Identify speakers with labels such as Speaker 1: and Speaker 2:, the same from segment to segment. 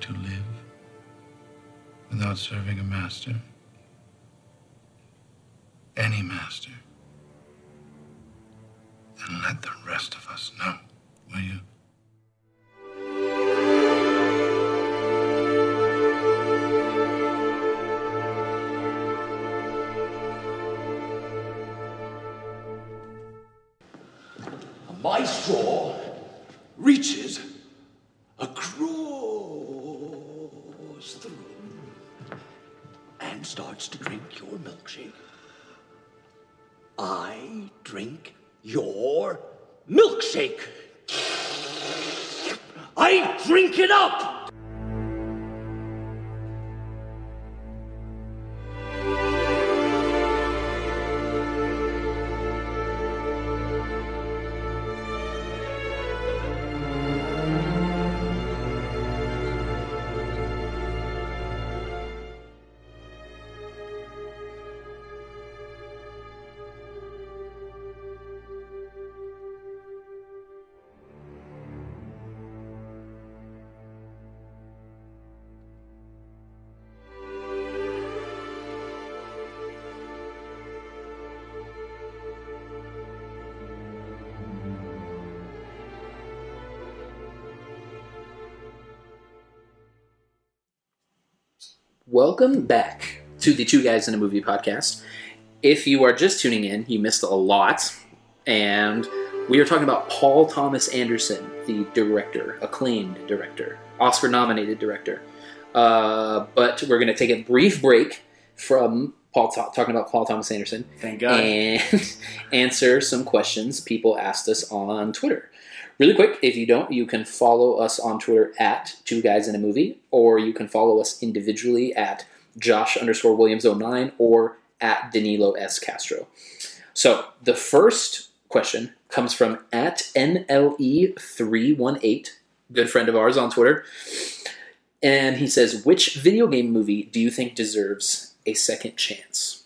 Speaker 1: to live without serving a master? Any master? Then let the rest of us know, will you?
Speaker 2: My straw reaches across the room and starts to drink your milkshake. I drink your milkshake. I drink it up!
Speaker 3: Welcome back to the Two Guys in a Movie podcast. If you are just tuning in, you missed a lot. And we are talking about Paul Thomas Anderson, the director, acclaimed director, Oscar nominated director. Uh, but we're going to take a brief break from Paul ta- talking about Paul Thomas Anderson
Speaker 4: Thank God.
Speaker 3: and answer some questions people asked us on Twitter. Really quick, if you don't, you can follow us on Twitter at Two Guys in a Movie, or you can follow us individually at Josh underscore Williams 09 or at Danilo S. Castro. So the first question comes from at E NLE318, good friend of ours on Twitter. And he says, Which video game movie do you think deserves a second chance?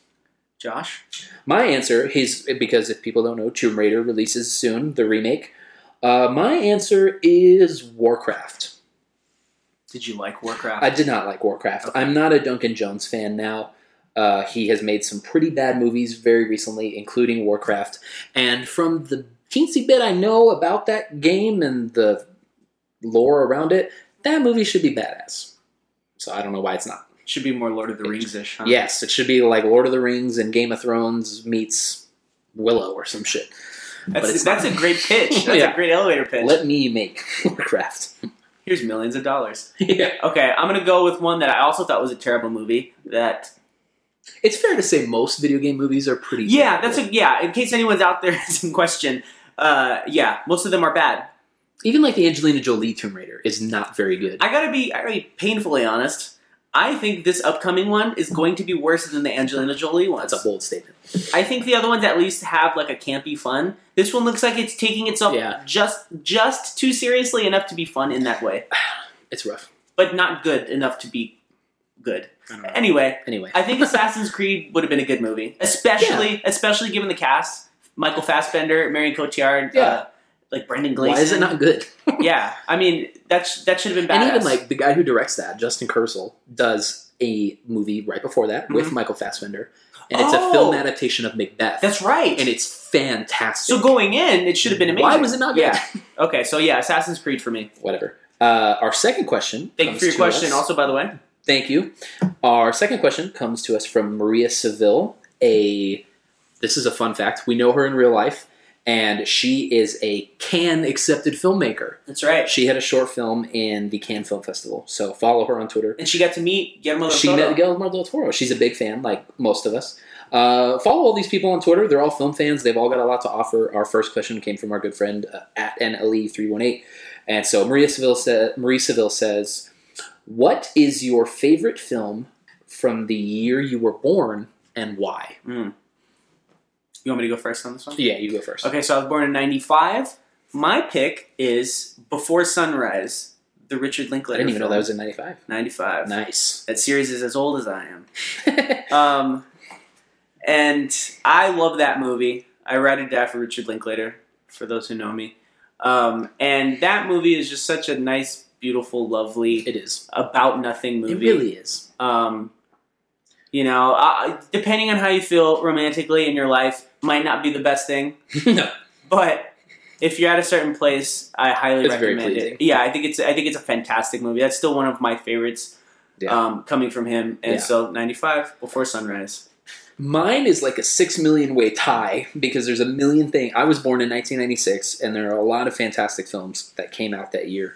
Speaker 4: Josh?
Speaker 3: My answer is because if people don't know, Tomb Raider releases soon, the remake. Uh, my answer is Warcraft.
Speaker 4: Did you like Warcraft?
Speaker 3: I did not like Warcraft.
Speaker 4: Okay.
Speaker 3: I'm not a Duncan Jones fan now. Uh, he has made some pretty bad movies very recently, including Warcraft. And from the teensy bit I know about that game and the lore around it, that movie should be badass. So I don't know why it's not.
Speaker 4: Should be more Lord of the Rings ish, huh?
Speaker 3: Yes, it should be like Lord of the Rings and Game of Thrones meets Willow or some shit. but
Speaker 4: That's,
Speaker 3: it's
Speaker 4: that's a great pitch. That's
Speaker 3: Yeah.
Speaker 4: a great elevator pitch.
Speaker 3: Let me make Warcraft.
Speaker 4: Here's millions of dollars.
Speaker 3: yeah.
Speaker 4: Okay, I'm gonna go with one that I also thought was a terrible movie. That
Speaker 3: It's fair to say most video game movies are pretty
Speaker 4: yeah, that's a yeah. In case anyone's out there is in question, uh, yeah, most of them are bad.
Speaker 3: Even like the Angelina Jolie Tomb Raider is not very good.
Speaker 4: I gotta be I gotta be painfully honest. I think this upcoming one is going to be worse than the Angelina Jolie one.
Speaker 3: That's a bold statement.
Speaker 4: I think the other ones at least have like a campy fun. This one looks like it's taking itself
Speaker 3: Yeah.
Speaker 4: just just too seriously enough to be fun in that way,
Speaker 3: It's rough.
Speaker 4: but not good enough to be good.
Speaker 3: I don't know.
Speaker 4: Anyway,
Speaker 3: Anyway,
Speaker 4: I think Assassin's Creed would have been a good movie, especially especially given the cast: Michael Fassbender, Marion Cotillard,
Speaker 3: Yeah.
Speaker 4: uh, like Brendan Gleeson.
Speaker 3: why is it not good?
Speaker 4: yeah, I mean that's that should have been badass.
Speaker 3: And even like the guy who directs that, Justin Kersel, does a movie right before that with Michael Fassbender, and it's a
Speaker 4: Mm-hmm. Oh!
Speaker 3: film adaptation of Macbeth.
Speaker 4: that's right.
Speaker 3: and it's fantastic.
Speaker 4: so going in, it should have been amazing.
Speaker 3: Why was it not good?
Speaker 4: Yeah. Okay, so yeah, Assassin's Creed for me.
Speaker 3: Whatever. Uh, our second question.
Speaker 4: Thank you
Speaker 3: comes
Speaker 4: for your
Speaker 3: to
Speaker 4: question.
Speaker 3: us-
Speaker 4: Also, by the way,
Speaker 3: Thank you. Our second question comes to us from Maria Seville. A this is a fun fact. We know her in real life, and she is a Cannes accepted filmmaker.
Speaker 4: that's right.
Speaker 3: She had a short film in the Cannes Film Festival, so follow her on Twitter.
Speaker 4: and she got to meet Guillermo del
Speaker 3: She
Speaker 4: Toro.
Speaker 3: met Guillermo del Toro. She's a big fan, like most of us. Uh, follow all these people on Twitter. They're all film fans. They've all got a lot to offer. Our first question came from our good friend uh, at NLE318. And so Maria Seville, sa- Marie Seville says, What is your favorite film from the year you were born and why?
Speaker 4: you want me to go first on this one?
Speaker 3: Yeah, you go first.
Speaker 4: Okay, so I was born in '95. My pick is Before Sunrise, the Richard
Speaker 3: I
Speaker 4: Linklater.
Speaker 3: didn't even know
Speaker 4: film.
Speaker 3: that was in 95.
Speaker 4: '95.
Speaker 3: Nice.
Speaker 4: That series is as old as I am. Um, and I love that movie. I ride or die for Richard Linklater, for those who know me. Um, and that movie is just such a nice beautiful, lovely,
Speaker 3: It is.
Speaker 4: about nothing movie.
Speaker 3: It really is.
Speaker 4: um, you know, I, depending on how you feel romantically in your life, might not be the best thing.
Speaker 3: no.
Speaker 4: But if you're at a certain place, I highly
Speaker 3: It's very
Speaker 4: recommend
Speaker 3: pleasing.
Speaker 4: it. Yeah, I think it's I think it's a fantastic movie. That's still one of my favorites.
Speaker 3: Yeah.
Speaker 4: Um, coming from him, and
Speaker 3: Yeah.
Speaker 4: so '95 before sunrise.
Speaker 3: Mine is like a six million way tie because there's a million thing. I was born in 1996, and there are a lot of fantastic films that came out that year.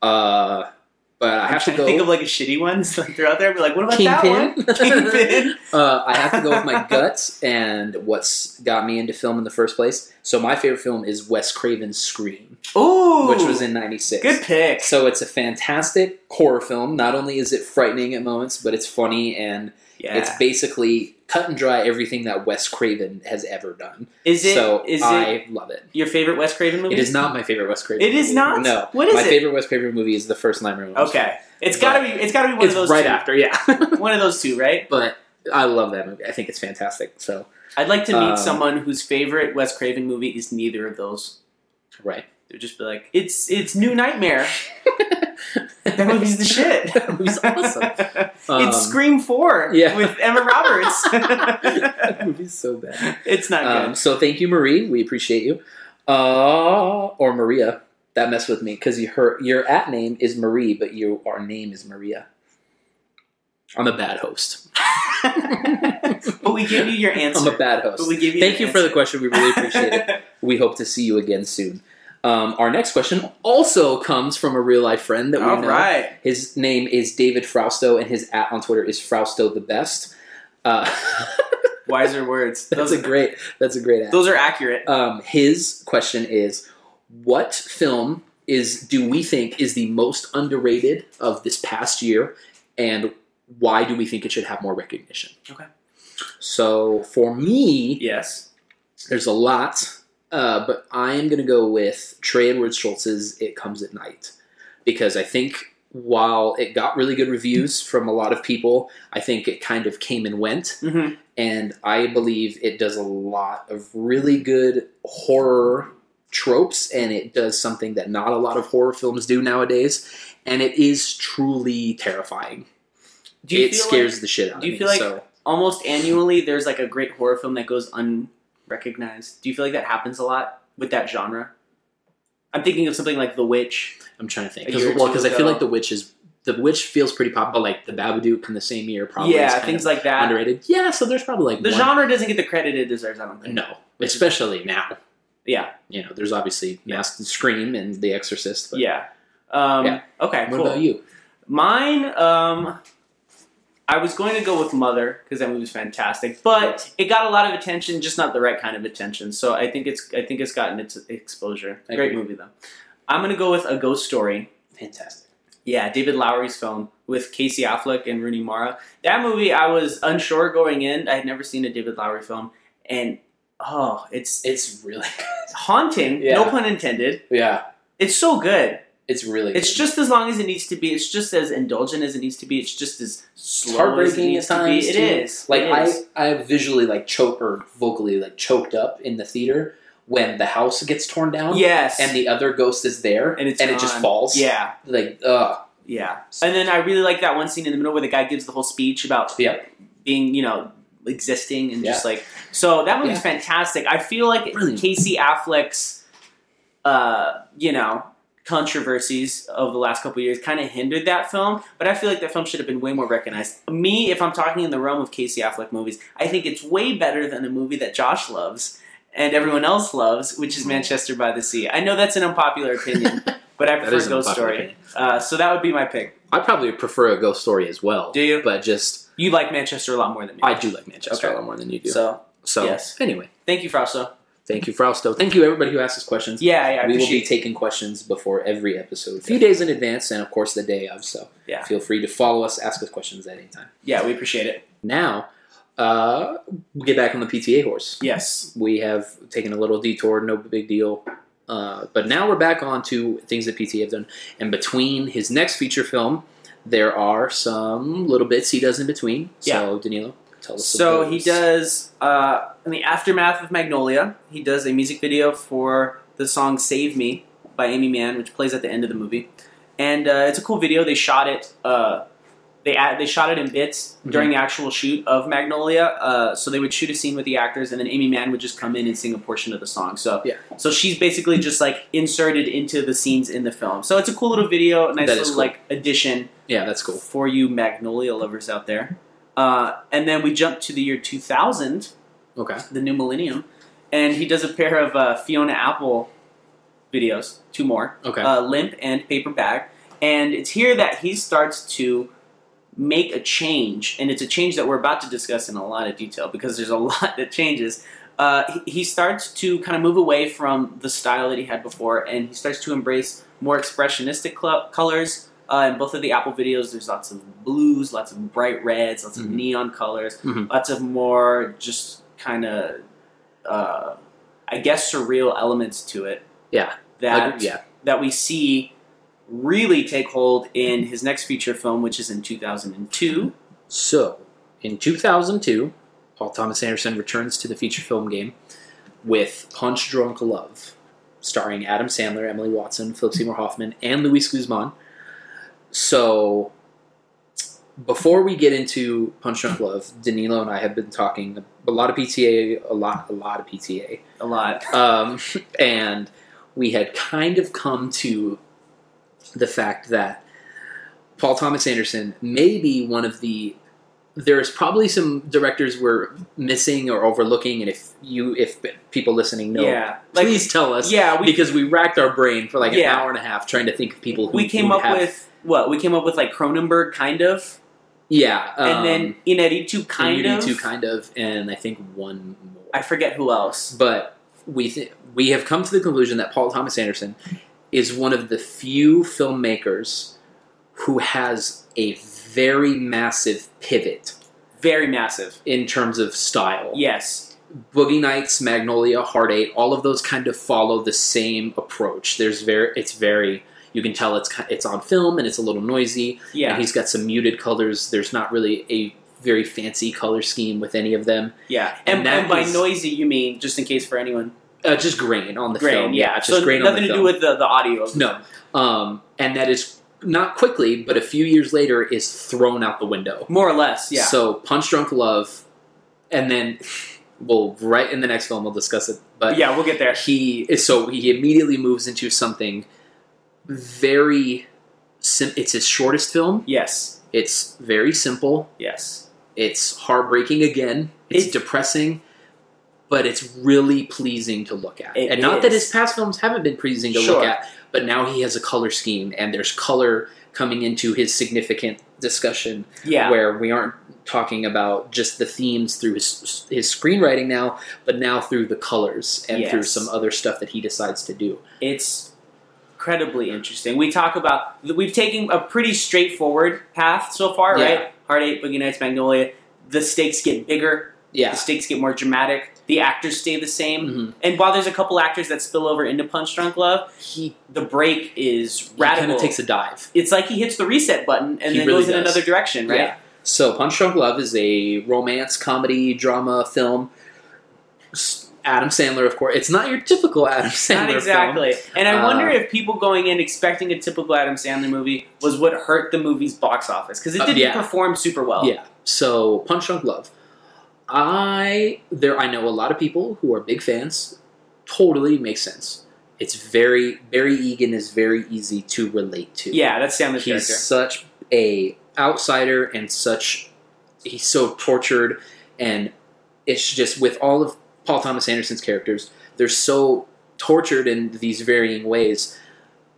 Speaker 3: Uh, but I
Speaker 4: I'm
Speaker 3: have to
Speaker 4: trying
Speaker 3: go.
Speaker 4: think of like a shitty ones like they're out there. I'd be like, what about
Speaker 3: Kingpin.
Speaker 4: that one? Kingpin.
Speaker 3: Uh, I have to go with my guts and what's got me into film in the first place. So my favorite film is Wes Craven's Scream,
Speaker 4: Ooh,
Speaker 3: which was in '96.
Speaker 4: good pick.
Speaker 3: So it's a fantastic horror film. Not only is it frightening at moments, but it's funny and
Speaker 4: yeah,
Speaker 3: it's basically cut and dry everything that Wes Craven has ever done.
Speaker 4: is it? Is
Speaker 3: so I
Speaker 4: it
Speaker 3: love it.
Speaker 4: your favorite Wes Craven movie?
Speaker 3: It is not my favorite Wes Craven.
Speaker 4: It is
Speaker 3: movie.
Speaker 4: not?
Speaker 3: No,
Speaker 4: What is
Speaker 3: my
Speaker 4: it?
Speaker 3: favorite Wes Craven movie is the first Nine Rooms.
Speaker 4: Okay, it's gotta be. It's gotta be one
Speaker 3: it's
Speaker 4: of those
Speaker 3: right
Speaker 4: two.
Speaker 3: after, yeah.
Speaker 4: One of those two, right?
Speaker 3: but I love that movie. I think it's fantastic. So
Speaker 4: I'd like to meet
Speaker 3: Um,
Speaker 4: someone whose favorite Wes Craven movie is neither of those.
Speaker 3: right,
Speaker 4: They'd just be like, "It's it's New Nightmare. That movie's the shit.
Speaker 3: That movie's awesome. Um,
Speaker 4: it's Scream Four
Speaker 3: yeah.
Speaker 4: with Emma Roberts.
Speaker 3: that movie's so bad.
Speaker 4: it's not
Speaker 3: Um, so thank you, Marie. We appreciate you. Uh, or Maria. That messed with me because you, her your at name is Marie, but your our name is Maria. I'm a bad host.
Speaker 4: good. But we give you your answer.
Speaker 3: I'm a bad host.
Speaker 4: But we give you
Speaker 3: Thank
Speaker 4: your
Speaker 3: you for the
Speaker 4: answer.
Speaker 3: question. We really appreciate it. We hope to see you again soon. Um, our next question also comes from a real life friend that we
Speaker 4: All
Speaker 3: know.
Speaker 4: right.
Speaker 3: His name is David Frausto, and his at on Twitter is Frausto the best. Uh,
Speaker 4: Wiser words.
Speaker 3: that's
Speaker 4: Those
Speaker 3: a
Speaker 4: are,
Speaker 3: great. That's a great at.
Speaker 4: those are accurate.
Speaker 3: um, his question is what film is do we think is the most underrated of this past year and why do we think it should have more recognition
Speaker 4: Okay.
Speaker 3: so for me
Speaker 4: Yes.
Speaker 3: there's a lot uh, but i am going to go with trey edward schultz's it comes at night because i think while it got really good reviews from a lot of people i think it kind of came and went
Speaker 4: hmm
Speaker 3: and I believe it does a lot of really good horror tropes, and it does something that not a lot of horror films do nowadays, and it is truly terrifying.
Speaker 4: Do you
Speaker 3: it
Speaker 4: feel
Speaker 3: scares
Speaker 4: like
Speaker 3: the shit out
Speaker 4: do you
Speaker 3: of
Speaker 4: feel
Speaker 3: me.
Speaker 4: like-
Speaker 3: so
Speaker 4: almost annually there's like a great horror film that goes unrecognized? Do you feel like that happens a lot with that genre? I'm thinking of something like The Witch.
Speaker 3: I'm trying to think.
Speaker 4: a
Speaker 3: 'Cause-
Speaker 4: year or
Speaker 3: well,
Speaker 4: two
Speaker 3: because I feel
Speaker 4: ago-
Speaker 3: like the witch is the witch feels pretty pop, but like the Babadook in the same year probably is
Speaker 4: yeah,
Speaker 3: kind
Speaker 4: things
Speaker 3: of
Speaker 4: like that.
Speaker 3: underrated. Yeah, so there's probably like
Speaker 4: The
Speaker 3: one-
Speaker 4: genre doesn't get the credit it deserves. I don't think.
Speaker 3: No, especially now.
Speaker 4: Yeah.
Speaker 3: you know, there's obviously Mask and Scream and The Exorcist. But
Speaker 4: Yeah. Um,
Speaker 3: Yeah.
Speaker 4: Okay.
Speaker 3: What
Speaker 4: cool.
Speaker 3: about you?
Speaker 4: Mine, um, I was going to go with Mother because that movie's fantastic, but it got a lot of attention, just not the right kind of attention. So I think it's I think it's gotten its exposure.
Speaker 3: I
Speaker 4: Great
Speaker 3: agree.
Speaker 4: movie though. I'm gonna go with A Ghost Story.
Speaker 3: Fantastic.
Speaker 4: Yeah, David Lowery's film with Casey Affleck and Rooney Mara. That movie I was unsure going in. I had never seen a David Lowery film, and oh, it's
Speaker 3: It's really
Speaker 4: it's haunting.
Speaker 3: Yeah.
Speaker 4: No pun intended.
Speaker 3: yeah.
Speaker 4: It's so good.
Speaker 3: It's really.
Speaker 4: It's
Speaker 3: good.
Speaker 4: just as long as it needs to be. It's just as indulgent as it needs to be. It's just as slow as it
Speaker 3: heartbreaking
Speaker 4: needs
Speaker 3: at times.
Speaker 4: to be.
Speaker 3: too.
Speaker 4: It is.
Speaker 3: Like
Speaker 4: It
Speaker 3: I,
Speaker 4: is.
Speaker 3: I visually like choke or vocally like choked up in the theater when the house gets torn down.
Speaker 4: yes,
Speaker 3: And the other ghost is there,
Speaker 4: And it's
Speaker 3: it just
Speaker 4: gone.
Speaker 3: falls.
Speaker 4: yeah,
Speaker 3: Like uh,
Speaker 4: yeah. And then I really like that one scene in the middle where the guy gives the whole speech about
Speaker 3: yeah,
Speaker 4: being, you know, existing and just like so that movie's
Speaker 3: Yeah.
Speaker 4: fantastic. I feel like
Speaker 3: Brilliant.
Speaker 4: Casey Affleck's, uh, you know, controversies of the last couple of years kind of hindered that film. But I feel like that film should have been way more recognized. Me, if I'm talking in the realm of Casey Affleck movies, I think it's way better than a movie that Josh loves and everyone else loves, which is Manchester by the Sea. I know that's an unpopular opinion, but I
Speaker 3: That
Speaker 4: prefer
Speaker 3: is an
Speaker 4: Ghost
Speaker 3: unpopular
Speaker 4: Story.
Speaker 3: opinion.
Speaker 4: Uh, so that would be my pick.
Speaker 3: I probably prefer a ghost story as well.
Speaker 4: Do you?
Speaker 3: But just
Speaker 4: You like Manchester a lot more than me.
Speaker 3: I do like Manchester
Speaker 4: Okay.
Speaker 3: a lot more than you do.
Speaker 4: So
Speaker 3: So,
Speaker 4: yes.
Speaker 3: anyway,
Speaker 4: thank you, Fausto.
Speaker 3: thank you, Frausto. Thank you everybody who asked us questions.
Speaker 4: Yeah, yeah, I
Speaker 3: we will
Speaker 4: appreciate
Speaker 3: be taking questions before every episode, a few days in advance, and of course the day of. So
Speaker 4: Yeah.
Speaker 3: feel free to follow us, ask us questions at any time.
Speaker 4: Yeah, we appreciate it.
Speaker 3: Now, uh, we get back on the PTA horse.
Speaker 4: Yes.
Speaker 3: We have taken a little detour, no big deal. Uh, but now we're back on to things that PTA have done. And between his next feature film, there are some little bits he does in between. So, Danilo, tell us
Speaker 4: So
Speaker 3: of
Speaker 4: he
Speaker 3: those.
Speaker 4: does uh, in the aftermath of Magnolia. He does a music video for the song "Save Me" by Amy Mann, which plays at the end of the movie. and uh, it's a cool video. They shot it. Uh, they add, they shot it in bits
Speaker 3: Mm-hmm.
Speaker 4: during the actual shoot of Magnolia. Uh, so they would shoot a scene with the actors, and then Amy Mann would just come in and sing a portion of the song. So
Speaker 3: Yeah.
Speaker 4: so she's basically just like inserted into the scenes in the film. So it's a cool little video, a nice
Speaker 3: That is
Speaker 4: little
Speaker 3: cool.
Speaker 4: like addition
Speaker 3: Yeah, that's cool.
Speaker 4: for you Magnolia lovers out there. Uh, and then we jump to the year 2000,
Speaker 3: Okay.
Speaker 4: the new millennium, and he does a pair of uh, Fiona Apple videos, two more
Speaker 3: Okay.
Speaker 4: uh, limp and paper bag and it's here that he starts to make a change and it's a change that we're about to discuss in a lot of detail because there's a lot that changes uh, he, he starts to kind of move away from the style that he had before and he starts to embrace more expressionistic cl- colors uh, in both of the apple videos there's lots of blues lots of bright reds lots of
Speaker 3: Mhm.
Speaker 4: neon colors
Speaker 3: Mhm.
Speaker 4: lots of more just kind of uh, i guess surreal elements to it
Speaker 3: Yeah.
Speaker 4: that
Speaker 3: Like, yeah.
Speaker 4: that we see really take hold in his next feature film, which is in 2002.
Speaker 3: So, in 2002, Paul Thomas Anderson returns to the feature film game with Punch Drunk Love, starring Adam Sandler, Emily Watson, Philip Seymour Hoffman, and Luis Guzman. So, before we get into Punch Drunk Love, Danilo and I have been talking a lot of PTA, a lot, a lot of PTA,
Speaker 4: A lot.
Speaker 3: um, and we had kind of come to the fact that Paul Thomas Anderson may be one of the there's probably some directors we're missing or overlooking, and if you if people listening know,
Speaker 4: Yeah. Like,
Speaker 3: please tell us.
Speaker 4: yeah, we,
Speaker 3: because we racked our brain for like an
Speaker 4: Yeah.
Speaker 3: hour and a half trying to think of people who
Speaker 4: we came
Speaker 3: who
Speaker 4: up
Speaker 3: have-
Speaker 4: with what? We came up with like Cronenberg, kind of,
Speaker 3: yeah, um,
Speaker 4: and then Ineditu, kind of.
Speaker 3: two kind of, and I think one more.
Speaker 4: I forget who else.
Speaker 3: but we th- we have come to the conclusion that Paul Thomas Anderson is one of the few filmmakers who has a very massive pivot
Speaker 4: Very massive.
Speaker 3: in terms of style.
Speaker 4: Yes.
Speaker 3: Boogie Nights, Magnolia, Heart Eight, all of those kind of follow the same approach. There's very it's very you can tell it's ki- it's on film and it's a little noisy and
Speaker 4: Yeah.
Speaker 3: he's got some muted colors. There's not really a very fancy color scheme with any of them.
Speaker 4: Yeah.
Speaker 3: and
Speaker 4: And,
Speaker 3: that
Speaker 4: and by
Speaker 3: was-
Speaker 4: noisy, you mean just in case for anyone.
Speaker 3: Uh, just grain on the
Speaker 4: Grain.
Speaker 3: film.
Speaker 4: yeah.
Speaker 3: just
Speaker 4: so
Speaker 3: grain on the
Speaker 4: nothing to
Speaker 3: film.
Speaker 4: do with the, the audio. of the
Speaker 3: No. Um, and that is not quickly, but a few years later is thrown out the window.
Speaker 4: More or less. Yeah.
Speaker 3: So Punch Drunk Love, and then we'll right in the next film we'll discuss it. But
Speaker 4: yeah, we'll get there.
Speaker 3: he is so he immediately moves into something very sim- it's his shortest film.
Speaker 4: Yes.
Speaker 3: It's very simple.
Speaker 4: Yes.
Speaker 3: It's heartbreaking again. It's
Speaker 4: It-
Speaker 3: depressing. But it's really pleasing to look at.
Speaker 4: It
Speaker 3: and not that
Speaker 4: is.
Speaker 3: his past films haven't been pleasing to
Speaker 4: Sure.
Speaker 3: look at, but now he has a color scheme and there's color coming into his significant discussion
Speaker 4: Yeah.
Speaker 3: where we aren't talking about just the themes through his his screenwriting now, but now through the colors and through
Speaker 4: Yes.
Speaker 3: some other stuff that he decides to do.
Speaker 4: it's incredibly interesting. We talk about we've taken a pretty straightforward path so far,
Speaker 3: Yeah.
Speaker 4: right? Heartache, Boogie Nights, Magnolia. The stakes get bigger. The
Speaker 3: Yeah.
Speaker 4: stakes get more dramatic. The actors stay the same.
Speaker 3: Mhm.
Speaker 4: And while there's a couple actors that spill over into Punch Drunk Love,
Speaker 3: He,
Speaker 4: the break is
Speaker 3: he kind
Speaker 4: radical.
Speaker 3: of takes a dive.
Speaker 4: it's like he hits the reset button and
Speaker 3: He
Speaker 4: then
Speaker 3: really
Speaker 4: goes in
Speaker 3: does.
Speaker 4: another direction, right?
Speaker 3: Yeah. So Punch Drunk Love is a romance, comedy, drama film. S- Adam Sandler, of course. It's not your typical Adam Sandler
Speaker 4: Not exactly. And I
Speaker 3: Uh,
Speaker 4: wonder if people going in expecting a typical Adam Sandler movie was what hurt the movie's box office because it
Speaker 3: Uh,
Speaker 4: didn't
Speaker 3: yeah.
Speaker 4: perform super well.
Speaker 3: film. Yeah. So Punch Drunk Love. I there I know a lot of people who are big fans. Totally makes sense. It's very Barry Egan is very easy to relate to.
Speaker 4: Yeah, that's Sandler's
Speaker 3: he's
Speaker 4: character.
Speaker 3: such a outsider and such he's so tortured and it's just with all of paul thomas anderson's characters they're so tortured in these varying ways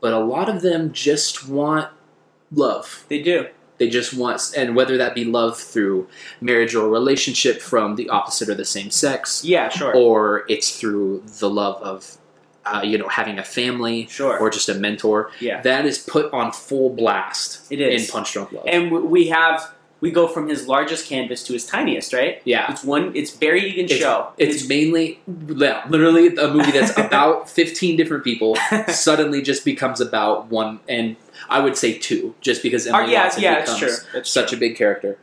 Speaker 3: but a lot of them just want love
Speaker 4: They do.
Speaker 3: they just want and whether that be love through marriage or relationship from the opposite or the same sex
Speaker 4: Yeah, sure.
Speaker 3: or it's through the love of uh, you know having a family
Speaker 4: sure.
Speaker 3: or just a mentor
Speaker 4: yeah.
Speaker 3: that is put on full blast
Speaker 4: It is.
Speaker 3: in Punch Drunk Love.
Speaker 4: and w- we have we go from his largest canvas to his tiniest, right?
Speaker 3: yeah,
Speaker 4: It's one it's Barry Egan show.
Speaker 3: it's mainly yeah, literally a movie that's about fifteen different people suddenly just becomes about one, and I would say two, just because
Speaker 4: Or-
Speaker 3: Emily
Speaker 4: yeah,
Speaker 3: Watson
Speaker 4: yeah, it's
Speaker 3: becomes
Speaker 4: true. That's
Speaker 3: such a big character.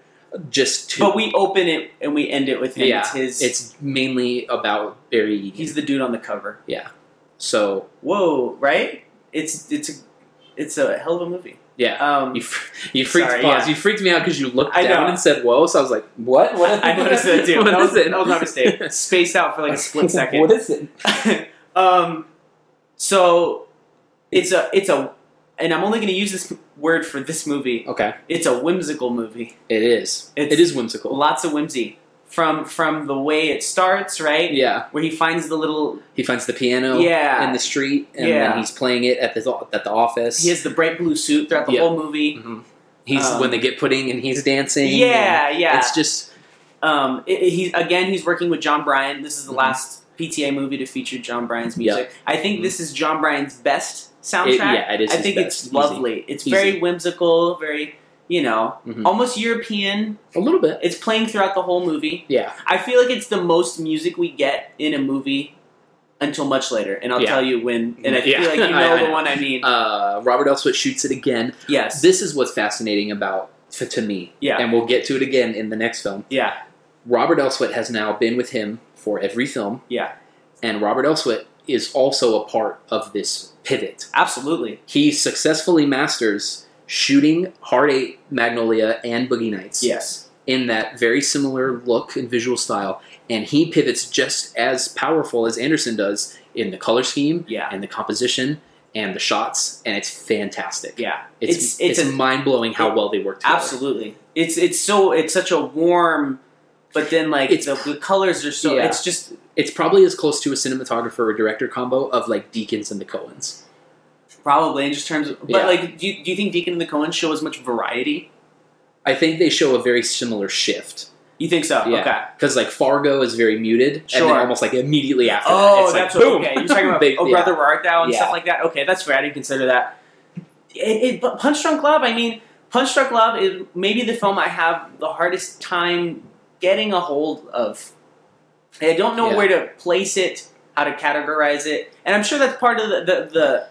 Speaker 3: Just two,
Speaker 4: true. But we open it and we end it with him.
Speaker 3: Yeah,
Speaker 4: it's his
Speaker 3: it's mainly about Barry Egan.
Speaker 4: he's the dude on the cover.
Speaker 3: so
Speaker 4: Whoa, right? It's it's a It's a hell of a movie.
Speaker 3: Yeah.
Speaker 4: Um,
Speaker 3: You, fr- you freaked
Speaker 4: Sorry,
Speaker 3: pause.
Speaker 4: yeah.
Speaker 3: You freaked me out because you looked
Speaker 4: I
Speaker 3: down
Speaker 4: know.
Speaker 3: and said "whoa," so I was like, "What? What?"
Speaker 4: I noticed that too.
Speaker 3: What
Speaker 4: that,
Speaker 3: is
Speaker 4: was,
Speaker 3: it?
Speaker 4: that was my mistake. Spaced out for like a split second.
Speaker 3: What is it?
Speaker 4: um, so it's a it's a, and I'm only going to use this word for this movie.
Speaker 3: Okay,
Speaker 4: It's a whimsical movie.
Speaker 3: it is.
Speaker 4: It's
Speaker 3: it is whimsical.
Speaker 4: lots of whimsy from from the way it starts, right?
Speaker 3: Yeah,
Speaker 4: Where he finds the little
Speaker 3: he finds the piano
Speaker 4: yeah,
Speaker 3: in the street, and
Speaker 4: Yeah.
Speaker 3: then he's playing it at the at the office.
Speaker 4: he has the bright blue suit throughout the
Speaker 3: Yeah.
Speaker 4: whole movie.
Speaker 3: Mhm. He's
Speaker 4: Um,
Speaker 3: when they get pudding, and he's dancing.
Speaker 4: Yeah,
Speaker 3: and
Speaker 4: yeah.
Speaker 3: It's just
Speaker 4: Um, it, it- he's again he's working with John Bryan. This is the
Speaker 3: Mhm.
Speaker 4: last PTA movie to feature John Bryan's
Speaker 3: Yeah.
Speaker 4: music. I think
Speaker 3: Mhm.
Speaker 4: this is John Bryan's best soundtrack.
Speaker 3: it, yeah, it is.
Speaker 4: I
Speaker 3: his
Speaker 4: think
Speaker 3: best.
Speaker 4: it's lovely. It's very
Speaker 3: Easy.
Speaker 4: whimsical, very you know,
Speaker 3: Easy. Mhm.
Speaker 4: almost European.
Speaker 3: A little bit.
Speaker 4: It's playing throughout the whole movie.
Speaker 3: Yeah,
Speaker 4: I feel like it's the most music we get in a movie until much later, and I'll
Speaker 3: Yeah.
Speaker 4: tell you when. And I feel
Speaker 3: Yeah.
Speaker 4: like you
Speaker 3: I-
Speaker 4: know
Speaker 3: I
Speaker 4: the
Speaker 3: know.
Speaker 4: one I mean.
Speaker 3: uh, Robert Elswit shoots it again.
Speaker 4: yes.
Speaker 3: This is what's fascinating about f- to me.
Speaker 4: Yeah.
Speaker 3: and we'll get to it again in the next film.
Speaker 4: yeah.
Speaker 3: Robert Elswit has now been with him for every film.
Speaker 4: Yeah.
Speaker 3: And Robert Elswit is also a part of this pivot.
Speaker 4: Absolutely.
Speaker 3: He successfully masters shooting Hard Eight, Magnolia, and Boogie Nights
Speaker 4: Yes.
Speaker 3: in that very similar look and visual style. And he pivots just as powerful as Anderson does in the color scheme
Speaker 4: Yeah.
Speaker 3: and the composition and the shots. And it's fantastic.
Speaker 4: Yeah.
Speaker 3: It's,
Speaker 4: It's- it's a-
Speaker 3: mind blowing how well they work together.
Speaker 4: Absolutely. It's it's so it's such a warm, but then like
Speaker 3: It's-
Speaker 4: the, the colors are so.
Speaker 3: Yeah.
Speaker 4: It's just
Speaker 3: It's probably as close to a cinematographer or director combo of like Deakins and the Coens.
Speaker 4: probably in just terms. Of, but
Speaker 3: Yeah.
Speaker 4: like, do you, do you think Deacon and the Cohen show as much variety?
Speaker 3: I think they show a very similar shift
Speaker 4: You think so?
Speaker 3: Yeah.
Speaker 4: Okay.
Speaker 3: because like Fargo is very muted, and
Speaker 4: Sure.
Speaker 3: then almost like immediately after that,
Speaker 4: Oh,
Speaker 3: it's
Speaker 4: that's
Speaker 3: like,
Speaker 4: what,
Speaker 3: boom.
Speaker 4: okay. You're talking about
Speaker 3: Big-
Speaker 4: Oh
Speaker 3: yeah.
Speaker 4: Brother Where Art Thou and
Speaker 3: Yeah.
Speaker 4: stuff like that. Okay, that's fair. I didn't consider that. It, it, but Punch Drunk Love. I mean, Punch Drunk Love is maybe the film I have the hardest time getting a hold of. I don't know
Speaker 3: Yeah.
Speaker 4: where to place it, how to categorize it, and I'm sure that's part of the the. the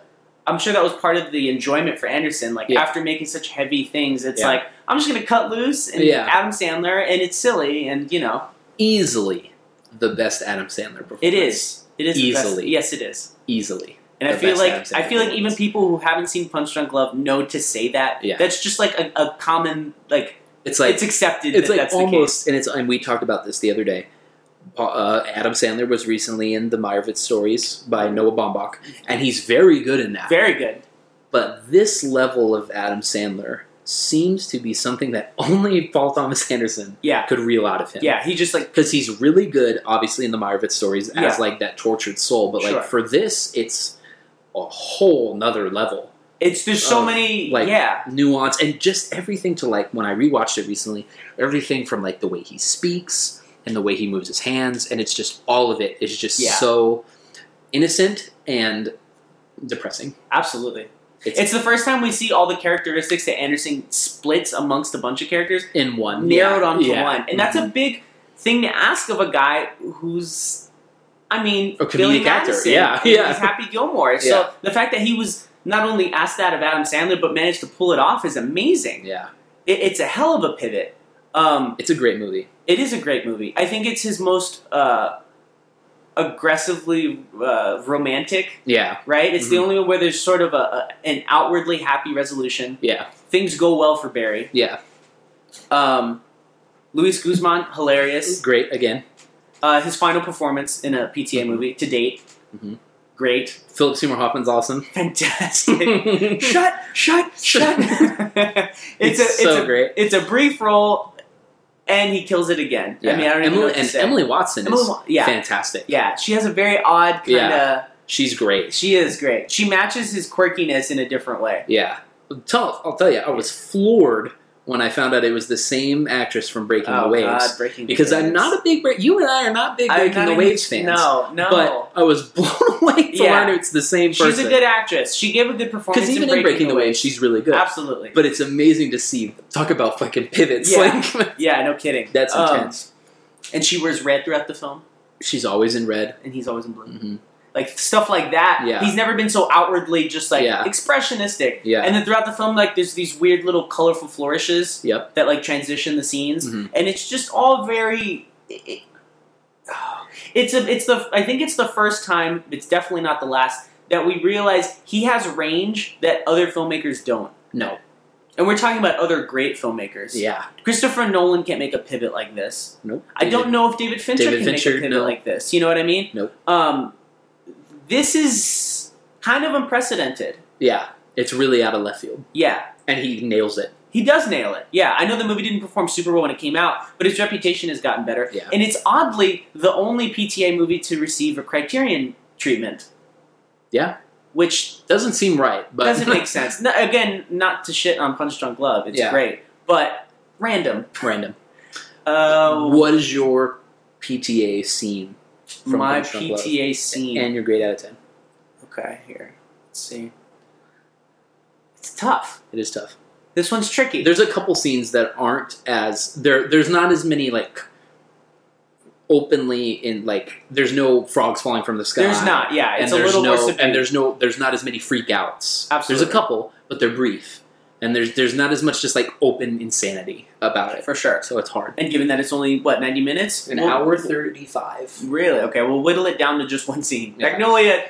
Speaker 4: I'm sure that was part of the enjoyment for Anderson. Like
Speaker 3: Yeah.
Speaker 4: after making such heavy things, it's
Speaker 3: Yeah.
Speaker 4: like I'm just going to cut loose and
Speaker 3: Yeah.
Speaker 4: Adam Sandler, and it's silly, and you know
Speaker 3: easily the best Adam Sandler performance.
Speaker 4: it is. It is the best-
Speaker 3: Easily.
Speaker 4: Yes, it is.
Speaker 3: easily.
Speaker 4: And I
Speaker 3: the
Speaker 4: feel
Speaker 3: best
Speaker 4: like
Speaker 3: Adam Sandler
Speaker 4: I feel like
Speaker 3: movies.
Speaker 4: even people who haven't seen Punch Drunk Love know to say that.
Speaker 3: Yeah.
Speaker 4: That's just like a, a common like
Speaker 3: It's like
Speaker 4: it's accepted
Speaker 3: it's
Speaker 4: that
Speaker 3: like
Speaker 4: that's
Speaker 3: almost, and it's and we talked about this the other day. Pa- Uh, Adam Sandler was recently in the Meyerowitz stories by
Speaker 4: Mm-hmm.
Speaker 3: Noah Baumbach, and he's very good in
Speaker 4: the
Speaker 3: that.
Speaker 4: case. Very good.
Speaker 3: but this level of Adam Sandler seems to be something that only Paul Thomas Anderson
Speaker 4: Yeah.
Speaker 3: could reel out of him.
Speaker 4: Yeah, he just like
Speaker 3: because he's really good, obviously, in the Meyerowitz stories as
Speaker 4: Yeah.
Speaker 3: like that tortured soul. But like
Speaker 4: Sure.
Speaker 3: for this, it's a whole nother level
Speaker 4: it's there's so
Speaker 3: Of,
Speaker 4: many
Speaker 3: like-
Speaker 4: yeah.
Speaker 3: nuance and just everything to like when I rewatched it recently, everything from like the way he speaks and the way he moves his hands, and it's just all of it is just
Speaker 4: Yeah.
Speaker 3: so innocent and depressing.
Speaker 4: Absolutely.
Speaker 3: It's-
Speaker 4: It's, the first time we see all the characteristics that Anderson splits amongst a bunch of characters
Speaker 3: In one
Speaker 4: narrowed
Speaker 3: yeah.
Speaker 4: onto
Speaker 3: Yeah. Mm-hmm.
Speaker 4: one. And that's a big thing to ask of a guy who's I mean
Speaker 3: A
Speaker 4: Billy
Speaker 3: comedic actor,
Speaker 4: Madison,
Speaker 3: yeah,
Speaker 4: and
Speaker 3: yeah.
Speaker 4: He's Happy Gilmore. So
Speaker 3: Yeah.
Speaker 4: the fact that he was not only asked that of Adam Sandler but managed to pull it off is amazing.
Speaker 3: yeah,
Speaker 4: it, it's a hell of a pivot. Um,
Speaker 3: it's a great movie.
Speaker 4: it is a great movie. I think it's his most uh, aggressively uh, romantic.
Speaker 3: Yeah,
Speaker 4: Right, it's the
Speaker 3: Mhm.
Speaker 4: only one where there's sort of a, a an outwardly happy resolution.
Speaker 3: yeah,
Speaker 4: Things go well for Barry.
Speaker 3: yeah.
Speaker 4: Um, Luis Guzman, hilarious.
Speaker 3: Great again.
Speaker 4: Uh, his final performance in a PTA
Speaker 3: Mm-hmm.
Speaker 4: movie to date,
Speaker 3: Mhm.
Speaker 4: great,
Speaker 3: Philip Seymour Hoffman's awesome.
Speaker 4: fantastic.
Speaker 3: it's,
Speaker 4: shut, shut, shut. it's, a, it's
Speaker 3: so
Speaker 4: a,
Speaker 3: great.
Speaker 4: it's a brief role, and he kills it again. I mean, I don't
Speaker 3: Emily,
Speaker 4: even know what to
Speaker 3: and
Speaker 4: say.
Speaker 3: Emily Watson
Speaker 4: Emily
Speaker 3: is
Speaker 4: Wa- yeah.
Speaker 3: fantastic.
Speaker 4: Yeah, she has a very odd kind of.
Speaker 3: Yeah. She's great.
Speaker 4: She is great. She matches his quirkiness in a different way.
Speaker 3: Yeah. Tell, I'll tell you, I was floored when I found out it was the same actress from Breaking
Speaker 4: oh
Speaker 3: the Waves.
Speaker 4: God, breaking
Speaker 3: Because I'm not a big break. You and I are not big Breaking the Waves fans.
Speaker 4: No, no.
Speaker 3: But I was blown away to
Speaker 4: Yeah.
Speaker 3: learn it's the same person.
Speaker 4: she's a good actress. She gave a good performance
Speaker 3: Because even
Speaker 4: in
Speaker 3: in Breaking the Waves, she's really good.
Speaker 4: absolutely.
Speaker 3: But it's amazing to see. Talk about fucking pivots.
Speaker 4: Yeah.
Speaker 3: Like
Speaker 4: yeah, no kidding.
Speaker 3: that's
Speaker 4: Um,
Speaker 3: intense.
Speaker 4: and she wears red throughout the film,
Speaker 3: She's always in red.
Speaker 4: and he's always in blue.
Speaker 3: Mhm.
Speaker 4: Like stuff like that.
Speaker 3: Yeah.
Speaker 4: He's never been so outwardly just like
Speaker 3: Yeah.
Speaker 4: expressionistic.
Speaker 3: Yeah.
Speaker 4: And then throughout the film, like there's these weird little colorful flourishes
Speaker 3: Yep.
Speaker 4: that like transition the scenes,
Speaker 3: Mhm.
Speaker 4: and it's just all very. It, it- it's a, it's the I think it's the first time. It's definitely not the last that we realize he has range that other filmmakers don't.
Speaker 3: No.
Speaker 4: And we're talking about other great filmmakers.
Speaker 3: Yeah.
Speaker 4: Christopher Nolan can't make a pivot like this.
Speaker 3: Nope.
Speaker 4: I don't know if David Fincher
Speaker 3: David
Speaker 4: can
Speaker 3: Fincher,
Speaker 4: make a pivot
Speaker 3: no.
Speaker 4: like this. You know what I mean?
Speaker 3: Nope.
Speaker 4: Um, this is kind of unprecedented.
Speaker 3: Yeah. It's really out of left field.
Speaker 4: Yeah.
Speaker 3: And he nails it.
Speaker 4: He does nail it. Yeah, I know the movie didn't perform super well when it came out, but his reputation has gotten better.
Speaker 3: Yeah.
Speaker 4: And it's oddly the only PTA movie to receive a Criterion treatment.
Speaker 3: Yeah.
Speaker 4: Which
Speaker 3: Doesn't seem right, but
Speaker 4: doesn't make sense. No, again, not to shit on Punch Drunk Love. It's
Speaker 3: Yeah.
Speaker 4: great. But random.
Speaker 3: random.
Speaker 4: Uh,
Speaker 3: What is your PTA scene from
Speaker 4: my
Speaker 3: Punch Drunk Love?
Speaker 4: PTA scene.
Speaker 3: and your grade out of ten?
Speaker 4: okay, here. Let's see. It's tough.
Speaker 3: It is tough.
Speaker 4: This one's tricky.
Speaker 3: There's a couple scenes that aren't as there. There's not as many like openly in like. There's no frogs falling from the sky.
Speaker 4: There's not. Yeah,
Speaker 3: and
Speaker 4: it's a
Speaker 3: there's
Speaker 4: little
Speaker 3: no,
Speaker 4: more subdued.
Speaker 3: and there's no, there's not as many freakouts.
Speaker 4: Absolutely.
Speaker 3: there's a couple, but they're brief, and there's there's not as much just like open insanity about it.
Speaker 4: for sure.
Speaker 3: So it's hard.
Speaker 4: And given that it's only what ninety minutes,
Speaker 3: An
Speaker 4: We'll-
Speaker 3: hour thirty five.
Speaker 4: Really? Okay, we'll whittle it down to just one scene.
Speaker 3: Yeah.
Speaker 4: Magnolia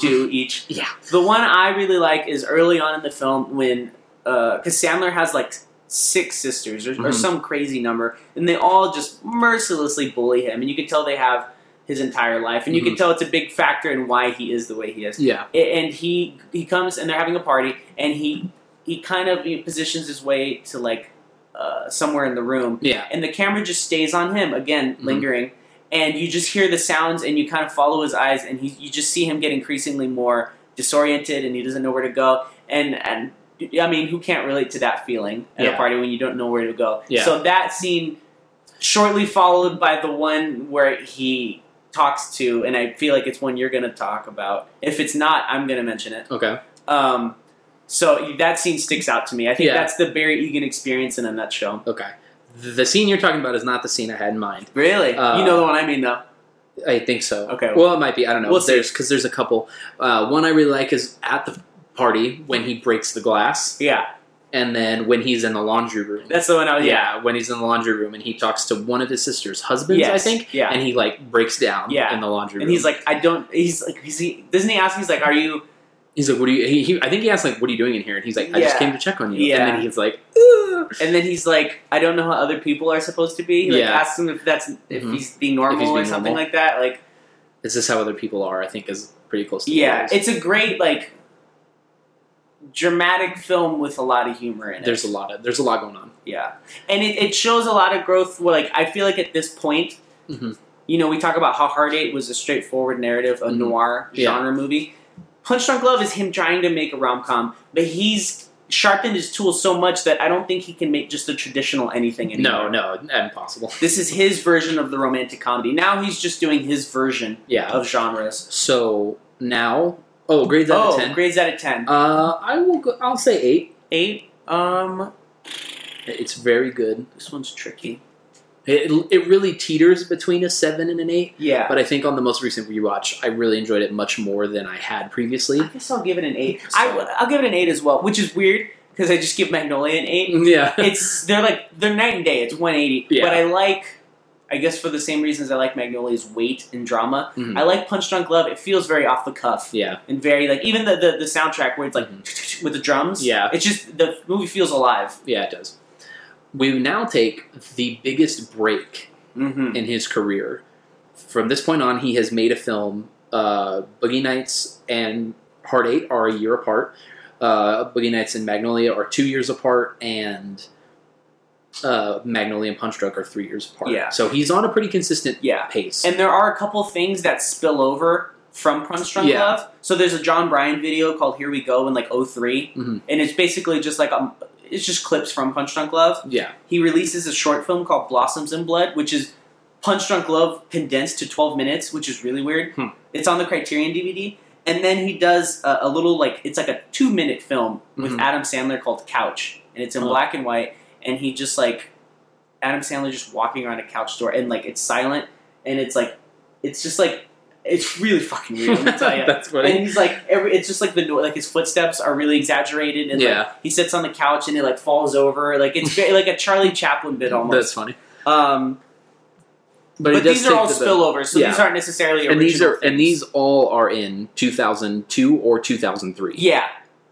Speaker 4: two each.
Speaker 3: Yeah.
Speaker 4: The one I really like is early on in the film when, because Sandler has like six sisters or, or
Speaker 3: Mhm.
Speaker 4: some crazy number, and they all just mercilessly bully him, and you can tell they have his entire life, and you can
Speaker 3: Mhm.
Speaker 4: tell it's a big factor in why he is the way he is
Speaker 3: Yeah.
Speaker 4: a- and he he comes and they're having a party and he he kind of he positions his way to like uh, somewhere in the room
Speaker 3: Yeah.
Speaker 4: and the camera just stays on him again
Speaker 3: Mhm.
Speaker 4: lingering and you just hear the sounds and you kind of follow his eyes and he, you just see him get increasingly more disoriented and he doesn't know where to go and and i mean who can't relate to that feeling at a
Speaker 3: Yeah.
Speaker 4: party when you don't know where to go
Speaker 3: Yeah.
Speaker 4: so that scene shortly followed by the one where he talks to, and I feel like it's one you're going to talk about. If it's not, I'm going to mention it.
Speaker 3: Okay.
Speaker 4: Um, so that scene sticks out to me. I think
Speaker 3: Yeah.
Speaker 4: that's the Barry Egan experience in a nutshell.
Speaker 3: Okay. The scene you're talking about is not the scene I had in mind.
Speaker 4: Really?
Speaker 3: Uh,
Speaker 4: you know the one I mean, though.
Speaker 3: I think so.
Speaker 4: Okay.
Speaker 3: Well, it might be. I don't know.
Speaker 4: We'll see.
Speaker 3: there's because there's a couple. Uh, one I really like is at the party when he breaks the glass,
Speaker 4: Yeah,
Speaker 3: and then when he's in the laundry room.
Speaker 4: that's the one I was.
Speaker 3: yeah, when he's in the laundry room and he talks to one of his sister's husbands,
Speaker 4: Yes.
Speaker 3: I think,
Speaker 4: Yeah.
Speaker 3: and he like breaks down
Speaker 4: Yeah.
Speaker 3: in the laundry room.
Speaker 4: And he's like, I don't. He's like, is he? Doesn't he ask? He's like, Are you?
Speaker 3: he's like, what are you? He, he, I think he asked like, what are you doing in here? And he's like, I
Speaker 4: Yeah.
Speaker 3: just came to check on you.
Speaker 4: Yeah.
Speaker 3: And then he's like, "Ugh."
Speaker 4: And then he's like, I don't know how other people are supposed to be. He, Like,
Speaker 3: Yeah.
Speaker 4: asks him if that's Mm-hmm. if
Speaker 3: Mhm.
Speaker 4: he's being normal or
Speaker 3: being
Speaker 4: something
Speaker 3: normal.
Speaker 4: like that. Like,
Speaker 3: is this how other people are? I think is pretty close. to
Speaker 4: Yeah,
Speaker 3: what it is.
Speaker 4: it's a great like dramatic film with a lot of humor in it.
Speaker 3: there's a lot of there's a lot going on.
Speaker 4: yeah, and it, it shows a lot of growth. Where like I feel like at this point,
Speaker 3: Mhm.
Speaker 4: you know, we talk about how Hard Eight was a straightforward narrative, a
Speaker 3: Mhm.
Speaker 4: noir
Speaker 3: Yeah.
Speaker 4: genre movie. Punch Drunk Love is him trying to make a rom com, but he's sharpened his tools so much that I don't think he can make just a traditional anything anymore.
Speaker 3: No, no, impossible.
Speaker 4: This is his version of the romantic comedy. Now he's just doing his version
Speaker 3: Yeah.
Speaker 4: of genres.
Speaker 3: So now, oh, grades out
Speaker 4: oh,
Speaker 3: of ten.
Speaker 4: grades out of ten.
Speaker 3: Uh, I will go. I'll say eight.
Speaker 4: Eight. Um,
Speaker 3: It's very good.
Speaker 4: This one's tricky.
Speaker 3: It, it really teeters between a seven and an eight,
Speaker 4: Yeah.
Speaker 3: but I think on the most recent rewatch, I really enjoyed it much more than I had previously.
Speaker 4: I guess I'll give it an eight.
Speaker 3: So-
Speaker 4: I, will give it an eight as well, which is weird because I just give Magnolia an eight.
Speaker 3: Yeah,
Speaker 4: It's they're like they're night and day. It's one eighty,
Speaker 3: Yeah.
Speaker 4: but I like. I guess for the same reasons I like Magnolia's weight and drama.
Speaker 3: Mhm.
Speaker 4: I like Punch Drunk Love. It feels very off the cuff
Speaker 3: yeah,
Speaker 4: and very like even the the, the soundtrack where it's like with the drums.
Speaker 3: Mm-hmm. Yeah.
Speaker 4: it's just the movie feels alive.
Speaker 3: yeah. It does. We now take the biggest break
Speaker 4: Mm-hmm.
Speaker 3: in his career. From this point on, he has made a film. Uh, Boogie Nights and Heart Eight are a year apart. Uh, Boogie Nights and Magnolia are two years apart, and uh, Magnolia and Punch Drunk are three years apart.
Speaker 4: Yeah.
Speaker 3: So he's on a pretty consistent
Speaker 4: Yeah.
Speaker 3: pace.
Speaker 4: And there are a couple things that spill over from Punch Drunk
Speaker 3: Yeah.
Speaker 4: Love. So there's a John Bryan video called Here We Go in like 3
Speaker 3: Mhm.
Speaker 4: And it's basically just like, um, it's just clips from Punch Drunk Love.
Speaker 3: yeah,
Speaker 4: He releases a short film called Blossoms in Blood, which is Punch Drunk Love condensed to 12 minutes, which is really weird.
Speaker 3: Hmm.
Speaker 4: It's on the Criterion DVD. And then he does a, a little like, it's like a two minute film with
Speaker 3: Mhm.
Speaker 4: Adam Sandler called Couch. And it's in
Speaker 3: Oh.
Speaker 4: black and white. And he just like, Adam Sandler just walking around a couch store and like it's silent and it's like it's just like it's really fucking weird. Let me tell you.
Speaker 3: that's
Speaker 4: And
Speaker 3: funny.
Speaker 4: he's like, every, it's just like the no- like his footsteps are really exaggerated, and like,
Speaker 3: Yeah.
Speaker 4: he sits on the couch and it like falls over, like it's very, like a Charlie Chaplin bit almost.
Speaker 3: That's funny.
Speaker 4: Um,
Speaker 3: But, it
Speaker 4: but
Speaker 3: does
Speaker 4: these are all
Speaker 3: take to the-
Speaker 4: spillovers, so these
Speaker 3: yeah.
Speaker 4: aren't necessarily original.
Speaker 3: and these are
Speaker 4: films.
Speaker 3: and these all are in 2002 or 2003.
Speaker 4: Yeah,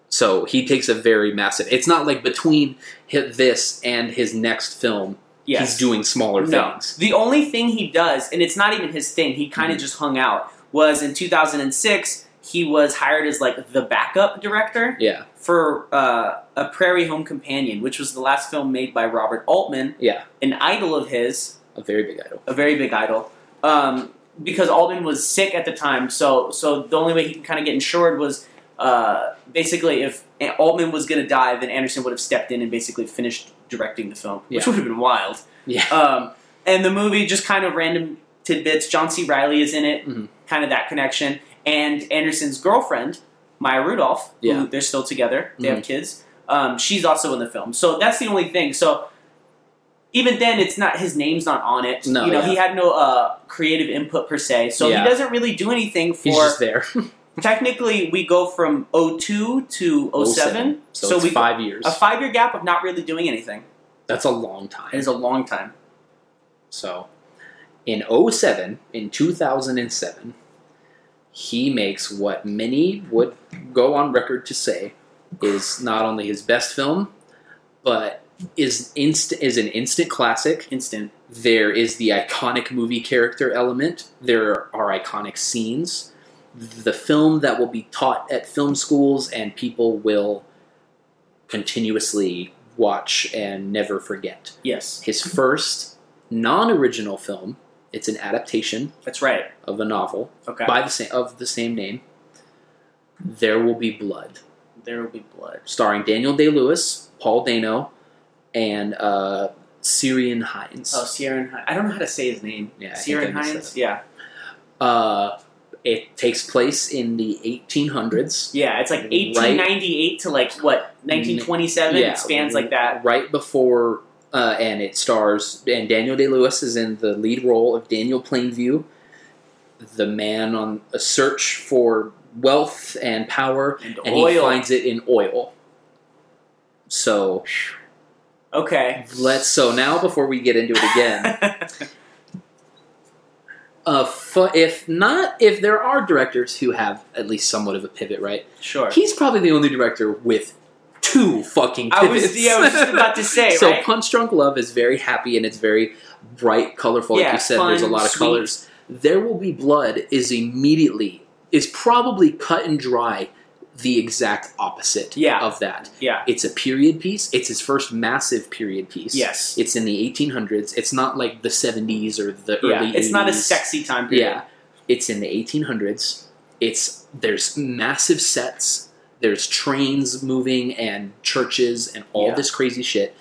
Speaker 3: So he takes a very massive. It's not like between hi- this and his next film,
Speaker 4: yes.
Speaker 3: he's doing smaller
Speaker 4: No.
Speaker 3: things.
Speaker 4: The only thing he does, and it's not even his thing, he kind of
Speaker 3: Mhm.
Speaker 4: just hung out, was in 2006, he was hired as like the backup director
Speaker 3: Yeah,
Speaker 4: for uh, A Prairie Home Companion, which was the last film made by Robert Altman,
Speaker 3: yeah,
Speaker 4: an idol of his,
Speaker 3: a very big idol.
Speaker 4: a very big idol. Um, because Altman was sick at the time, so so the only way he could kind of get insured was uh, basically if Altman was going to die, then Anderson would have stepped in and basically finished directing the film, which
Speaker 3: Yeah.
Speaker 4: would have been wild.
Speaker 3: Yeah,
Speaker 4: Um, and the movie just kind of random tidbits. John C. Riley is in it,
Speaker 3: Mhm.
Speaker 4: kind of that connection, and Anderson's girlfriend Maya Rudolph. who
Speaker 3: Yeah. Mm-hmm.
Speaker 4: they're still together. They have kids. Um, she's also in the film, so that's the only thing. So even then, it's not his name's not on it.
Speaker 3: No,
Speaker 4: you know,
Speaker 3: yeah.
Speaker 4: he had no uh, creative input per se, so
Speaker 3: Yeah.
Speaker 4: he doesn't really do anything for.
Speaker 3: he's just there.
Speaker 4: Technically, we go from 02 to 07,
Speaker 3: 07. So, it's
Speaker 4: we
Speaker 3: five years.
Speaker 4: a five year gap of not really doing anything.
Speaker 3: That's a long time.
Speaker 4: It is a long time.
Speaker 3: So, in 07, in 2007, he makes what many would go on record to say is not only his best film, but is inst- is an instant classic.
Speaker 4: Instant.
Speaker 3: There is the iconic movie character element. There are iconic scenes. The film that will be taught at film schools and people will continuously watch and never forget
Speaker 4: Yes,
Speaker 3: his first non-original film. It's an adaptation
Speaker 4: that's right.
Speaker 3: of a novel
Speaker 4: Okay.
Speaker 3: by the same of the same name. There will be blood,
Speaker 4: There will be blood.
Speaker 3: starring Daniel Day Lewis, Paul Dano, and uh, Syrian Hines.
Speaker 4: Oh, Sierra Hines. I don't know how to say his name.
Speaker 3: Yeah, I think
Speaker 4: Sierra
Speaker 3: I messed
Speaker 4: Hines.
Speaker 3: that
Speaker 4: Yeah,
Speaker 3: Uh, it takes place in the 1800s,
Speaker 4: yeah. It's like
Speaker 3: Right.
Speaker 4: 1898 to like what 1927.
Speaker 3: Yeah.
Speaker 4: It spans like that.
Speaker 3: right before, uh, and it stars and Daniel Day Lewis is in the lead role of Daniel Plainview, the man on a search for wealth and power,
Speaker 4: And,
Speaker 3: and
Speaker 4: oil.
Speaker 3: he finds it in oil. So
Speaker 4: okay.
Speaker 3: let's. So now, before we get into it again, uh, fu- if not, if there are directors who have at least somewhat of a pivot, right?
Speaker 4: sure.
Speaker 3: He's probably the only director with two fucking.
Speaker 4: I
Speaker 3: Pivots.
Speaker 4: was. Yeah, I was just about to say.
Speaker 3: so
Speaker 4: right?
Speaker 3: Punch Drunk Love is very happy and it's very bright, colorful. like
Speaker 4: Yeah,
Speaker 3: you said,
Speaker 4: fun,
Speaker 3: there's a lot of
Speaker 4: sweet.
Speaker 3: colors. There Will Be Blood is immediately is probably cut and dry the exact opposite
Speaker 4: Yeah.
Speaker 3: of that.
Speaker 4: Yeah.
Speaker 3: It's a period piece. It's his first massive period piece.
Speaker 4: Yes.
Speaker 3: It's in the 1800s. It's not like the 70s or the
Speaker 4: yeah.
Speaker 3: early
Speaker 4: It's not a
Speaker 3: 80s.
Speaker 4: sexy time period.
Speaker 3: Yeah. It's in the 1800s. It's there's massive sets. There's trains moving and churches and all
Speaker 4: Yeah.
Speaker 3: this crazy shit.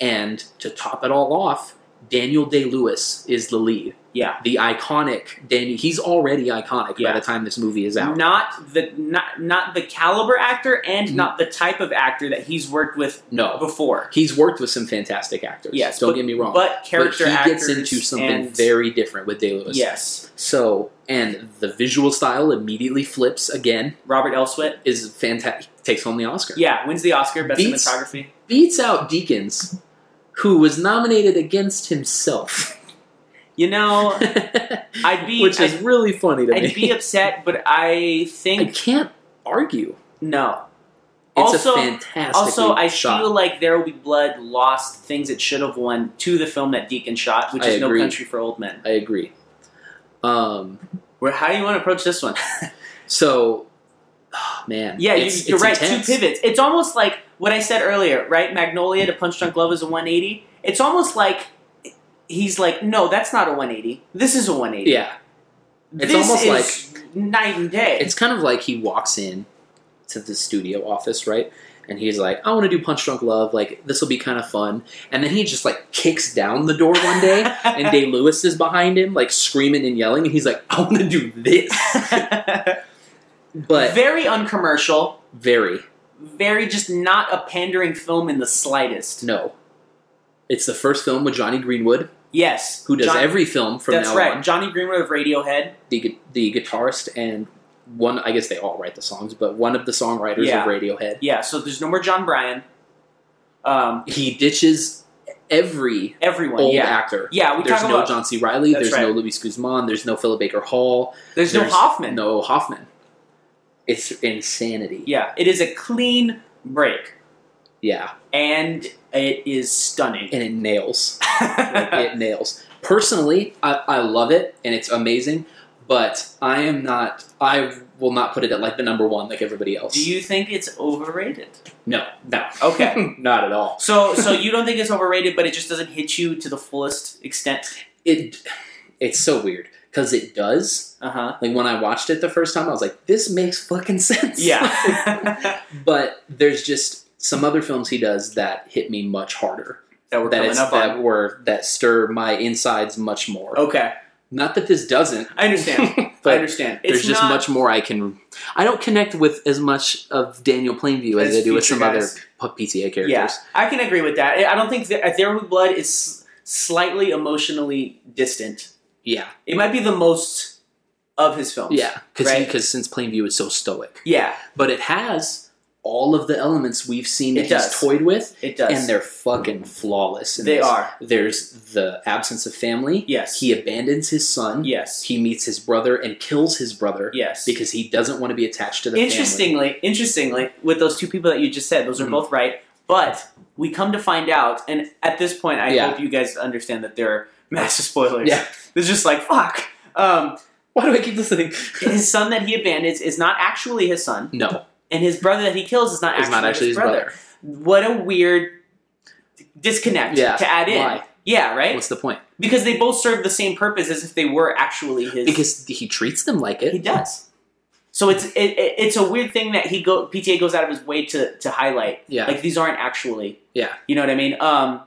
Speaker 3: And to top it all off, Daniel Day Lewis is the lead.
Speaker 4: Yeah.
Speaker 3: The iconic Danny. He's already iconic
Speaker 4: Yeah.
Speaker 3: by the time this movie is out.
Speaker 4: Not the not not the caliber actor and
Speaker 3: Mm.
Speaker 4: not the type of actor that he's worked with
Speaker 3: No.
Speaker 4: before.
Speaker 3: He's worked with some fantastic actors.
Speaker 4: Yes,
Speaker 3: don't
Speaker 4: but-
Speaker 3: get me wrong.
Speaker 4: But character
Speaker 3: but he
Speaker 4: actors
Speaker 3: gets into something
Speaker 4: and-
Speaker 3: very different with Day Lewis.
Speaker 4: Yes,
Speaker 3: So, and the visual style immediately flips again.
Speaker 4: Robert Elswit.
Speaker 3: Is fantastic. Takes home the Oscar.
Speaker 4: Yeah, wins the Oscar best
Speaker 3: Beats-
Speaker 4: cinematography.
Speaker 3: Beats out Deacons, who was nominated against himself,
Speaker 4: You know, I'd be
Speaker 3: which is
Speaker 4: I'd,
Speaker 3: really funny to me.
Speaker 4: I'd be upset, but I
Speaker 3: I
Speaker 4: think
Speaker 3: can't argue.
Speaker 4: no.
Speaker 3: It's
Speaker 4: also,
Speaker 3: a fantastic.
Speaker 4: also, I
Speaker 3: shot.
Speaker 4: feel like There Will Be Blood lost things it should have won to the film that Deacon shot, which
Speaker 3: I
Speaker 4: is No
Speaker 3: agree.
Speaker 4: Country for Old Men.
Speaker 3: I agree. Um.
Speaker 4: Where how do you want to approach this one?
Speaker 3: So, oh, man.
Speaker 4: yeah, you,
Speaker 3: it's-
Speaker 4: you're
Speaker 3: it's
Speaker 4: right.
Speaker 3: intense.
Speaker 4: Two pivots. It's almost like what I said earlier, right? Magnolia to Punch Drunk Love is a 180. It's almost like he's like, no, that's not a 180. This is a 180.
Speaker 3: Yeah. it's
Speaker 4: this
Speaker 3: almost
Speaker 4: is night and day.
Speaker 3: it's kind of like he walks in to the studio office, right? And he's like, I want to do Punch Drunk Love. Like, this will be kind of fun. And then he just, like, kicks down the door one day, and Day Lewis is behind him, like, screaming and yelling. And he's like, I want to do this. But
Speaker 4: very uncommercial,
Speaker 3: very,
Speaker 4: very just not a pandering film in the slightest.
Speaker 3: no. It's the first film with Johnny Greenwood,
Speaker 4: Yes,
Speaker 3: who does
Speaker 4: John-
Speaker 3: every film from
Speaker 4: That's
Speaker 3: now
Speaker 4: right,
Speaker 3: on.
Speaker 4: Johnny Greenwood of Radiohead.
Speaker 3: The, gu- the guitarist and one, I guess they all write the songs, but one of the songwriters
Speaker 4: Yeah.
Speaker 3: of Radiohead.
Speaker 4: Yeah, so there's no more John Bryan. Um,
Speaker 3: He ditches every
Speaker 4: Everyone,
Speaker 3: old
Speaker 4: yeah,
Speaker 3: actor.
Speaker 4: yeah. We
Speaker 3: There's
Speaker 4: talk
Speaker 3: no
Speaker 4: about
Speaker 3: John C. Riley.
Speaker 4: That's
Speaker 3: There's no
Speaker 4: right.
Speaker 3: Luis Guzman. There's no Philip Baker Hall.
Speaker 4: there's, no Hoffman.
Speaker 3: No Hoffman. It's insanity.
Speaker 4: Yeah, it is a clean break,
Speaker 3: Yeah.
Speaker 4: and it is stunning.
Speaker 3: And it nails. Like, it nails. Personally, I, I love it and it's amazing, but I am not, I will not put it at like the number one like everybody else.
Speaker 4: Do you think it's overrated?
Speaker 3: No, no.
Speaker 4: Okay.
Speaker 3: not at all.
Speaker 4: So, so you don't think it's overrated, but it just doesn't hit you to the fullest extent.
Speaker 3: It, it's so weird because it does.
Speaker 4: Uh huh.
Speaker 3: Like when I watched it the first time, I was like, this makes fucking sense.
Speaker 4: Yeah.
Speaker 3: but there's just some other films he does that hit me much harder.
Speaker 4: that we're
Speaker 3: that
Speaker 4: coming
Speaker 3: it's
Speaker 4: up
Speaker 3: that
Speaker 4: on.
Speaker 3: were that stir my insides much more.
Speaker 4: Okay,
Speaker 3: Not that this doesn't.
Speaker 4: I understand. I
Speaker 3: but
Speaker 4: understand.
Speaker 3: there's
Speaker 4: It's
Speaker 3: just
Speaker 4: not-
Speaker 3: much more I can. I don't connect with as much of Daniel Plainview as,
Speaker 4: As
Speaker 3: I do with
Speaker 4: future
Speaker 3: some
Speaker 4: guys.
Speaker 3: other p- PTA characters.
Speaker 4: Yeah, I can agree with that. I don't think that uh, There Will Be Blood is slightly emotionally distant.
Speaker 3: yeah,
Speaker 4: It might be the most of his films.
Speaker 3: yeah. Because
Speaker 4: Right.
Speaker 3: since Plainview is so stoic,
Speaker 4: yeah,
Speaker 3: but it has all of the elements we've seen that
Speaker 4: It
Speaker 3: he's
Speaker 4: does.
Speaker 3: toyed with,
Speaker 4: it does.
Speaker 3: and they're fucking flawless. in
Speaker 4: They
Speaker 3: this.
Speaker 4: are.
Speaker 3: There's the absence of family.
Speaker 4: Yes.
Speaker 3: He abandons his son.
Speaker 4: yes.
Speaker 3: He meets his brother and kills his brother
Speaker 4: yes.
Speaker 3: because he doesn't want to be attached to the family.
Speaker 4: interestingly, interestingly, with those two people that you just said, those are
Speaker 3: Mhm.
Speaker 4: both right. But we come to find out, and at this point, I
Speaker 3: Yeah.
Speaker 4: hope you guys understand that they're massive spoilers.
Speaker 3: Yeah.
Speaker 4: it's just like fuck. Um,
Speaker 3: Why do I keep listening?
Speaker 4: his son that he abandons is not actually his son,
Speaker 3: no,
Speaker 4: and his brother that he kills is not
Speaker 3: it's
Speaker 4: actually,
Speaker 3: Mm. not actually his brother.
Speaker 4: What a weird disconnect
Speaker 3: Yeah,
Speaker 4: to add in.
Speaker 3: why?
Speaker 4: Yeah, right?
Speaker 3: What's the point?
Speaker 4: because they both serve the same purpose as if they were actually his.
Speaker 3: Because he treats them like
Speaker 4: he
Speaker 3: it.
Speaker 4: does. So it's it, it- it's a weird thing that he go PTA goes out of his way to to highlight.
Speaker 3: Yeah,
Speaker 4: Like these aren't actually.
Speaker 3: Yeah.
Speaker 4: You know what I mean? Um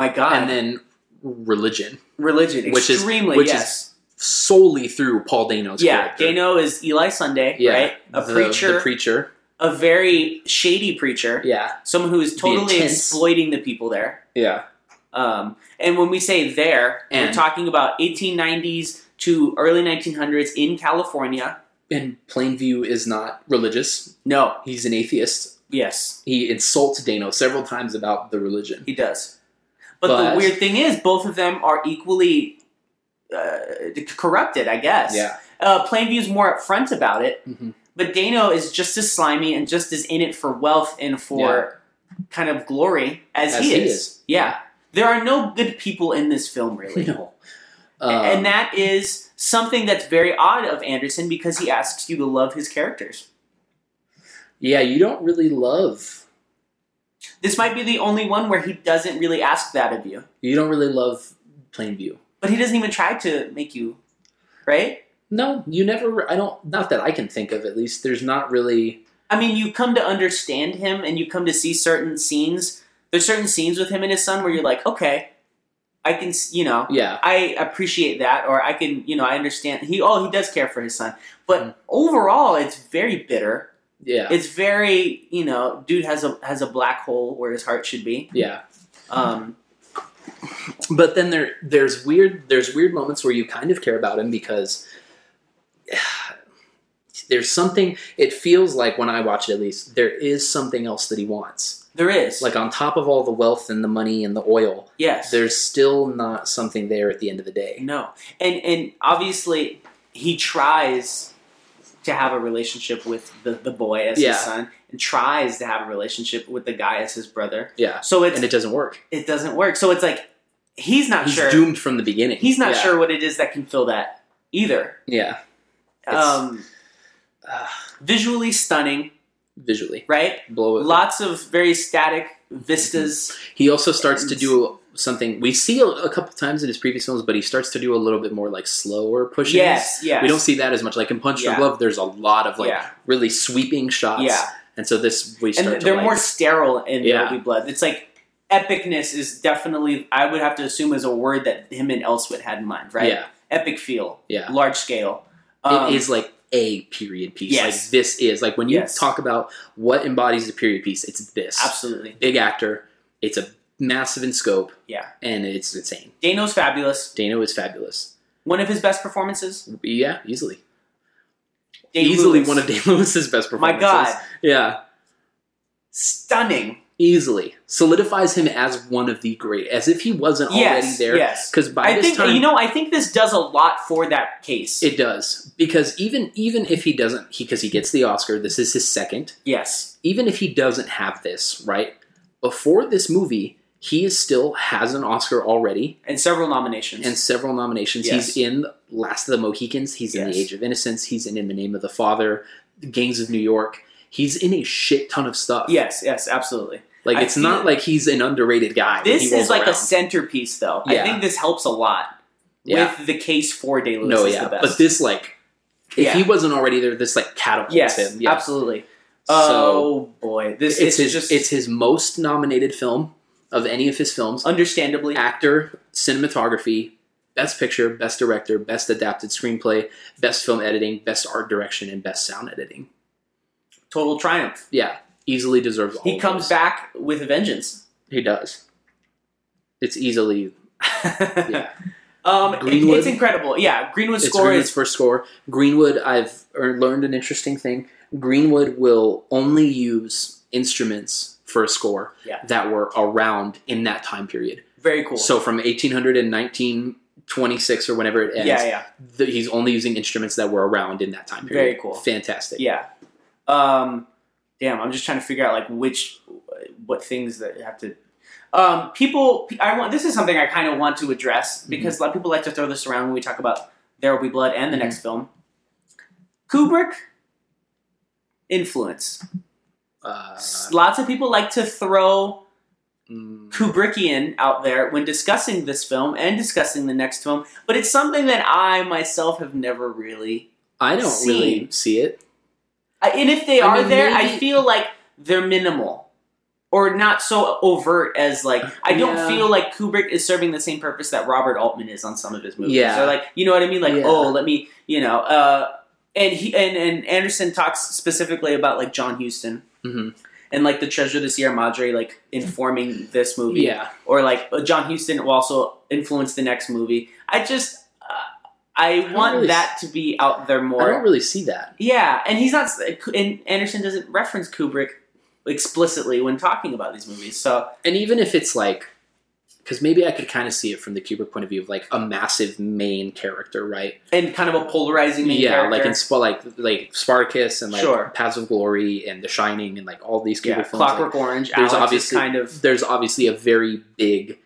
Speaker 4: my god.
Speaker 3: and then religion
Speaker 4: religion
Speaker 3: which is-
Speaker 4: extremely
Speaker 3: which is
Speaker 4: yes.
Speaker 3: solely through Paul Dano's
Speaker 4: yeah,
Speaker 3: character.
Speaker 4: Dano is Eli Sunday,
Speaker 3: Yeah.
Speaker 4: right? A
Speaker 3: The-
Speaker 4: preacher,
Speaker 3: the preacher.
Speaker 4: a very shady preacher,
Speaker 3: Yeah,
Speaker 4: someone who is totally
Speaker 3: intense.
Speaker 4: exploiting the people there.
Speaker 3: yeah,
Speaker 4: Um, and when we say there, we're
Speaker 3: And-
Speaker 4: talking about 1890s to early 1900s in California.
Speaker 3: and Plainview is not religious.
Speaker 4: No,
Speaker 3: He's an atheist.
Speaker 4: yes,
Speaker 3: He insults Dano several times about the religion.
Speaker 4: he does. But,
Speaker 3: But-
Speaker 4: the weird thing is, both of them are equally uh, c- corrupted, I guess.
Speaker 3: Yeah,
Speaker 4: Uh, Plainview's more upfront about it,
Speaker 3: Mhm.
Speaker 4: but Dano is just as slimy and just as in it for wealth and for kind of glory as,
Speaker 3: As he is.
Speaker 4: Yeah. There are no good people in this film, really.
Speaker 3: no, Um,
Speaker 4: and that is something that's very odd of Anderson because he asks you to love his characters.
Speaker 3: yeah, you don't really love.
Speaker 4: This might be the only one where he doesn't really ask that of you,
Speaker 3: You don't really love Plainview.
Speaker 4: but he doesn't even try to make you, right?
Speaker 3: No, you never. I don't. Not that I can think of. At least there's not really.
Speaker 4: I mean, you come to understand him and you come to see certain scenes. There's certain scenes with him and his son where you're like, okay, I can, s- you know,
Speaker 3: Yeah,
Speaker 4: I appreciate that, or I can, you know, I understand. He, oh, he does care for his son, but overall, it's very bitter.
Speaker 3: yeah,
Speaker 4: It's very, you know, dude has a has a black hole where his heart should be.
Speaker 3: yeah.
Speaker 4: Um,
Speaker 3: but then there there's weird there's weird moments where you kind of care about him because there's something it feels like when I watch it at least there is something else that he wants.
Speaker 4: there is
Speaker 3: Like on top of all the wealth and the money and the oil,
Speaker 4: yes,
Speaker 3: there's still not something there at the end of the day.
Speaker 4: no, and and obviously he tries to have a relationship with the, the boy as
Speaker 3: Yeah.
Speaker 4: his son, and tries to have a relationship with the guy as his brother.
Speaker 3: Yeah.
Speaker 4: So it's
Speaker 3: And it doesn't work.
Speaker 4: it doesn't work. So it's like he's not
Speaker 3: He's
Speaker 4: sure.
Speaker 3: doomed from the beginning.
Speaker 4: He's not
Speaker 3: Yeah.
Speaker 4: sure what it is that can fill that either.
Speaker 3: Yeah. It's-
Speaker 4: Um,
Speaker 3: Ah,
Speaker 4: visually stunning,
Speaker 3: visually.
Speaker 4: right?
Speaker 3: Blow it.
Speaker 4: Lots of very static vistas.
Speaker 3: He also starts to do something we see a, a couple times in his previous films, but he starts to do a little bit more like slower pushing.
Speaker 4: Yes, yes.
Speaker 3: We don't see that as much. Like in Punch
Speaker 4: Yeah.
Speaker 3: Drunk Love, there's a lot of like
Speaker 4: Yeah.
Speaker 3: really sweeping shots.
Speaker 4: Yeah.
Speaker 3: And so this we start
Speaker 4: and
Speaker 3: to
Speaker 4: they're
Speaker 3: like,
Speaker 4: more sterile in
Speaker 3: Yeah.
Speaker 4: There Will Be Blood. It's like epicness is definitely I would have to assume is a word that him and Elswit had in mind, right?
Speaker 3: Yeah.
Speaker 4: Epic feel,
Speaker 3: Yeah.
Speaker 4: large scale. Um,
Speaker 3: it is like a period piece.
Speaker 4: Yes.
Speaker 3: Like this is like when you
Speaker 4: Yes.
Speaker 3: talk about what embodies a period piece, it's this.
Speaker 4: absolutely.
Speaker 3: Big actor. It's a massive in scope.
Speaker 4: Yeah.
Speaker 3: And it's insane.
Speaker 4: Dano's fabulous.
Speaker 3: Dano is fabulous.
Speaker 4: One of his best performances.
Speaker 3: Yeah, easily.
Speaker 4: Dave
Speaker 3: easily
Speaker 4: Lewis.
Speaker 3: one of Dane Lewis's best
Speaker 4: my
Speaker 3: performances.
Speaker 4: god,
Speaker 3: Yeah.
Speaker 4: stunning.
Speaker 3: easily solidifies him as one of the great, as if he wasn't
Speaker 4: Yes,
Speaker 3: already there.
Speaker 4: yes.
Speaker 3: Because by
Speaker 4: I
Speaker 3: this
Speaker 4: think
Speaker 3: time,
Speaker 4: you know. I think this does a lot for that case.
Speaker 3: it does. Because even even if he doesn't, because he gets the Oscar, this is his second.
Speaker 4: yes,
Speaker 3: even if he doesn't have this, right? Before this movie, he is still has an Oscar already
Speaker 4: and several nominations.
Speaker 3: and several nominations.
Speaker 4: Yes.
Speaker 3: He's in Last of the Mohicans, he's in
Speaker 4: Yes.
Speaker 3: The Age of Innocence, he's in In the Name of the Father, Gangs of New York. He's in a shit ton of stuff.
Speaker 4: yes, yes, absolutely.
Speaker 3: Like
Speaker 4: I
Speaker 3: it's not
Speaker 4: feel-
Speaker 3: like he's an underrated guy. when
Speaker 4: This
Speaker 3: he rolls
Speaker 4: is like a
Speaker 3: around.
Speaker 4: centerpiece, though. I
Speaker 3: Yeah.
Speaker 4: think this helps a lot
Speaker 3: Yeah.
Speaker 4: with the case for Day Lewis.
Speaker 3: no,
Speaker 4: is
Speaker 3: yeah,
Speaker 4: the best.
Speaker 3: but this like if
Speaker 4: Yeah.
Speaker 3: he wasn't already there, this like catapults
Speaker 4: yes,
Speaker 3: him. Yeah.
Speaker 4: absolutely.
Speaker 3: So
Speaker 4: oh boy, this
Speaker 3: it's his
Speaker 4: is just
Speaker 3: it's his most nominated film of any of his films.
Speaker 4: understandably
Speaker 3: actor, cinematography, best picture, best director, best adapted screenplay, best film editing, best art direction, and best sound editing.
Speaker 4: total triumph.
Speaker 3: Yeah, easily deserves. All
Speaker 4: He
Speaker 3: of
Speaker 4: comes
Speaker 3: those.
Speaker 4: back with a vengeance.
Speaker 3: He does. It's easily Yeah.
Speaker 4: Um, it-
Speaker 3: Greenwood.
Speaker 4: it's incredible. Yeah, Greenwood's
Speaker 3: it's
Speaker 4: score
Speaker 3: Greenwood's
Speaker 4: is
Speaker 3: first score. Greenwood, I've er- learned an interesting thing. Greenwood will only use instruments for a score
Speaker 4: Yeah.
Speaker 3: that were around in that time period.
Speaker 4: very cool.
Speaker 3: So from 1800 and 1926 or whenever it ends,
Speaker 4: yeah, yeah.
Speaker 3: th- he's only using instruments that were around in that time period.
Speaker 4: Very cool.
Speaker 3: Fantastic.
Speaker 4: Yeah. Um, damn, I'm just trying to figure out like which what things that have to. Um, people, I want this is something I kind of want to address because a lot of people like to throw this around when we talk about There Will Be Blood and the
Speaker 3: Mhm.
Speaker 4: next film. Kubrick influence.
Speaker 3: Uh,
Speaker 4: Lots of people like to throw
Speaker 3: mm,
Speaker 4: Kubrickian out there when discussing this film and discussing the next film, but it's something that I myself have never really
Speaker 3: I don't really
Speaker 4: scene.
Speaker 3: see it.
Speaker 4: I- and if they
Speaker 3: I
Speaker 4: are
Speaker 3: mean,
Speaker 4: there, I
Speaker 3: maybe-
Speaker 4: feel like they're minimal or not so overt as like I don't
Speaker 3: Yeah.
Speaker 4: feel like Kubrick is serving the same purpose that Robert Altman is on some of his movies.
Speaker 3: Yeah.
Speaker 4: Or like you know what I mean? Like
Speaker 3: Yeah.
Speaker 4: oh, let me you know. Uh, and he and and Anderson talks specifically about like John Huston
Speaker 3: hmm
Speaker 4: and like the Treasure of the Sierra Madre like informing this movie
Speaker 3: Yeah,
Speaker 4: or like uh, John Huston will also influence the next movie. I just. Uh, I
Speaker 3: don't
Speaker 4: want
Speaker 3: really s-
Speaker 4: that to be out there more.
Speaker 3: I don't really see that.
Speaker 4: Yeah, and he's not. And Anderson doesn't reference Kubrick explicitly when talking about these movies. So
Speaker 3: And even if it's like, because maybe I could kind of see it from the Kubrick point of view of like a massive main character, right?
Speaker 4: and kind of a polarizing main
Speaker 3: yeah,
Speaker 4: character.
Speaker 3: like in Sp- like like Spartacus and like
Speaker 4: Sure.
Speaker 3: Paths of Glory and The Shining and like all these Kubrick
Speaker 4: yeah,
Speaker 3: films.
Speaker 4: Clockwork Orange.
Speaker 3: there's
Speaker 4: Alex
Speaker 3: obviously-
Speaker 4: is kind
Speaker 3: like,
Speaker 4: of
Speaker 3: there's obviously a very big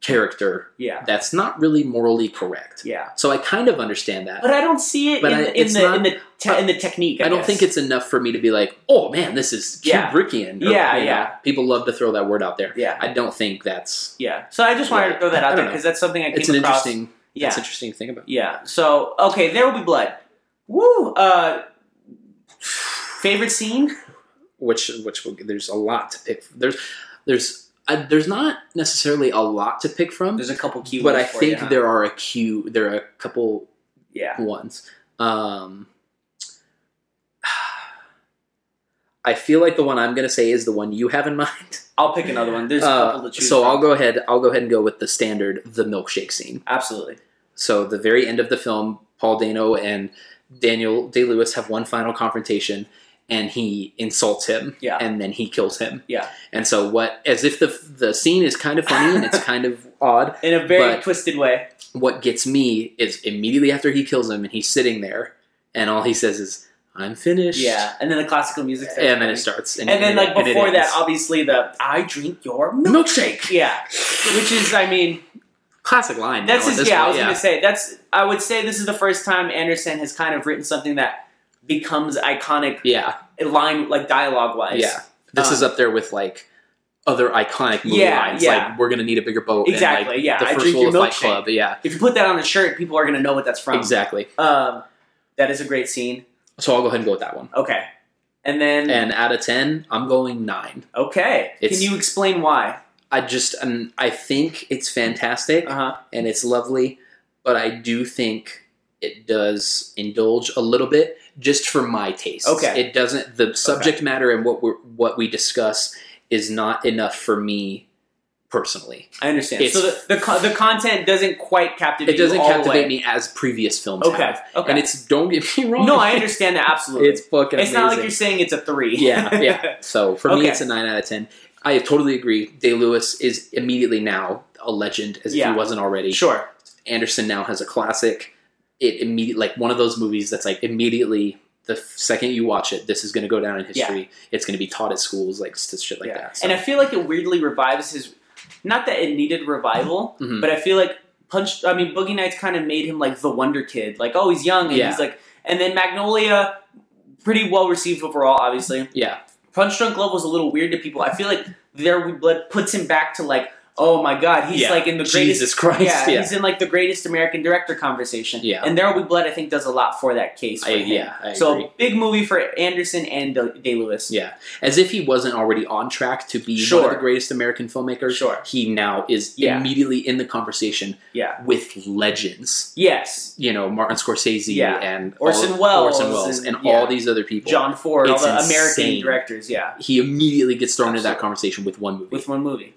Speaker 3: character
Speaker 4: yeah,
Speaker 3: that's not really morally correct.
Speaker 4: yeah.
Speaker 3: So I kind of understand that.
Speaker 4: But I don't see it in,
Speaker 3: But I-
Speaker 4: the in
Speaker 3: it's
Speaker 4: the
Speaker 3: not-
Speaker 4: in the te- in the technique. I,
Speaker 3: I don't
Speaker 4: guess.
Speaker 3: think it's enough for me to be like, oh man, this is
Speaker 4: Yeah.
Speaker 3: Kubrickian. or,
Speaker 4: Yeah,
Speaker 3: you know,
Speaker 4: yeah.
Speaker 3: People love to throw that word out there.
Speaker 4: yeah.
Speaker 3: I don't think that's
Speaker 4: Yeah, so I just wanted to throw that
Speaker 3: I
Speaker 4: out
Speaker 3: don't
Speaker 4: there
Speaker 3: know.
Speaker 4: because that's something I came
Speaker 3: it's an
Speaker 4: across.
Speaker 3: interesting
Speaker 4: yeah,
Speaker 3: it's interesting to think about.
Speaker 4: yeah. So okay, there will be blood. Woo! Uh, favorite scene?
Speaker 3: Which which will, there's a lot to pick. There's there's I, there's not necessarily a lot to pick from,
Speaker 4: There's a couple key.
Speaker 3: but I
Speaker 4: ones for you,
Speaker 3: think
Speaker 4: huh?
Speaker 3: there are a few there are a couple
Speaker 4: Yeah.
Speaker 3: ones. Um, I feel like the one I'm going to say is the one you have in mind.
Speaker 4: I'll pick another one. There's a
Speaker 3: Uh,
Speaker 4: couple to choose.
Speaker 3: so
Speaker 4: from.
Speaker 3: I'll go ahead. I'll go ahead and go with the standard, the milkshake scene.
Speaker 4: absolutely.
Speaker 3: So the very end of the film, Paul Dano and Daniel Day Lewis have one final confrontation, and he insults him,
Speaker 4: Yeah.
Speaker 3: and then he kills him,
Speaker 4: Yeah.
Speaker 3: And so what? As if the the scene is kind of funny and it's kind of odd.
Speaker 4: in a very
Speaker 3: But-
Speaker 4: twisted way.
Speaker 3: What gets me is immediately after he kills him, and he's sitting there, and all he says is, "I'm finished."
Speaker 4: Yeah, and then the classical music, starts
Speaker 3: And then
Speaker 4: playing.
Speaker 3: it starts, and,
Speaker 4: and then like
Speaker 3: and it
Speaker 4: before that,
Speaker 3: ends.
Speaker 4: obviously the "I drink your milk."
Speaker 3: milkshake,
Speaker 4: Yeah, which is, I mean,
Speaker 3: classic line. now
Speaker 4: that's
Speaker 3: at
Speaker 4: his.
Speaker 3: this
Speaker 4: Yeah, I
Speaker 3: point,
Speaker 4: was gonna say that's. I would say this is the first time Anderson has kind of written something that becomes iconic
Speaker 3: yeah,
Speaker 4: line like dialogue wise.
Speaker 3: yeah. This
Speaker 4: Um,
Speaker 3: is up there with like other iconic movie
Speaker 4: Yeah,
Speaker 3: lines.
Speaker 4: yeah.
Speaker 3: Like we're gonna need a bigger boat. and, like,
Speaker 4: exactly. yeah,
Speaker 3: the
Speaker 4: I
Speaker 3: first
Speaker 4: drink
Speaker 3: rule
Speaker 4: your
Speaker 3: of Fight
Speaker 4: milkshake.
Speaker 3: Club. Yeah,
Speaker 4: If you put that on a shirt, people are gonna know what that's from.
Speaker 3: exactly.
Speaker 4: Um, that is a great scene.
Speaker 3: So I'll go ahead and go with that one.
Speaker 4: Okay, and then
Speaker 3: And out of ten, I'm going nine.
Speaker 4: okay, can
Speaker 3: It's-
Speaker 4: you explain why?
Speaker 3: I just, um, I think it's fantastic
Speaker 4: Uh huh.
Speaker 3: and it's lovely, but I do think it does indulge a little bit just for my taste.
Speaker 4: Okay.
Speaker 3: it doesn't. The subject matter and what we are what we discuss is not enough for me personally.
Speaker 4: I understand.
Speaker 3: It's-
Speaker 4: so the the, co- the content doesn't quite captivate.
Speaker 3: It doesn't
Speaker 4: you all the way.
Speaker 3: captivate me as previous films
Speaker 4: Okay.
Speaker 3: have.
Speaker 4: Okay.
Speaker 3: And it's don't get me wrong.
Speaker 4: no, I understand that absolutely.
Speaker 3: It's
Speaker 4: It's,
Speaker 3: fucking. amazing.
Speaker 4: not like you're saying it's a three.
Speaker 3: Yeah, yeah. So for me,
Speaker 4: Okay.
Speaker 3: it's a nine out of ten. I totally agree. Day Lewis is immediately now a legend, as if
Speaker 4: Yeah.
Speaker 3: he wasn't already.
Speaker 4: Sure.
Speaker 3: Anderson now has a classic. It immediately like one of those movies that's like immediately the second you watch it, this is going to go down in history. It's going to be taught at schools, like s- shit like
Speaker 4: Yeah.
Speaker 3: that.
Speaker 4: And I feel like it weirdly revives his. Not that it needed revival,
Speaker 3: Mhm.
Speaker 4: but I feel like Punch. I mean, Boogie Nights kind of made him like the Wonder Kid. Like, oh, he's young, and
Speaker 3: Yeah.
Speaker 4: he's like. And then Magnolia, pretty well received overall, obviously.
Speaker 3: yeah,
Speaker 4: Punch Drunk Love was a little weird to people. I feel like There We Blood puts him back to like, oh my god, he's
Speaker 3: Yeah.
Speaker 4: like in the greatest.
Speaker 3: Jesus Christ,
Speaker 4: Yeah,
Speaker 3: yeah,
Speaker 4: he's in like the greatest American director conversation.
Speaker 3: Yeah.
Speaker 4: and There Will Be Blood, I think, does a lot for that case. For
Speaker 3: I,
Speaker 4: him.
Speaker 3: yeah, I
Speaker 4: so
Speaker 3: agree.
Speaker 4: big movie for Anderson and Day Lewis.
Speaker 3: Yeah, as if he wasn't already on track to be one
Speaker 4: Sure.
Speaker 3: of the greatest American filmmakers.
Speaker 4: Sure.
Speaker 3: he now is
Speaker 4: Yeah.
Speaker 3: immediately in the conversation
Speaker 4: Yeah.
Speaker 3: with legends.
Speaker 4: Yes.
Speaker 3: You know, Martin Scorsese
Speaker 4: Yeah.
Speaker 3: and
Speaker 4: Orson
Speaker 3: all,
Speaker 4: Welles
Speaker 3: Orson Welles, and,
Speaker 4: and- yeah.
Speaker 3: all these other people.
Speaker 4: John Ford,
Speaker 3: It's
Speaker 4: all the
Speaker 3: insane.
Speaker 4: American directors. Yeah,
Speaker 3: he immediately gets thrown into that
Speaker 4: Absolutely.
Speaker 3: conversation with one movie.
Speaker 4: with one movie,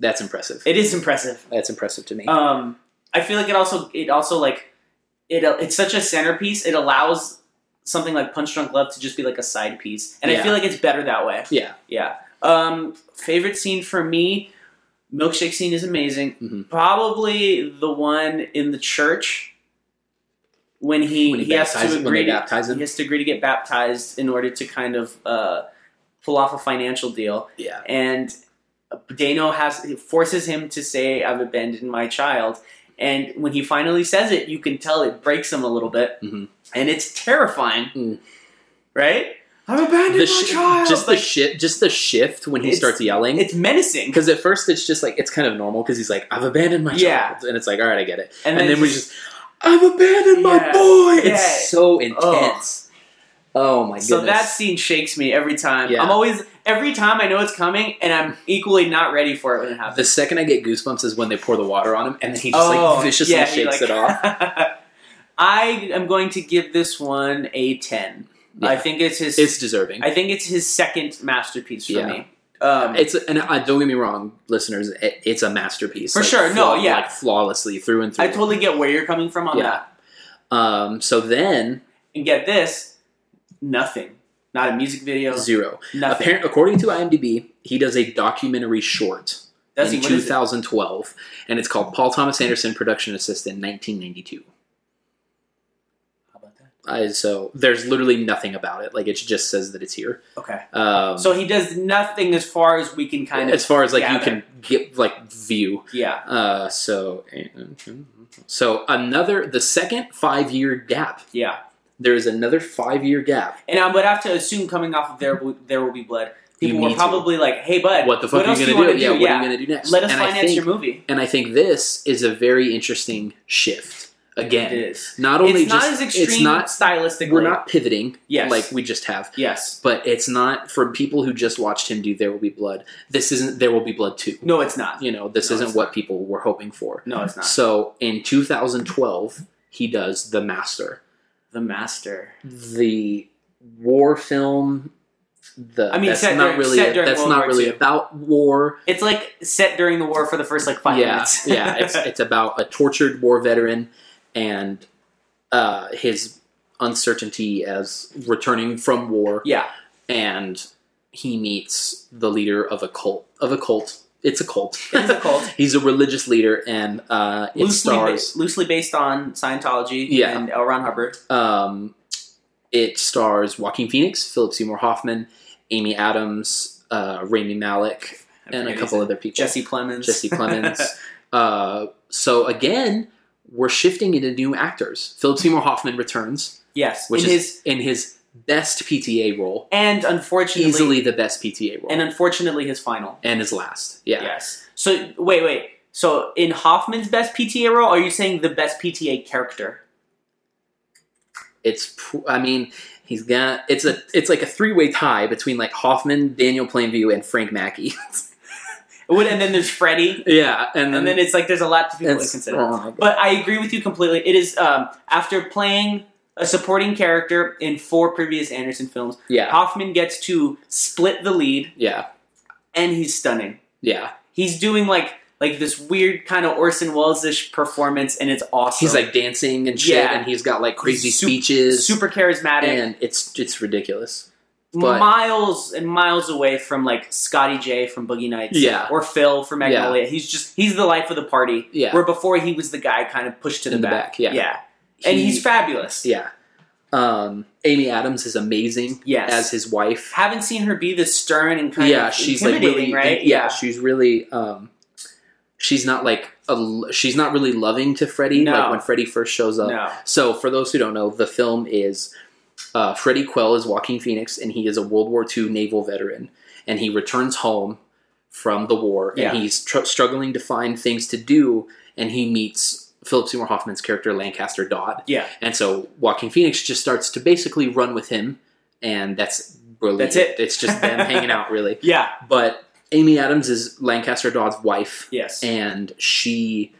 Speaker 3: That's impressive.
Speaker 4: it is impressive.
Speaker 3: That's impressive to me.
Speaker 4: Um, I feel like it also it also like it it's such a centerpiece. It allows something like Punch Drunk Love to just be like a side piece, and
Speaker 3: Yeah.
Speaker 4: I feel like it's better that way.
Speaker 3: Yeah.
Speaker 4: yeah. Um, favorite scene for me, milkshake scene is amazing.
Speaker 3: Mhm.
Speaker 4: Probably the one in the church when he
Speaker 3: When he
Speaker 4: he, has
Speaker 3: baptizes-
Speaker 4: to
Speaker 3: when
Speaker 4: agree
Speaker 3: they
Speaker 4: to-
Speaker 3: baptize him?
Speaker 4: He has to agree to get baptized in order to kind of uh, pull off a financial deal
Speaker 3: yeah.
Speaker 4: and Dano has forces him to say, "I've abandoned my child." And when he finally says it, you can tell it breaks him a little bit,
Speaker 3: Mhm.
Speaker 4: and it's terrifying,
Speaker 3: Mm.
Speaker 4: right? I've abandoned
Speaker 3: The
Speaker 4: my
Speaker 3: shi-
Speaker 4: child.
Speaker 3: just
Speaker 4: Like,
Speaker 3: the shift, just the shift when he
Speaker 4: It's-
Speaker 3: starts yelling.
Speaker 4: it's menacing,
Speaker 3: Because at first it's just like it's kind of normal because he's like, "I've abandoned my
Speaker 4: Yeah.
Speaker 3: child," and it's like, "All right, I get it."
Speaker 4: and
Speaker 3: And,
Speaker 4: then,
Speaker 3: then, we just, "I've abandoned my
Speaker 4: Yeah.
Speaker 3: boy." It's
Speaker 4: Yeah.
Speaker 3: so intense. Oh, my goodness!
Speaker 4: so that scene shakes me every time.
Speaker 3: Yeah.
Speaker 4: I'm always every time I know it's coming, and I'm equally not ready for it when it happens.
Speaker 3: the second I get goosebumps is when they pour the water on him, and then he just like viciously
Speaker 4: Oh, yeah, he,
Speaker 3: shakes
Speaker 4: like-
Speaker 3: it off.
Speaker 4: I am going to give this one a ten. I
Speaker 3: Yeah.
Speaker 4: think it's his.
Speaker 3: It's deserving.
Speaker 4: I think it's his second masterpiece for
Speaker 3: Yeah.
Speaker 4: me. Um,
Speaker 3: it's and uh, don't get me wrong, listeners. It, it's a masterpiece
Speaker 4: For
Speaker 3: like,
Speaker 4: sure, no,
Speaker 3: flaw-
Speaker 4: yeah.
Speaker 3: like flawlessly through and through.
Speaker 4: I totally get where you're coming from on
Speaker 3: Yeah.
Speaker 4: that.
Speaker 3: Um, so then
Speaker 4: And get this, nothing. Not a music video.
Speaker 3: zero.
Speaker 4: Nothing.
Speaker 3: Appar- according to IMDb, he does a documentary short
Speaker 4: Does he?
Speaker 3: in
Speaker 4: What is it?
Speaker 3: 2012, and it's called Paul Thomas Anderson Production Assistant 1992.
Speaker 4: How about that?
Speaker 3: I, so there's literally nothing about it. Like it just says that it's here.
Speaker 4: Okay.
Speaker 3: Um,
Speaker 4: So he does nothing as far as we can kind of.
Speaker 3: as far as like you
Speaker 4: gather.
Speaker 3: can get like view.
Speaker 4: Yeah.
Speaker 3: Uh, so so another the second five year gap.
Speaker 4: Yeah.
Speaker 3: There is another five year gap.
Speaker 4: And I would have to assume coming off of there, will, there will be blood.
Speaker 3: You
Speaker 4: People were
Speaker 3: need to.
Speaker 4: probably like, "Hey, bud,
Speaker 3: What the fuck are
Speaker 4: else
Speaker 3: you
Speaker 4: do
Speaker 3: gonna Yeah,
Speaker 4: you want to do?
Speaker 3: what are you gonna do next?
Speaker 4: Let us
Speaker 3: And I
Speaker 4: finance
Speaker 3: think-
Speaker 4: your movie."
Speaker 3: And I think this is a very interesting shift. Again,
Speaker 4: It is.
Speaker 3: not only
Speaker 4: it's not
Speaker 3: just
Speaker 4: as extreme
Speaker 3: it's not
Speaker 4: stylistically.
Speaker 3: we're not pivoting
Speaker 4: Yes.
Speaker 3: like we just have,
Speaker 4: Yes.
Speaker 3: but it's not for people who just watched him do There Will Be Blood. This isn't There Will Be Blood two.
Speaker 4: No, it's not.
Speaker 3: You know, this
Speaker 4: No,
Speaker 3: isn't
Speaker 4: it's
Speaker 3: what people were hoping for.
Speaker 4: No, it's not.
Speaker 3: So in 2012, he does The Master,
Speaker 4: The Master.
Speaker 3: the war film. The
Speaker 4: I mean,
Speaker 3: that's
Speaker 4: set
Speaker 3: not
Speaker 4: during-
Speaker 3: really
Speaker 4: set during
Speaker 3: that's
Speaker 4: World
Speaker 3: not
Speaker 4: War
Speaker 3: really
Speaker 4: II.
Speaker 3: about war.
Speaker 4: It's like set during the war for the first like five
Speaker 3: yeah,
Speaker 4: minutes.
Speaker 3: yeah, it's it's about a tortured war veteran and uh, his uncertainty as returning from war,
Speaker 4: yeah,
Speaker 3: and he meets the leader of a cult. Of a cult, it's a cult.
Speaker 4: it's a cult.
Speaker 3: He's a religious leader, and uh, it
Speaker 4: loosely, ba-
Speaker 3: stars.
Speaker 4: loosely based on Scientology
Speaker 3: Yeah.
Speaker 4: and L. Ron Hubbard.
Speaker 3: Um, it stars Joaquin Phoenix, Philip Seymour Hoffman, Amy Adams, uh, Rami Malek,
Speaker 4: I
Speaker 3: and a
Speaker 4: forget
Speaker 3: couple
Speaker 4: his
Speaker 3: other
Speaker 4: name.
Speaker 3: people.
Speaker 4: Jesse Plemons.
Speaker 3: Jesse Plemons. uh, so again, we're shifting into new actors. Philip Seymour Hoffman returns,
Speaker 4: yes,
Speaker 3: which
Speaker 4: in
Speaker 3: is
Speaker 4: his
Speaker 3: in his best PTA role,
Speaker 4: and unfortunately,
Speaker 3: easily the best PTA role,
Speaker 4: and
Speaker 3: and,
Speaker 4: unfortunately his final.
Speaker 3: his last. Yeah.
Speaker 4: Yes. So wait, wait. So in Hoffman's best PTA role, are you saying the best PTA character?
Speaker 3: it's. pr- I mean, he's got. It's a. It's like a three way tie between like Hoffman, Daniel Plainview, and Frank Mackey.
Speaker 4: It would- And then there's Freddie,
Speaker 3: yeah, and then,
Speaker 4: and then it's like there's a lot to be
Speaker 3: it's-
Speaker 4: considered.
Speaker 3: oh my God.
Speaker 4: But I agree with you completely. It is um, after playing a supporting character in four previous Anderson films,
Speaker 3: yeah,
Speaker 4: Hoffman gets to split the lead,
Speaker 3: yeah,
Speaker 4: and he's stunning.
Speaker 3: yeah.
Speaker 4: He's doing like like this weird kind of Orson Welles-ish performance, and it's awesome.
Speaker 3: He's like dancing and shit,
Speaker 4: Yeah.
Speaker 3: and he's got like crazy
Speaker 4: He's sup-
Speaker 3: speeches,
Speaker 4: super charismatic.
Speaker 3: and it's it's ridiculous. But-
Speaker 4: miles and miles away from like Scotty J from Boogie Nights,
Speaker 3: Yeah.
Speaker 4: or Phil from
Speaker 3: Yeah.
Speaker 4: Magnolia. He's just he's the life of the party.
Speaker 3: Yeah.
Speaker 4: Where before he was the guy kind of pushed to the,
Speaker 3: In the back, yeah.
Speaker 4: and
Speaker 3: He-
Speaker 4: he's fabulous.
Speaker 3: yeah. Um, Amy Adams is amazing
Speaker 4: Yes.
Speaker 3: as his wife.
Speaker 4: Haven't seen her be this stern and kind
Speaker 3: yeah,
Speaker 4: of
Speaker 3: she's like
Speaker 4: intimidating,
Speaker 3: really,
Speaker 4: right?
Speaker 3: yeah, she's really, um, she's not like a, l- she's not really loving to Freddy.
Speaker 4: No.
Speaker 3: Like when Freddy first shows up.
Speaker 4: No.
Speaker 3: So for those who don't know, the film is uh, Freddy Quell is Walking Phoenix, and he is a World War II naval veteran, and he returns home from the war,
Speaker 4: Yeah.
Speaker 3: and he's tr- struggling to find things to do, and he meets Philip Seymour Hoffman's character Lancaster Dodd,
Speaker 4: Yeah.
Speaker 3: and so Walking Phoenix just starts to basically run with him, and that's really
Speaker 4: That's it.
Speaker 3: It's just them hanging out, really.
Speaker 4: Yeah.
Speaker 3: But Amy Adams is Lancaster Dodd's wife,
Speaker 4: Yes.
Speaker 3: and she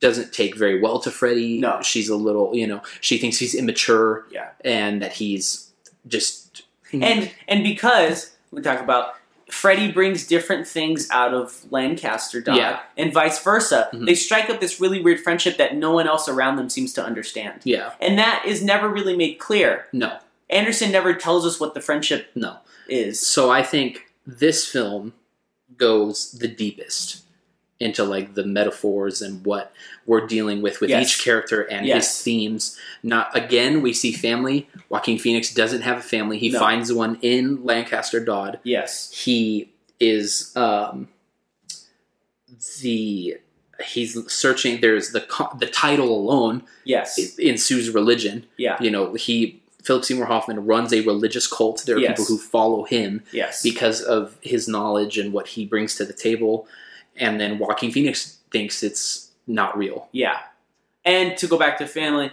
Speaker 3: doesn't take very well to Freddy.
Speaker 4: No.
Speaker 3: she's a little, you know, she thinks he's immature
Speaker 4: yeah.
Speaker 3: and that he's just
Speaker 4: And and because we talk about Freddie brings different things out of Lancaster Dodd
Speaker 3: Yeah.
Speaker 4: and vice versa.
Speaker 3: Mhm.
Speaker 4: They strike up this really weird friendship that no one else around them seems to understand.
Speaker 3: yeah,
Speaker 4: And that is never really made clear.
Speaker 3: no,
Speaker 4: Anderson never tells us what the friendship
Speaker 3: no.
Speaker 4: is.
Speaker 3: So I think this film goes the deepest into like the metaphors and what we're dealing with with
Speaker 4: Yes.
Speaker 3: each character and
Speaker 4: Yes.
Speaker 3: his themes. Not again, we see family. Joaquin Phoenix doesn't have a family. He
Speaker 4: No.
Speaker 3: finds one in Lancaster Dodd.
Speaker 4: Yes.
Speaker 3: he is um the he's searching there's the co- the title alone
Speaker 4: Yes.
Speaker 3: ensues religion
Speaker 4: Yeah.
Speaker 3: you know he philip seymour hoffman runs a religious cult there are
Speaker 4: Yes.
Speaker 3: people who follow him
Speaker 4: Yes.
Speaker 3: because of his knowledge and what he brings to the table and then walking phoenix thinks it's not real
Speaker 4: Yeah. And to go back to family,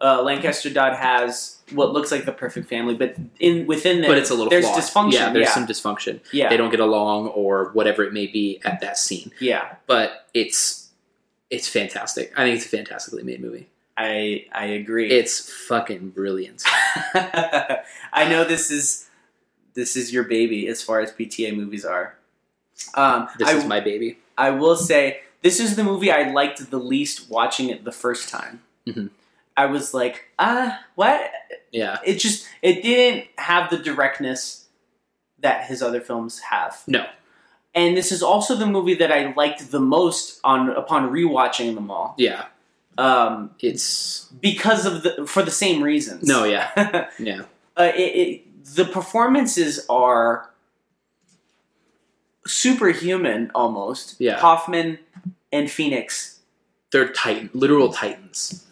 Speaker 4: uh, Lancaster Dodd has what looks like the perfect family, but in within that,
Speaker 3: but it's a little
Speaker 4: there's
Speaker 3: flawed.
Speaker 4: dysfunction.
Speaker 3: yeah there's
Speaker 4: yeah.
Speaker 3: some dysfunction
Speaker 4: yeah.
Speaker 3: they don't get along or whatever it may be at that scene
Speaker 4: yeah.
Speaker 3: but it's it's fantastic i think it's a fantastically made movie
Speaker 4: I I agree.
Speaker 3: It's fucking brilliant.
Speaker 4: I know this is this is your baby as far as PTA movies are. Um,
Speaker 3: This
Speaker 4: I,
Speaker 3: is my baby.
Speaker 4: I will say this is the movie I liked the least watching it the first time.
Speaker 3: Mhm.
Speaker 4: I was like, ah, what?
Speaker 3: Yeah.
Speaker 4: It just it didn't have the directness that his other films have.
Speaker 3: No.
Speaker 4: And this is also the movie that I liked the most on upon rewatching them all,
Speaker 3: Yeah.
Speaker 4: um,
Speaker 3: It's
Speaker 4: because of the for the same reasons.
Speaker 3: no. Yeah.
Speaker 4: uh,
Speaker 3: Yeah.
Speaker 4: it, it, the performances are superhuman almost.
Speaker 3: Yeah.
Speaker 4: Hoffman and Phoenix
Speaker 3: They're titan, literal titans.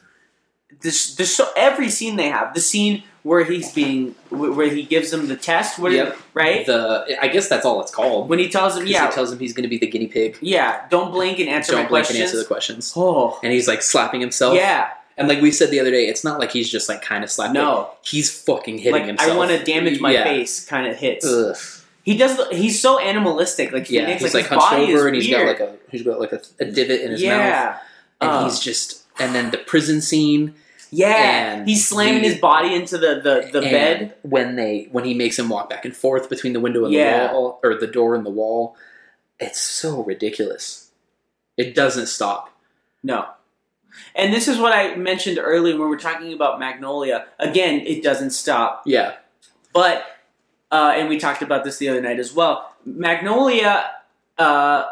Speaker 4: this this so every scene they have the scene where he's being wh- where he gives him the test what is-
Speaker 3: Yep.
Speaker 4: right
Speaker 3: The I guess that's all it's called.
Speaker 4: when he tells him
Speaker 3: 'Cause
Speaker 4: yeah
Speaker 3: He tells him he's going to be the guinea pig.
Speaker 4: yeah don't blink and answer my
Speaker 3: Don't blink and
Speaker 4: questions
Speaker 3: answer the questions.
Speaker 4: oh
Speaker 3: And he's like slapping himself.
Speaker 4: yeah
Speaker 3: And like we said the other day, it's not like he's just like kind of slapping.
Speaker 4: no
Speaker 3: He's fucking hitting
Speaker 4: like
Speaker 3: himself.
Speaker 4: I want to damage my
Speaker 3: Yeah.
Speaker 4: face kind of hits
Speaker 3: Ugh.
Speaker 4: he does the, he's so animalistic like
Speaker 3: Yeah.
Speaker 4: Phoenix,
Speaker 3: he's
Speaker 4: like,
Speaker 3: like
Speaker 4: his body
Speaker 3: hunched over,
Speaker 4: is
Speaker 3: and he's
Speaker 4: weird.
Speaker 3: got like a he's got like a, a divot in his mouth,
Speaker 4: yeah
Speaker 3: and
Speaker 4: Uh,
Speaker 3: he's just. And then the prison scene.
Speaker 4: yeah
Speaker 3: and
Speaker 4: he's slamming
Speaker 3: the-
Speaker 4: his body into the the, the
Speaker 3: and
Speaker 4: bed
Speaker 3: when they when he makes him walk back and forth between the window and
Speaker 4: Yeah.
Speaker 3: the wall or the door and the wall it's so ridiculous it doesn't stop
Speaker 4: No. And this is what I mentioned earlier when we were talking about Magnolia. Again, it doesn't stop.
Speaker 3: yeah
Speaker 4: But, uh, and we talked about this the other night as well. Magnolia uh,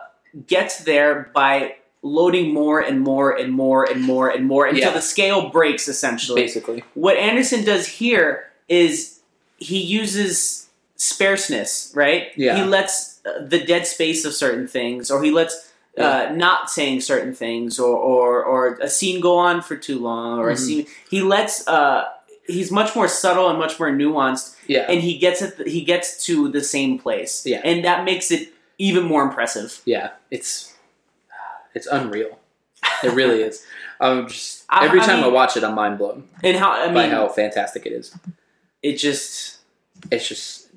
Speaker 4: gets there by loading more and more and more and more and more until
Speaker 3: Yeah.
Speaker 4: the scale breaks, essentially.
Speaker 3: basically
Speaker 4: What Anderson does here is he uses sparseness, right?
Speaker 3: Yeah.
Speaker 4: He lets uh, the dead space of certain things, or he lets uh, not saying certain things, or, or or a scene go on for too long, or a
Speaker 3: Mhm.
Speaker 4: scene. He lets. Uh, he's much more subtle and much more nuanced,
Speaker 3: yeah
Speaker 4: and he gets it. He gets to the same place,
Speaker 3: Yeah.
Speaker 4: and that makes it even more impressive.
Speaker 3: yeah it's it's unreal it really is i'm just
Speaker 4: I-
Speaker 3: every
Speaker 4: I
Speaker 3: time i
Speaker 4: mean-
Speaker 3: watch it i'm mind blown
Speaker 4: And how I
Speaker 3: by
Speaker 4: mean,
Speaker 3: how fantastic it is
Speaker 4: it just
Speaker 3: it's just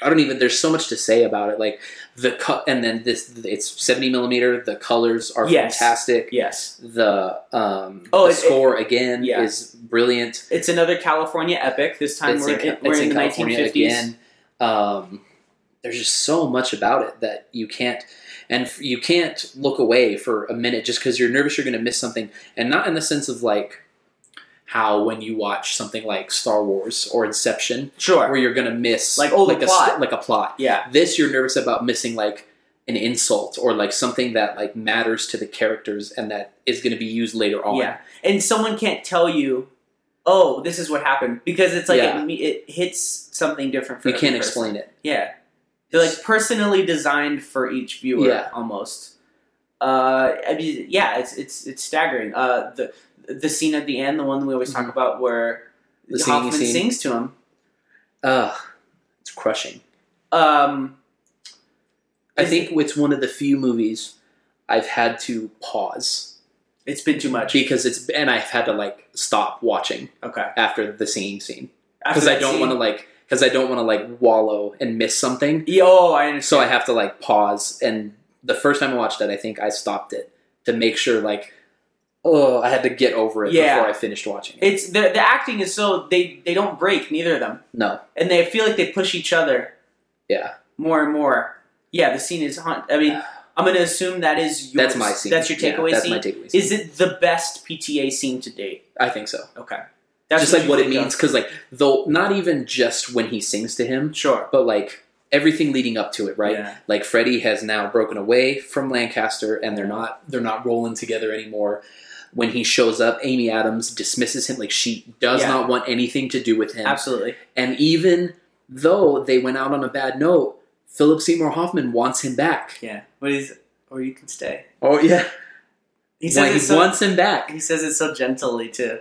Speaker 3: i don't even there's so much to say about it like the cut and then this it's 70 millimeter the colors are
Speaker 4: Yes.
Speaker 3: fantastic
Speaker 4: yes,
Speaker 3: the um
Speaker 4: Oh,
Speaker 3: the
Speaker 4: it- it-
Speaker 3: score again
Speaker 4: yeah.
Speaker 3: is brilliant.
Speaker 4: it's another California epic. This time
Speaker 3: it's
Speaker 4: we're
Speaker 3: in,
Speaker 4: in,
Speaker 3: Ca-
Speaker 4: we're
Speaker 3: it's
Speaker 4: in,
Speaker 3: in
Speaker 4: the
Speaker 3: California
Speaker 4: 1950s.
Speaker 3: again. Um, there's just so much about it that you can't and f- you can't look away for a minute just because you're nervous you're going to miss something and not in the sense of like how when you watch something like Star Wars or Inception,
Speaker 4: Sure.
Speaker 3: where you're gonna miss
Speaker 4: Like, oh, the
Speaker 3: like a
Speaker 4: plot.
Speaker 3: st- like a plot.
Speaker 4: yeah.
Speaker 3: This you're nervous about missing like an insult or like something that like matters to the characters and that is going to be used later on.
Speaker 4: Yeah, and someone can't tell you, "Oh, this is what happened," because it's like
Speaker 3: Yeah.
Speaker 4: it, me- it hits something different. for
Speaker 3: You
Speaker 4: every
Speaker 3: can't
Speaker 4: person.
Speaker 3: explain it.
Speaker 4: Yeah, they're like personally designed for each viewer,
Speaker 3: Yeah.
Speaker 4: almost. Uh, I mean, yeah, it's it's it's staggering. Uh, the the scene at the end, the one we always talk about, where
Speaker 3: Mm-hmm. The singing
Speaker 4: Hoffman
Speaker 3: scene.
Speaker 4: sings to him.
Speaker 3: Ugh, it's crushing.
Speaker 4: Um,
Speaker 3: I
Speaker 4: Is
Speaker 3: think it's one of the few movies I've had to pause
Speaker 4: it's been too much.
Speaker 3: because it's and I've had to like stop watching
Speaker 4: Okay,
Speaker 3: after the singing scene
Speaker 4: After
Speaker 3: because I
Speaker 4: that
Speaker 3: don't
Speaker 4: scene-
Speaker 3: want to like because I don't want to like wallow and miss something.
Speaker 4: Yeah, Oh, I understand.
Speaker 3: So I have to like pause. And the first time I watched it, I think I stopped it to make sure like, oh, I had to get over it
Speaker 4: Yeah.
Speaker 3: before I finished watching it.
Speaker 4: It's the the acting is so they they don't break neither of them,
Speaker 3: no,
Speaker 4: and they feel like they push each other.
Speaker 3: yeah,
Speaker 4: more and more. Yeah, the scene is haunt. I mean, I'm going to assume that is your,
Speaker 3: that's my scene.
Speaker 4: That's your
Speaker 3: Yeah,
Speaker 4: takeaway
Speaker 3: that's
Speaker 4: scene.
Speaker 3: my takeaway. Scene.
Speaker 4: Is it the best PTA scene to date?
Speaker 3: I think so.
Speaker 4: Okay, that's
Speaker 3: just like
Speaker 4: you
Speaker 3: what it
Speaker 4: think of.
Speaker 3: means, because like though not even just when he sings to him,
Speaker 4: Sure.
Speaker 3: but like everything leading up to it, right?
Speaker 4: Yeah.
Speaker 3: Like Freddie has now broken away from Lancaster, and they're not they're not rolling together anymore. When he shows up, Amy Adams dismisses him like she does
Speaker 4: Yeah.
Speaker 3: not want anything to do with him.
Speaker 4: Absolutely.
Speaker 3: And even though they went out on a bad note, Philip Seymour Hoffman wants him back.
Speaker 4: Yeah. But he's or you can stay.
Speaker 3: Oh yeah,
Speaker 4: He says
Speaker 3: he
Speaker 4: it so,
Speaker 3: wants him back.
Speaker 4: He says it so gently too.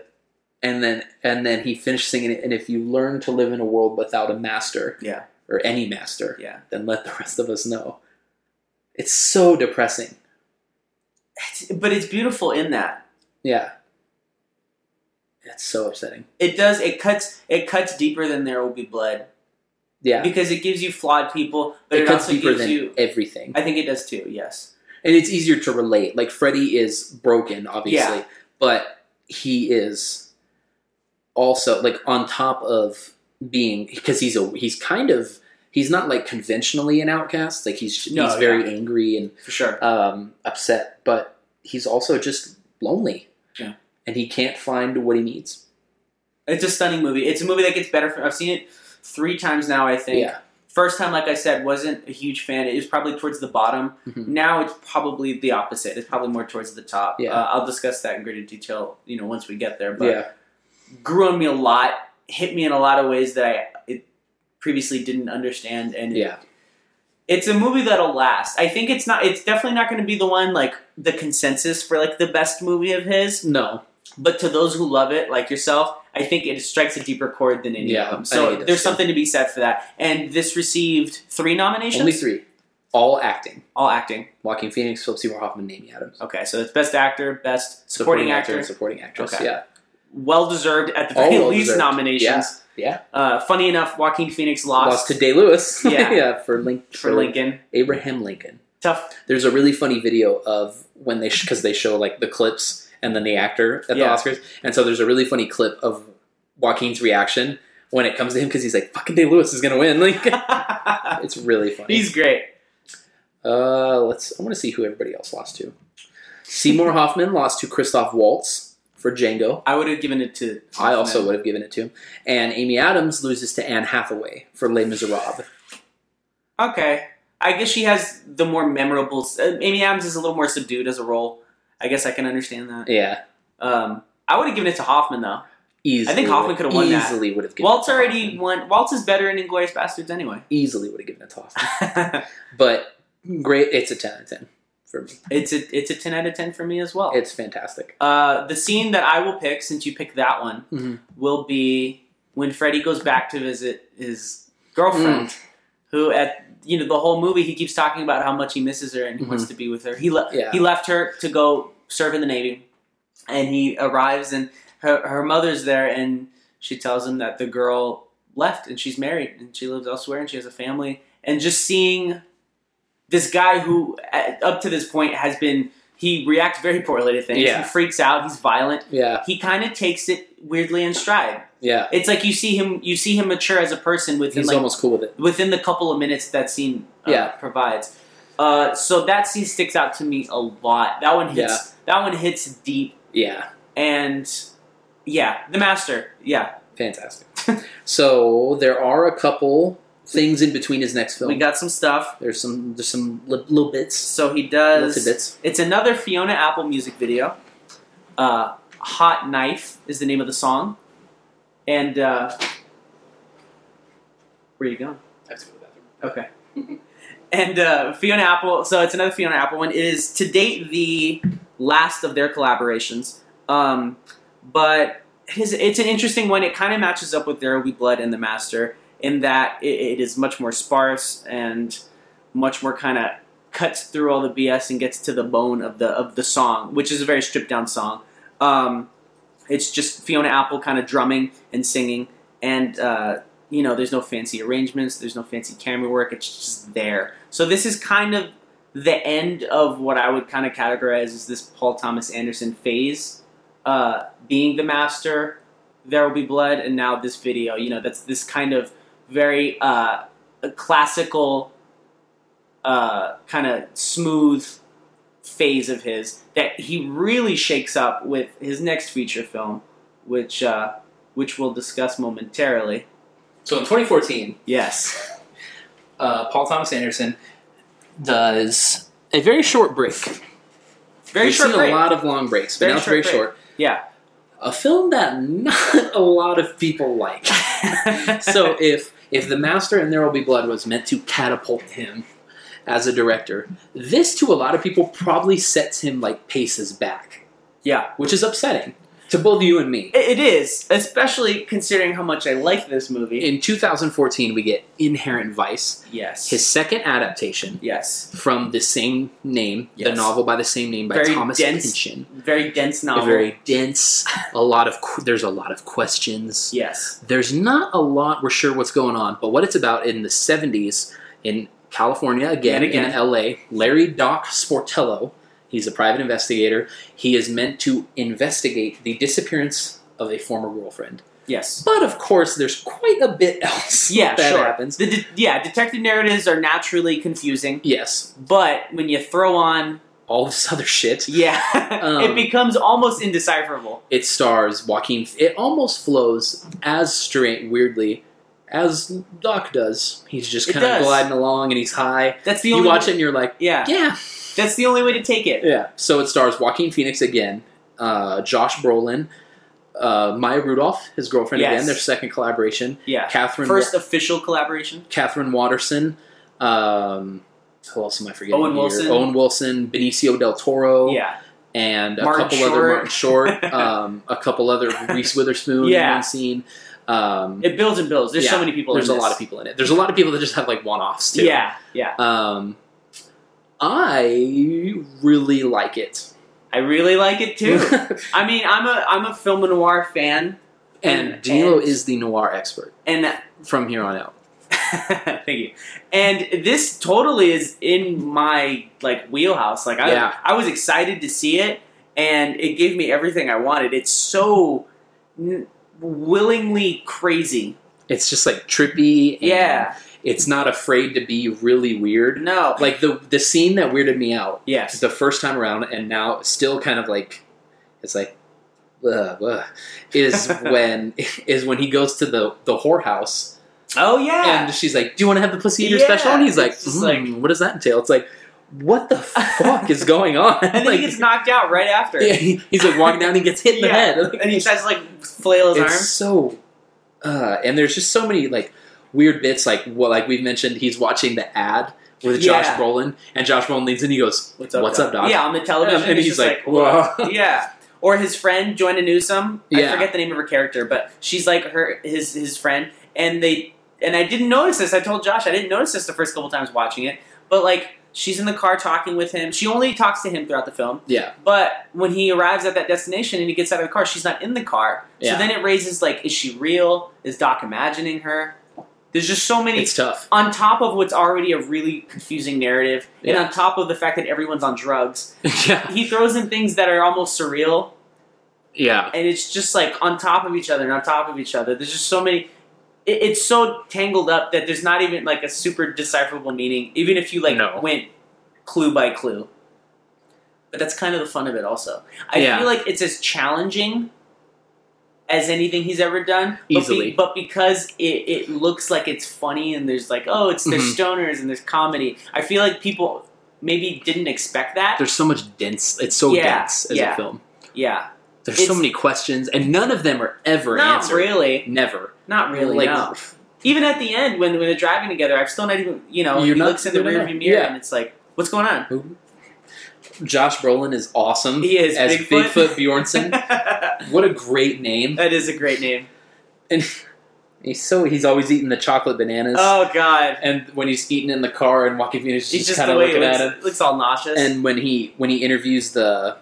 Speaker 3: And then and then he finished singing it. And if you learn to live in a world without a master,
Speaker 4: Yeah.
Speaker 3: or any master,
Speaker 4: Yeah.
Speaker 3: then let the rest of us know. It's so depressing.
Speaker 4: It's- But it's beautiful in that
Speaker 3: Yeah, it's so upsetting.
Speaker 4: it does. It cuts. It cuts deeper than there will be blood
Speaker 3: Yeah,
Speaker 4: because it gives you flawed people, but
Speaker 3: it,
Speaker 4: it,
Speaker 3: cuts
Speaker 4: also
Speaker 3: deeper
Speaker 4: gives
Speaker 3: than
Speaker 4: you.
Speaker 3: everything.
Speaker 4: I think it does too. Yes.
Speaker 3: and it's easier to relate. Like Freddy is broken, obviously,
Speaker 4: Yeah.
Speaker 3: but he is also like on top of being because he's a he's kind of he's not like conventionally an outcast. Like he's
Speaker 4: No,
Speaker 3: he's
Speaker 4: yeah.
Speaker 3: very angry and
Speaker 4: For sure.
Speaker 3: um, upset, but he's also just lonely.
Speaker 4: Yeah.
Speaker 3: and he can't find what he needs.
Speaker 4: It's a stunning movie. It's a movie that gets better. From, I've seen it three times now. I think.
Speaker 3: Yeah,
Speaker 4: First time, like I said, wasn't a huge fan. It was probably towards the bottom.
Speaker 3: Mhm.
Speaker 4: Now it's probably the opposite. It's probably more towards the top.
Speaker 3: Yeah.
Speaker 4: Uh, I'll discuss that in greater detail. You know, once we get there. But
Speaker 3: yeah,
Speaker 4: grew on me a lot. Hit me in a lot of ways that I it previously didn't understand. And it-
Speaker 3: yeah.
Speaker 4: it's a movie that'll last. I think it's not. It's definitely not going to be the one like the consensus for like the best movie of his.
Speaker 3: No,
Speaker 4: But to those who love it, like yourself, I think it strikes a deeper chord than any
Speaker 3: Yeah,
Speaker 4: of
Speaker 3: I think
Speaker 4: them.
Speaker 3: it
Speaker 4: So
Speaker 3: does,
Speaker 4: there's
Speaker 3: too.
Speaker 4: something to be said for that. And this received three nominations,
Speaker 3: only three, all acting.
Speaker 4: all acting.
Speaker 3: Joaquin Phoenix, Philip Seymour Hoffman, and Amy Adams.
Speaker 4: Okay, so it's best actor, best Oh, supporting, actor,
Speaker 3: and supporting actress.
Speaker 4: Okay.
Speaker 3: Yeah,
Speaker 4: well deserved at the
Speaker 3: All
Speaker 4: very
Speaker 3: well-deserved.
Speaker 4: least nominations.
Speaker 3: yeah.
Speaker 4: Uh, funny enough, Joaquin Phoenix lost,
Speaker 3: lost to Day Lewis.
Speaker 4: Yeah.
Speaker 3: for Link
Speaker 4: for Lincoln.
Speaker 3: Abraham Lincoln.
Speaker 4: Tough.
Speaker 3: There's a really funny video of when they because they show like the clips and then the actor at the
Speaker 4: Yeah.
Speaker 3: Oscars, and so there's a really funny clip of Joaquin's reaction when it comes to him because he's like, "Fucking Day Lewis is gonna win." Like, it's really funny.
Speaker 4: He's great.
Speaker 3: uh, let's. I want to see who everybody else lost to. Seymour Hoffman lost to Christoph Waltz for Django.
Speaker 4: I would have given it to.
Speaker 3: I also would have given it to him. And Amy Adams loses to Anne Hathaway for Les Miserables.
Speaker 4: Okay, I guess she has the more memorable. Uh, Amy Adams is a little more subdued as a role. I guess I can understand that.
Speaker 3: Yeah,
Speaker 4: Um, I would have given it to Hoffman though.
Speaker 3: easily.
Speaker 4: Hoffman could've won that.
Speaker 3: Easily would have given.
Speaker 4: Walt's
Speaker 3: it to
Speaker 4: already
Speaker 3: Hoffman.
Speaker 4: won. Waltz is better in Inglorious Bastards anyway.
Speaker 3: easily would have given it to Hoffman. But great, it's a ten out of ten for me.
Speaker 4: it's a it's a ten out of ten for me as well.
Speaker 3: It's fantastic.
Speaker 4: Uh, the scene that I will pick since you picked that one
Speaker 3: Mhm.
Speaker 4: will be when Freddy goes back to visit his girlfriend,
Speaker 3: Mm.
Speaker 4: who at you know the whole movie he keeps talking about how much he misses her and he wants to be with her. He le-
Speaker 3: Mm-hmm. Yeah.
Speaker 4: he left her to go serve in the navy, and he arrives and her her mother's there and she tells him that the girl left and she's married and she lives elsewhere and she has a family and just seeing this guy who at- up to this point has been he reacts very poorly to things
Speaker 3: Yeah.
Speaker 4: he freaks out he's violent
Speaker 3: Yeah,
Speaker 4: he kind of takes it weirdly in stride
Speaker 3: yeah.
Speaker 4: it's like you see him you see him mature as a person within
Speaker 3: He's
Speaker 4: like
Speaker 3: almost cool with it.
Speaker 4: within the couple of minutes that scene uh,
Speaker 3: Yeah.
Speaker 4: provides uh, so that scene sticks out to me a lot that one hits that one hits deep
Speaker 3: Yeah,
Speaker 4: and Yeah, The Master. Yeah,
Speaker 3: Fantastic. so there are a couple things in between his next film.
Speaker 4: we got some stuff.
Speaker 3: there's some there's some li- little bits,
Speaker 4: So he
Speaker 3: little
Speaker 4: does.
Speaker 3: tidbits.
Speaker 4: It's another Fiona Apple music video. Uh, Hot Knife is the name of the song. And uh, where you going?
Speaker 3: I have to go to the bathroom.
Speaker 4: Okay. and uh, Fiona Apple. So it's another Fiona Apple one. It is to date the last of their collaborations. Um, but his, it's an interesting one. It kind of matches up with There Will Be Blood and The Master in that it, it is much more sparse and much more kind of cuts through all the BS and gets to the bone of the of the song, which is a very stripped down song. Um, it's just Fiona Apple kind of drumming and singing, and uh, you know, there's no fancy arrangements, there's no fancy camera work. It's just there. So this is kind of the end of what I would kind of categorize as this Paul Thomas Anderson phase, uh, being the master. There will be blood, and now this video. You know, that's this kind of very uh, classical, uh, kind of smooth phase of his that he really shakes up with his next feature film, which uh, which we'll discuss momentarily.
Speaker 3: So in 2014,
Speaker 4: Yes.
Speaker 3: uh, Paul Thomas Anderson does a very short break.
Speaker 4: Very
Speaker 3: We've
Speaker 4: short
Speaker 3: seen
Speaker 4: break.
Speaker 3: a lot of long breaks, but
Speaker 4: Very
Speaker 3: now it's
Speaker 4: short
Speaker 3: very
Speaker 4: break.
Speaker 3: short.
Speaker 4: Yeah.
Speaker 3: A film that not a lot of people like. so if if the master and there will be blood was meant to catapult him as a director this to a lot of people probably sets him like paces back
Speaker 4: Yeah.
Speaker 3: which is upsetting to both you and me
Speaker 4: it it is, especially considering how much I like this movie.
Speaker 3: in 2014 we get inherent vice
Speaker 4: yes.
Speaker 3: his second adaptation
Speaker 4: yes.
Speaker 3: from the same name the
Speaker 4: Yes.
Speaker 3: novel by the same name by
Speaker 4: Very
Speaker 3: thomas
Speaker 4: dense
Speaker 3: pynchon
Speaker 4: Very dense
Speaker 3: A
Speaker 4: novel.
Speaker 3: very dense a lot of qu- there's a lot of questions
Speaker 4: yes.
Speaker 3: there's not a lot we're sure what's going on, but what it's about in the 70s in California, again,
Speaker 4: Yet again.
Speaker 3: in LA, Larry Doc Sportello, he's a private investigator, he is meant to investigate the disappearance of a former girlfriend.
Speaker 4: Yes.
Speaker 3: But of course, there's quite a bit else
Speaker 4: Yeah,
Speaker 3: that
Speaker 4: sure.
Speaker 3: happens.
Speaker 4: The de- yeah, detective narratives are naturally confusing,
Speaker 3: Yes,
Speaker 4: but when you throw on,
Speaker 3: all this other shit.
Speaker 4: yeah,
Speaker 3: Um,
Speaker 4: it becomes almost indecipherable.
Speaker 3: It stars Joaquin. It almost flows as straight, weirdly, as Doc does. He's just
Speaker 4: It
Speaker 3: kind of
Speaker 4: does.
Speaker 3: gliding along and he's high.
Speaker 4: That's the
Speaker 3: You
Speaker 4: only
Speaker 3: watch it
Speaker 4: way,
Speaker 3: and you're like,
Speaker 4: Yeah,
Speaker 3: yeah,
Speaker 4: that's the only way to take it.
Speaker 3: Yeah. So it stars Joaquin Phoenix again, uh, Josh Brolin, uh, Maya Rudolph, his girlfriend
Speaker 4: Yes.
Speaker 3: again, their second collaboration,
Speaker 4: Yeah.
Speaker 3: Catherine
Speaker 4: First official collaboration.
Speaker 3: Catherine Watterson, um, who else am I forgetting?
Speaker 4: Owen
Speaker 3: here?
Speaker 4: Wilson.
Speaker 3: Owen Wilson, Benicio del Toro,
Speaker 4: Yeah.
Speaker 3: and a
Speaker 4: Martin
Speaker 3: couple
Speaker 4: Short.
Speaker 3: other Martin Short, um, a couple other Reese Witherspoon
Speaker 4: Yeah.
Speaker 3: in one scene. Um,
Speaker 4: It builds and builds. There's so
Speaker 3: Yeah.
Speaker 4: many people.
Speaker 3: there's a
Speaker 4: in
Speaker 3: lot
Speaker 4: this.
Speaker 3: of people in it. There's a lot of people that just have like one offs too.
Speaker 4: Yeah. Yeah.
Speaker 3: Um, I really like it
Speaker 4: I really like it too. I mean, I'm a I'm a film noir fan,
Speaker 3: and
Speaker 4: And-
Speaker 3: Danilo
Speaker 4: and-
Speaker 3: is the noir expert
Speaker 4: and
Speaker 3: from here on out.
Speaker 4: thank you. And this totally is in my like wheelhouse. Like I
Speaker 3: Yeah.
Speaker 4: I was excited to see it, and it gave me everything I wanted. It's so n- willingly crazy.
Speaker 3: It's just like trippy. And
Speaker 4: Yeah.
Speaker 3: it's not afraid to be really weird.
Speaker 4: No.
Speaker 3: Like the the scene that weirded me out
Speaker 4: yes.
Speaker 3: the first time around, and now still kind of like it's like ugh, ugh, is when is when he goes to the the whorehouse
Speaker 4: Oh yeah.
Speaker 3: and she's like, "Do you want to have the pussy eater
Speaker 4: Yeah,
Speaker 3: special?" And he's like,
Speaker 4: it's just
Speaker 3: "Hmm,
Speaker 4: like-
Speaker 3: "What does that entail?" It's like, "What the fuck is going on?"
Speaker 4: And then
Speaker 3: like,
Speaker 4: he gets knocked out right after.
Speaker 3: yeah, he- he's like walking down, and he gets hit in the
Speaker 4: Yeah.
Speaker 3: head.
Speaker 4: And he tries to like flail his
Speaker 3: it's
Speaker 4: arm.
Speaker 3: so uh and there's just so many like weird bits like what like we've mentioned he's watching the ad with
Speaker 4: Yeah.
Speaker 3: josh brolin and josh brolin leads in he goes
Speaker 4: What's up,
Speaker 3: what's
Speaker 4: Doc?
Speaker 3: up doc
Speaker 4: Yeah, on the television.
Speaker 3: And- and
Speaker 4: it's
Speaker 3: he's
Speaker 4: just
Speaker 3: like, "Whoa."
Speaker 4: yeah. Or his friend Joanna Newsom. I
Speaker 3: Yeah.
Speaker 4: forget the name of her character, but she's like her his his friend, and they and I didn't notice this. I told Josh I didn't notice this the first couple times watching it, but like she's in the car talking with him. She only talks to him throughout the film.
Speaker 3: Yeah.
Speaker 4: But when he arrives at that destination and he gets out of the car, she's not in the car.
Speaker 3: Yeah.
Speaker 4: So then it raises like, is she real? Is Doc imagining her? There's just so many
Speaker 3: it's tough
Speaker 4: on top of what's already a really confusing narrative, and
Speaker 3: Yeah.
Speaker 4: on top of the fact that everyone's on drugs,
Speaker 3: yeah
Speaker 4: he throws in things that are almost surreal,
Speaker 3: yeah
Speaker 4: and it's just like on top of each other and on top of each other. There's just so many. It, it's so tangled up that there's not even like a super decipherable meaning, even if you like
Speaker 3: No.
Speaker 4: went clue by clue. But that's kind of the fun of it, also. I
Speaker 3: Yeah.
Speaker 4: feel like it's as challenging as anything he's ever done. But
Speaker 3: Easily.
Speaker 4: but because it, it looks like it's funny and there's like, oh, it's there's
Speaker 3: Mm-hmm.
Speaker 4: stoners and there's comedy. I feel like people maybe didn't expect that.
Speaker 3: There's so much dense. It's so
Speaker 4: Yeah,
Speaker 3: dense as
Speaker 4: yeah.
Speaker 3: a film.
Speaker 4: yeah,
Speaker 3: There's so
Speaker 4: It's-
Speaker 3: many questions, and none of them are ever
Speaker 4: not
Speaker 3: answered.
Speaker 4: really,
Speaker 3: Never.
Speaker 4: not really.
Speaker 3: like,
Speaker 4: no. Even at the end when when they're driving together, I'm still not even. You know,
Speaker 3: You're
Speaker 4: he
Speaker 3: not-
Speaker 4: looks in the
Speaker 3: no, no, no.
Speaker 4: rearview mirror
Speaker 3: Yeah.
Speaker 4: and it's like, what's going on?
Speaker 3: Josh Brolin is awesome.
Speaker 4: He is
Speaker 3: as
Speaker 4: Bigfoot.
Speaker 3: Bjornson. what a great name!
Speaker 4: that is a great name.
Speaker 3: And he's so he's always eating the chocolate bananas.
Speaker 4: Oh God,
Speaker 3: And when he's eating in the car, and Joaquin Phoenix is
Speaker 4: he's
Speaker 3: just,
Speaker 4: just
Speaker 3: kind
Speaker 4: the
Speaker 3: of
Speaker 4: way he
Speaker 3: looking
Speaker 4: looks,
Speaker 3: at him.
Speaker 4: looks all nauseous.
Speaker 3: And when he when he interviews the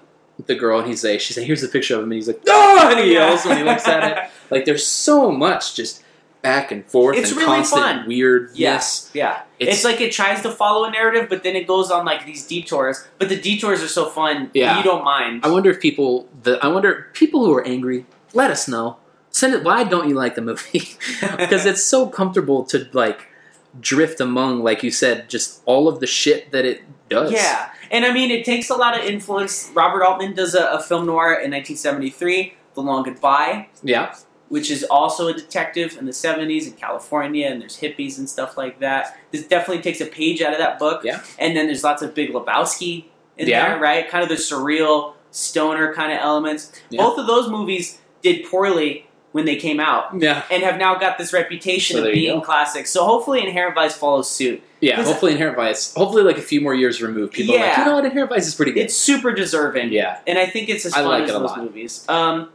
Speaker 3: the girl, and he's like, she's like, here's a picture of him, and he's like, oh, and he
Speaker 4: Yeah.
Speaker 3: yells when he looks at it. Like there's so much just back and forth.
Speaker 4: It's
Speaker 3: and
Speaker 4: really
Speaker 3: constant
Speaker 4: fun.
Speaker 3: Weird.
Speaker 4: Yeah.
Speaker 3: Yes.
Speaker 4: yeah, It's, like it tries to follow a narrative, but then it goes on like these detours. But the detours are so fun,
Speaker 3: Yeah.
Speaker 4: you don't mind.
Speaker 3: I wonder if people the I wonder people who are angry, let us know. Send it why don't you like the movie? Because it's so comfortable to like drift among, like you said, just all of the shit that it does.
Speaker 4: yeah, and I mean it takes a lot of influence. Robert Altman does a, a film noir in 1973, The Long Goodbye,
Speaker 3: Yeah.
Speaker 4: which is also a detective in the 70s in California, and there's hippies and stuff like that. This definitely takes a page out of that book.
Speaker 3: Yeah.
Speaker 4: and then there's lots of Big Lebowski in
Speaker 3: Yeah.
Speaker 4: there, right? Kind of the surreal stoner kind of elements.
Speaker 3: Yeah.
Speaker 4: Both of those movies did poorly when they came out.
Speaker 3: Yeah.
Speaker 4: and have now got this reputation
Speaker 3: So
Speaker 4: of
Speaker 3: there you
Speaker 4: being
Speaker 3: go.
Speaker 4: classics. So hopefully, Inherent Vice follows suit.
Speaker 3: Yeah.
Speaker 4: Because-
Speaker 3: Hopefully Inherent Vice hopefully like a few more years removed, people are like,
Speaker 4: Yeah.
Speaker 3: you know what, Inherent Vice is pretty good.
Speaker 4: It's super deserving,
Speaker 3: yeah.
Speaker 4: and I think it's as
Speaker 3: I
Speaker 4: fun
Speaker 3: like
Speaker 4: as
Speaker 3: it a
Speaker 4: those
Speaker 3: lot.
Speaker 4: movies. Um,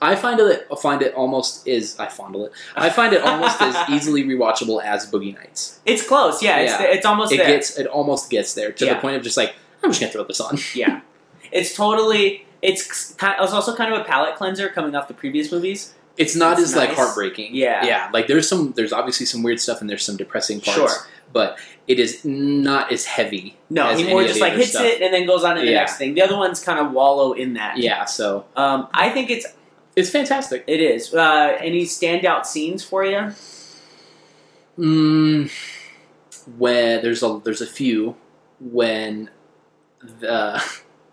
Speaker 3: I find it I find it almost is I fondle it. I find it almost as easily rewatchable as Boogie Nights.
Speaker 4: it's close, yeah. It's,
Speaker 3: Yeah.
Speaker 4: th- it's almost
Speaker 3: it
Speaker 4: there.
Speaker 3: gets it almost gets there to
Speaker 4: Yeah.
Speaker 3: the point of just like, I'm just gonna throw this on.
Speaker 4: yeah, it's totally. It's kind. It's also kind of a palate cleanser coming off the previous movies.
Speaker 3: it's not
Speaker 4: It's
Speaker 3: as like
Speaker 4: nice.
Speaker 3: heartbreaking.
Speaker 4: Yeah.
Speaker 3: yeah. Like there's some, there's obviously some weird stuff and there's some depressing parts,
Speaker 4: Sure.
Speaker 3: but it is not as heavy.
Speaker 4: No,
Speaker 3: as
Speaker 4: he more
Speaker 3: any of
Speaker 4: just
Speaker 3: the
Speaker 4: like
Speaker 3: other
Speaker 4: hits
Speaker 3: stuff.
Speaker 4: it and then goes on to the
Speaker 3: Yeah.
Speaker 4: next thing. The other ones kind of wallow in that.
Speaker 3: Yeah, so
Speaker 4: Um, I think it's
Speaker 3: it's fantastic.
Speaker 4: it is. Uh, any standout scenes for you?
Speaker 3: Mm, where there's a there's a few when the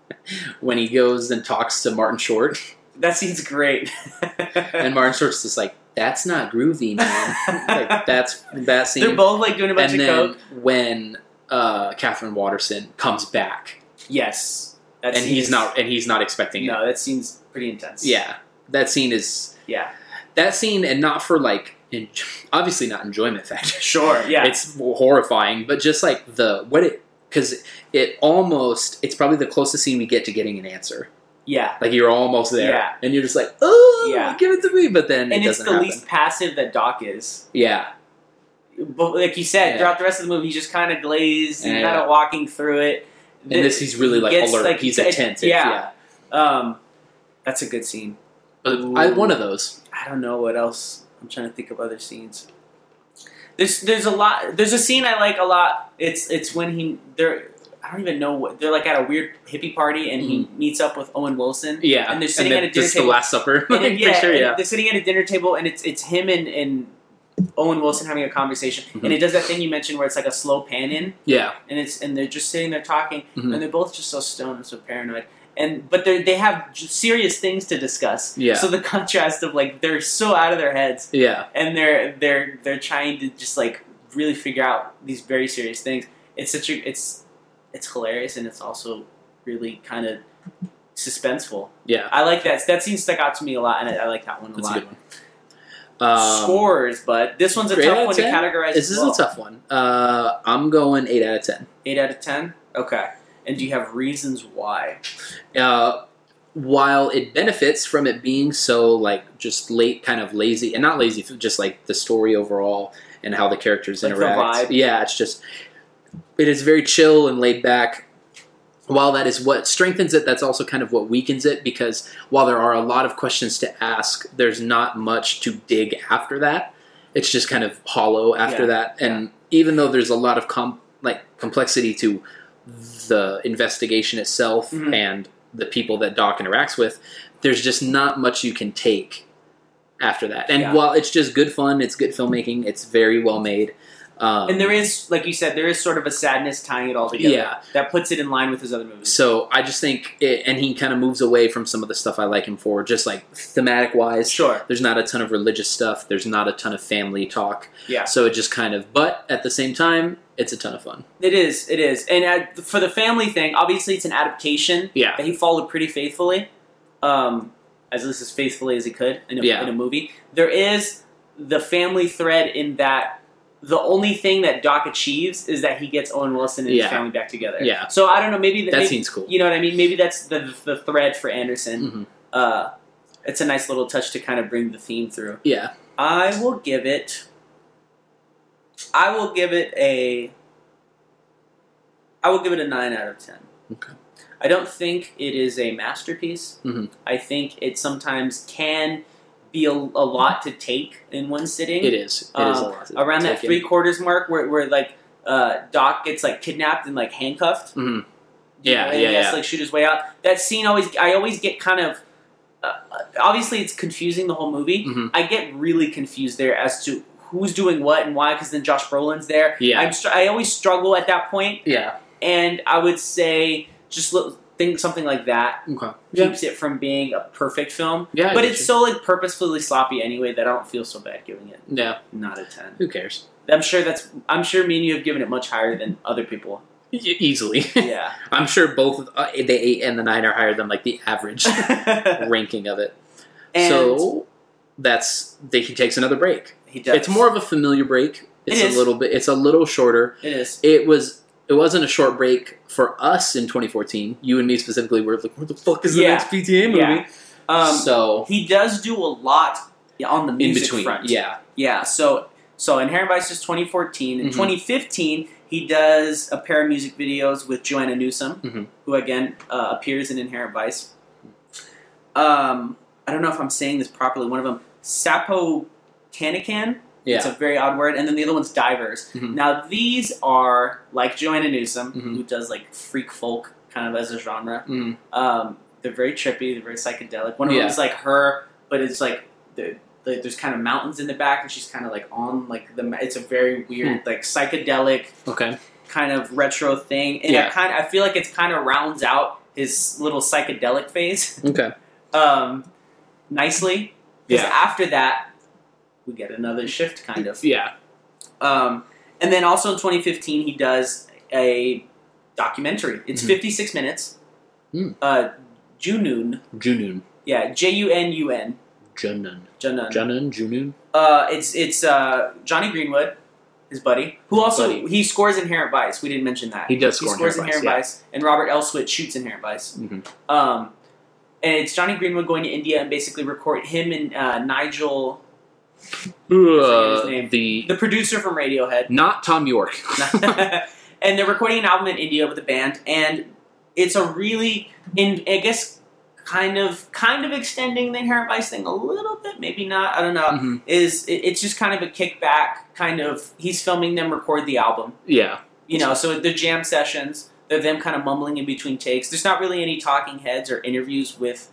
Speaker 3: when he goes and talks to Martin Short
Speaker 4: That scene's great.
Speaker 3: and Martin Short's just like that's not groovy, man. like that's that scene.
Speaker 4: They're both like doing a bunch
Speaker 3: and
Speaker 4: of
Speaker 3: then
Speaker 4: coke.
Speaker 3: when uh, Catherine Watterson comes back
Speaker 4: Yes, that
Speaker 3: and
Speaker 4: scene
Speaker 3: he's
Speaker 4: is-
Speaker 3: not and he's not expecting it.
Speaker 4: No, that seems pretty intense.
Speaker 3: Yeah, that scene is
Speaker 4: yeah,
Speaker 3: that scene, and not for like en- obviously not enjoyment factor.
Speaker 4: sure, yeah,
Speaker 3: It's horrifying, but just like the what it because it almost it's probably the closest scene we get to getting an answer.
Speaker 4: yeah,
Speaker 3: Like you're almost there,
Speaker 4: Yeah.
Speaker 3: and you're just like, oh,
Speaker 4: Yeah.
Speaker 3: give it to me, but then
Speaker 4: and
Speaker 3: it
Speaker 4: it's
Speaker 3: doesn't
Speaker 4: the
Speaker 3: happen.
Speaker 4: least passive that Doc is.
Speaker 3: yeah,
Speaker 4: But like you said,
Speaker 3: Yeah.
Speaker 4: throughout the rest of the movie, he's just kind of glazed and
Speaker 3: Yeah.
Speaker 4: kind of walking through it.
Speaker 3: and this he's really
Speaker 4: he
Speaker 3: like
Speaker 4: gets,
Speaker 3: alert.
Speaker 4: like,
Speaker 3: he's
Speaker 4: it-
Speaker 3: attentive.
Speaker 4: yeah.
Speaker 3: yeah.
Speaker 4: um, that's a good scene.
Speaker 3: But
Speaker 4: Ooh.
Speaker 3: I one of those.
Speaker 4: I don't know what else. I'm trying to think of other scenes. There's there's a lot. There's a scene I like a lot. It's it's when he they're I don't even know what they're like at a weird hippie party and
Speaker 3: Mm-hmm.
Speaker 4: he meets up with Owen Wilson.
Speaker 3: Yeah,
Speaker 4: And they're sitting
Speaker 3: then
Speaker 4: at a dinner
Speaker 3: just the
Speaker 4: table.
Speaker 3: Last Supper.
Speaker 4: And
Speaker 3: like,
Speaker 4: it- yeah,
Speaker 3: picture,
Speaker 4: and
Speaker 3: yeah.
Speaker 4: they're sitting at a dinner table, and it's it's him and, and Owen Wilson having a conversation,
Speaker 3: Mm-hmm.
Speaker 4: and it does that thing you mentioned where it's like a slow pan in,
Speaker 3: yeah,
Speaker 4: and it's and they're just sitting there talking,
Speaker 3: Mhm.
Speaker 4: and they're both just so stoned and so paranoid, and but they they have j- serious things to discuss.
Speaker 3: Yeah.
Speaker 4: So the contrast of like they're so out of their heads,
Speaker 3: yeah.
Speaker 4: and they're they're they're trying to just like really figure out these very serious things. It's such a it's it's hilarious, and it's also really kind of suspenseful.
Speaker 3: Yeah,
Speaker 4: I like that. That scene stuck out to me a lot, and I, I like that one a
Speaker 3: that's a
Speaker 4: lot.
Speaker 3: good one. Um,
Speaker 4: Scores, but this one's a
Speaker 3: great out
Speaker 4: tough
Speaker 3: of
Speaker 4: one to
Speaker 3: 10?
Speaker 4: categorize.
Speaker 3: This
Speaker 4: as
Speaker 3: is
Speaker 4: well.
Speaker 3: a tough one. Uh, I'm going eight out of ten.
Speaker 4: Eight out of ten. Okay. And do you have reasons why?
Speaker 3: Uh, while it benefits from it being so like just late, kind of lazy, and not lazy, just like the story overall and how the characters
Speaker 4: Like the
Speaker 3: interact.
Speaker 4: vibe.
Speaker 3: Yeah, it's just it is very chill and laid back. While that is what strengthens it, that's also kind of what weakens it because while there are a lot of questions to ask, there's not much to dig after that. It's just kind of hollow after
Speaker 4: Yeah.
Speaker 3: that. And even though there's a lot of com- like complexity to the investigation itself
Speaker 4: Mhm.
Speaker 3: and the people that Doc interacts with, there's just not much you can take after that. And
Speaker 4: Yeah.
Speaker 3: while it's just good fun, it's good filmmaking, it's very well made. Um,
Speaker 4: And there is, like you said, there is sort of a sadness tying it all together.
Speaker 3: Yeah.
Speaker 4: That puts it in line with his other movies.
Speaker 3: So I just think, it, and he kind of moves away from some of the stuff I like him for, just like thematic wise.
Speaker 4: Sure.
Speaker 3: There's not a ton of religious stuff. There's not a ton of family talk.
Speaker 4: Yeah.
Speaker 3: So it just kind of, but at the same time, it's a ton of fun.
Speaker 4: It is. It is. And uh, for the family thing, obviously it's an adaptation
Speaker 3: Yeah.
Speaker 4: that he followed pretty faithfully, um, as least as faithfully as he could in a,
Speaker 3: Yeah.
Speaker 4: in a movie. There is the family thread in that the only thing that Doc achieves is that he gets Owen Wilson and
Speaker 3: Yeah.
Speaker 4: his family back together.
Speaker 3: Yeah.
Speaker 4: So I don't know. Maybe
Speaker 3: That
Speaker 4: maybe,
Speaker 3: scene's cool.
Speaker 4: You know what I mean? Maybe that's the the thread for
Speaker 3: Mhm.
Speaker 4: Anderson. Uh, it's a nice little touch to kind of bring the theme through.
Speaker 3: Yeah.
Speaker 4: I will give it. I will give it a. I will give it a nine out of ten.
Speaker 3: Okay.
Speaker 4: I don't think it is a masterpiece.
Speaker 3: Mhm.
Speaker 4: I think it sometimes can be a, a lot to take in one sitting.
Speaker 3: It is. It is a
Speaker 4: Um,
Speaker 3: lot. to
Speaker 4: Around that
Speaker 3: take in.
Speaker 4: three quarters mark, where, where like uh, Doc gets like kidnapped and like handcuffed.
Speaker 3: Mhm.
Speaker 4: You
Speaker 3: Yeah,
Speaker 4: know, and
Speaker 3: yeah,
Speaker 4: he has to,
Speaker 3: yeah.
Speaker 4: like shoot his way out. That scene always, I always get kind of. Uh, obviously, it's confusing the whole movie.
Speaker 3: Mhm.
Speaker 4: I get really confused there as to who's doing what and why, because then Josh Brolin's there.
Speaker 3: Yeah.
Speaker 4: I'm str- I always struggle at that point,
Speaker 3: Yeah.
Speaker 4: and I would say just look, think something like that
Speaker 3: Okay.
Speaker 4: keeps it from being a perfect film.
Speaker 3: Yeah. I
Speaker 4: but
Speaker 3: get
Speaker 4: it's
Speaker 3: you.
Speaker 4: so like purposefully sloppy anyway that I don't feel so bad giving it
Speaker 3: Yeah.
Speaker 4: not a ten.
Speaker 3: Who cares?
Speaker 4: I'm sure that's I'm sure me and you have given it much higher than other people.
Speaker 3: E- easily.
Speaker 4: Yeah.
Speaker 3: I'm sure both uh, the eight and the nine are higher than like the average
Speaker 4: and
Speaker 3: ranking of it. so that's that he takes another break.
Speaker 4: he does.
Speaker 3: It's more of a familiar break.
Speaker 4: It
Speaker 3: It's
Speaker 4: is.
Speaker 3: a little bit. It's a little shorter.
Speaker 4: It is.
Speaker 3: It was. It wasn't a short break for us in 2014. You and me specifically were like, "Where the fuck is the
Speaker 4: Yeah.
Speaker 3: next PTA movie?"
Speaker 4: Yeah. Um,
Speaker 3: so
Speaker 4: he does do a lot on the
Speaker 3: in
Speaker 4: music
Speaker 3: between,
Speaker 4: front.
Speaker 3: yeah,
Speaker 4: Yeah, so so Inherent Vice is 2014. In
Speaker 3: Mhm.
Speaker 4: 2015, he does a pair of music videos with Joanna Newsom,
Speaker 3: Mhm.
Speaker 4: who again uh, appears in Inherent Vice. Um, I don't know if I'm saying this properly. One of them, Sapo Tanakan. It's
Speaker 3: yeah,
Speaker 4: a very odd word. And then the other one's Divers.
Speaker 3: Mhm.
Speaker 4: Now, these are like Joanna Newsom,
Speaker 3: Mhm.
Speaker 4: who does like freak folk kind of as a genre.
Speaker 3: Mm.
Speaker 4: Um, they're very trippy. They're very psychedelic. One of
Speaker 3: Yeah.
Speaker 4: them is like her, but it's like the, the, there's kind of mountains in the back, and she's kind of like on like the. ma- It's a very
Speaker 3: Hmm.
Speaker 4: weird like psychedelic
Speaker 3: okay,
Speaker 4: kind of retro thing, and
Speaker 3: Yeah.
Speaker 4: I kind I feel like it's kind of rounds out his little psychedelic phase
Speaker 3: okay,
Speaker 4: um, nicely. Because
Speaker 3: yeah,
Speaker 4: after that, we get another shift kind of.
Speaker 3: yeah,
Speaker 4: Um, and then also in 2015, he does a documentary. It's
Speaker 3: Mhm.
Speaker 4: 56 minutes.
Speaker 3: Hmm.
Speaker 4: Uh, Junun.
Speaker 3: Junun,
Speaker 4: Yeah, J U N U N.
Speaker 3: Junun,
Speaker 4: Junun.
Speaker 3: Junun, Junun,
Speaker 4: Uh, it's it's uh, Johnny Greenwood, his buddy, who also
Speaker 3: Buddy.
Speaker 4: he scores Inherent Vice. We didn't mention that.
Speaker 3: He does
Speaker 4: He
Speaker 3: score
Speaker 4: scores
Speaker 3: Inherent
Speaker 4: Inherent
Speaker 3: Vice,
Speaker 4: Vice, and Robert Elswit shoots Inherent Vice.
Speaker 3: Mhm.
Speaker 4: Um, and it's Johnny Greenwood going to India and basically record him and uh, Nigel,
Speaker 3: Uh,
Speaker 4: his name.
Speaker 3: the
Speaker 4: the producer from Radiohead.
Speaker 3: not Tom York,
Speaker 4: and they're recording an album in India with a band, and it's a really, in I guess, kind of kind of extending the Inherent Vice thing a little bit, maybe not. I don't know.
Speaker 3: Mhm.
Speaker 4: Is it, it's just kind of a kickback kind of he's filming them record the album,
Speaker 3: yeah,
Speaker 4: you know. So they're jam sessions. They're them kind of mumbling in between takes. There's not really any talking heads or interviews with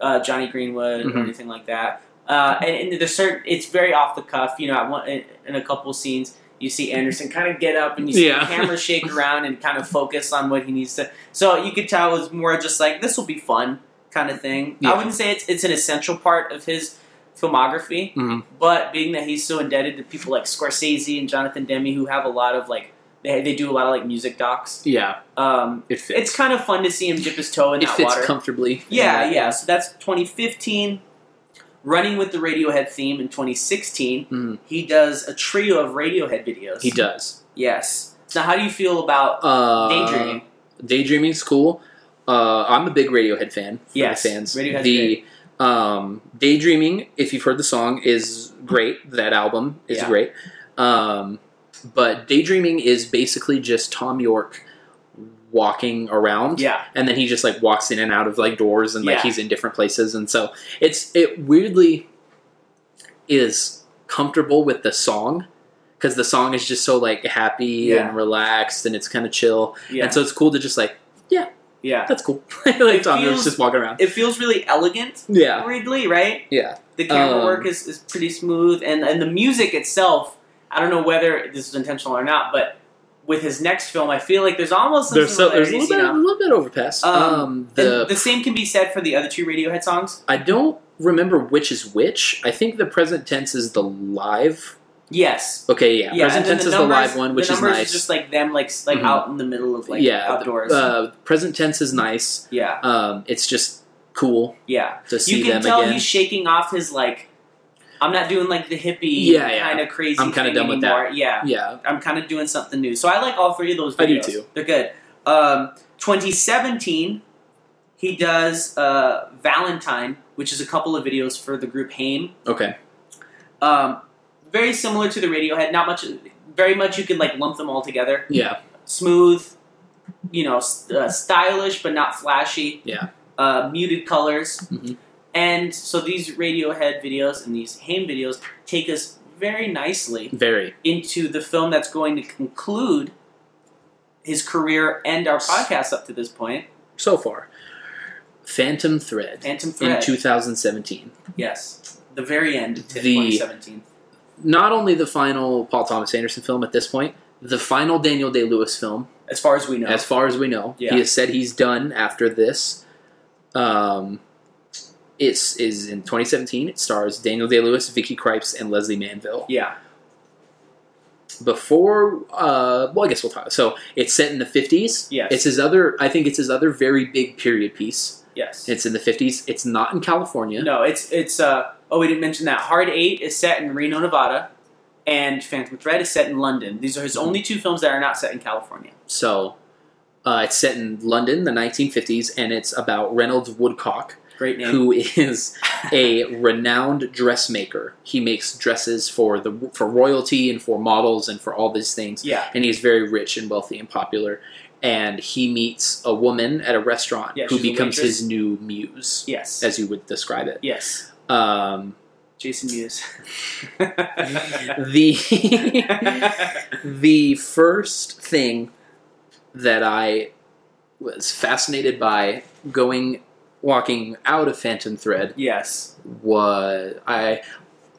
Speaker 4: uh, Johnny Greenwood
Speaker 3: Mhm.
Speaker 4: or anything like that. Uh, and, and there's certain, it's very off the cuff. You know, at one, in, in a couple scenes, you see Anderson kind of get up and you see
Speaker 3: Yeah.
Speaker 4: the camera shake around and kind of focus on what he needs to. So you could tell it was more just like this will be fun kind of thing.
Speaker 3: Yeah.
Speaker 4: I wouldn't say it's it's an essential part of his filmography,
Speaker 3: Mhm.
Speaker 4: but being that he's so indebted to people like Scorsese and Jonathan Demme who have a lot of like they, they do a lot of like music docs.
Speaker 3: yeah,
Speaker 4: Um,
Speaker 3: it fits.
Speaker 4: it's kind of fun to see him dip his toe in
Speaker 3: it
Speaker 4: that
Speaker 3: fits
Speaker 4: water.
Speaker 3: comfortably.
Speaker 4: Yeah, yeah. So that's 2015. Running with the Radiohead theme in 2016,
Speaker 3: Mhm.
Speaker 4: he does a trio of Radiohead videos.
Speaker 3: He does.
Speaker 4: Yes. Now, how do you feel about
Speaker 3: Uh,
Speaker 4: daydreaming?
Speaker 3: Daydreaming's cool. Uh, I'm a big Radiohead fan. For
Speaker 4: Yes,
Speaker 3: the fans.
Speaker 4: Radiohead's
Speaker 3: the um, Daydreaming, if you've heard the song, is great. That album is
Speaker 4: Yeah.
Speaker 3: great. Um, but Daydreaming is basically just Tom York walking around
Speaker 4: yeah,
Speaker 3: and then he just like walks in and out of like doors and like
Speaker 4: Yeah.
Speaker 3: he's in different places and so it's it weirdly is comfortable with the song because the song is just so like happy
Speaker 4: Yeah.
Speaker 3: and relaxed and it's kind of chill
Speaker 4: yeah,
Speaker 3: and so it's cool to just like
Speaker 4: yeah.
Speaker 3: that's cool like
Speaker 4: It
Speaker 3: Tom York's
Speaker 4: feels-
Speaker 3: just walking around
Speaker 4: It feels really elegant,
Speaker 3: yeah
Speaker 4: weirdly, right?
Speaker 3: yeah
Speaker 4: The camera
Speaker 3: Um,
Speaker 4: work is, is pretty smooth, and, and the music itself, I don't know whether this was intentional or not, but with his next film, I feel like there's almost some
Speaker 3: There's, so, there's a little
Speaker 4: similarities, you
Speaker 3: bit, a
Speaker 4: know?
Speaker 3: little bit overpass.
Speaker 4: Um,
Speaker 3: Um,
Speaker 4: The,
Speaker 3: the
Speaker 4: the same can be said for the other two Radiohead songs.
Speaker 3: I don't remember which is which. I think the present tense is the live.
Speaker 4: Yes.
Speaker 3: Okay, yeah.
Speaker 4: Yeah, and
Speaker 3: present
Speaker 4: then
Speaker 3: tense
Speaker 4: the
Speaker 3: is
Speaker 4: numbers-
Speaker 3: the live one, which
Speaker 4: the
Speaker 3: is
Speaker 4: numbers
Speaker 3: nice.
Speaker 4: just like them, like like
Speaker 3: Mhm.
Speaker 4: out in the middle of like
Speaker 3: yeah, the-
Speaker 4: outdoors.
Speaker 3: uh, present tense is nice.
Speaker 4: yeah,
Speaker 3: Um, it's just cool
Speaker 4: yeah.
Speaker 3: to see
Speaker 4: you can
Speaker 3: them
Speaker 4: tell
Speaker 3: again.
Speaker 4: he's shaking off his like i'm not doing like the hippie
Speaker 3: Yeah, yeah.
Speaker 4: kind of crazy
Speaker 3: I'm
Speaker 4: kind
Speaker 3: kinda
Speaker 4: of
Speaker 3: done with that.
Speaker 4: yeah
Speaker 3: yeah,
Speaker 4: i'm kind of doing something new so i like all three of those videos
Speaker 3: I do too.
Speaker 4: they're good um, 2017 he does uh, valentine which is a couple of videos for the group haim
Speaker 3: okay.
Speaker 4: um, very similar to the radiohead not much very much you can like lump them all together
Speaker 3: Yeah,
Speaker 4: smooth you know s- uh, stylish but not flashy
Speaker 3: Yeah.
Speaker 4: uh, muted colors
Speaker 3: Mhm.
Speaker 4: and so these Radiohead videos and these Haim videos take us very nicely
Speaker 3: very.
Speaker 4: into the film that's going to conclude his career and our podcast up to this point,
Speaker 3: So far. Phantom Thread
Speaker 4: Phantom
Speaker 3: in
Speaker 4: Thread.
Speaker 3: 2017.
Speaker 4: yes, the very end of
Speaker 3: The-
Speaker 4: 2017.
Speaker 3: Not only the final Paul Thomas Anderson film at this point, the final Daniel Day Lewis film.
Speaker 4: As far as we know,
Speaker 3: As far as we know,
Speaker 4: Yeah.
Speaker 3: he has said he's done after this. Um, it's is in 2017. It stars Daniel Day Lewis, Vicky Krieps, and Leslie Manville.
Speaker 4: yeah,
Speaker 3: Before, uh, well, I guess we'll talk. So it's set in the 50s.
Speaker 4: Yes.
Speaker 3: it's his other. I think it's his other very big period piece.
Speaker 4: yes,
Speaker 3: It's in the 50s. It's not in California.
Speaker 4: no, it's it's. Uh, oh, we didn't mention that. Hard Eight is set in Reno, Nevada, and Phantom Thread is set in London. These are his
Speaker 3: Mm-hmm.
Speaker 4: only two films that are not set in California.
Speaker 3: So uh, it's set in London, the 1950s, and it's about Reynolds Woodcock,
Speaker 4: Great name.
Speaker 3: who is a renowned dressmaker. He makes dresses for the for royalty and for models and for all these things.
Speaker 4: yeah,
Speaker 3: And he's very rich and wealthy and popular. And he meets a woman at a restaurant
Speaker 4: Yeah,
Speaker 3: who
Speaker 4: she's a
Speaker 3: becomes
Speaker 4: waitress.
Speaker 3: his new muse,
Speaker 4: yes,
Speaker 3: as you would describe it.
Speaker 4: yes.
Speaker 3: Um,
Speaker 4: Jason Mewes.
Speaker 3: the the first thing that I was fascinated by going walking out of Phantom Thread
Speaker 4: yes.
Speaker 3: was I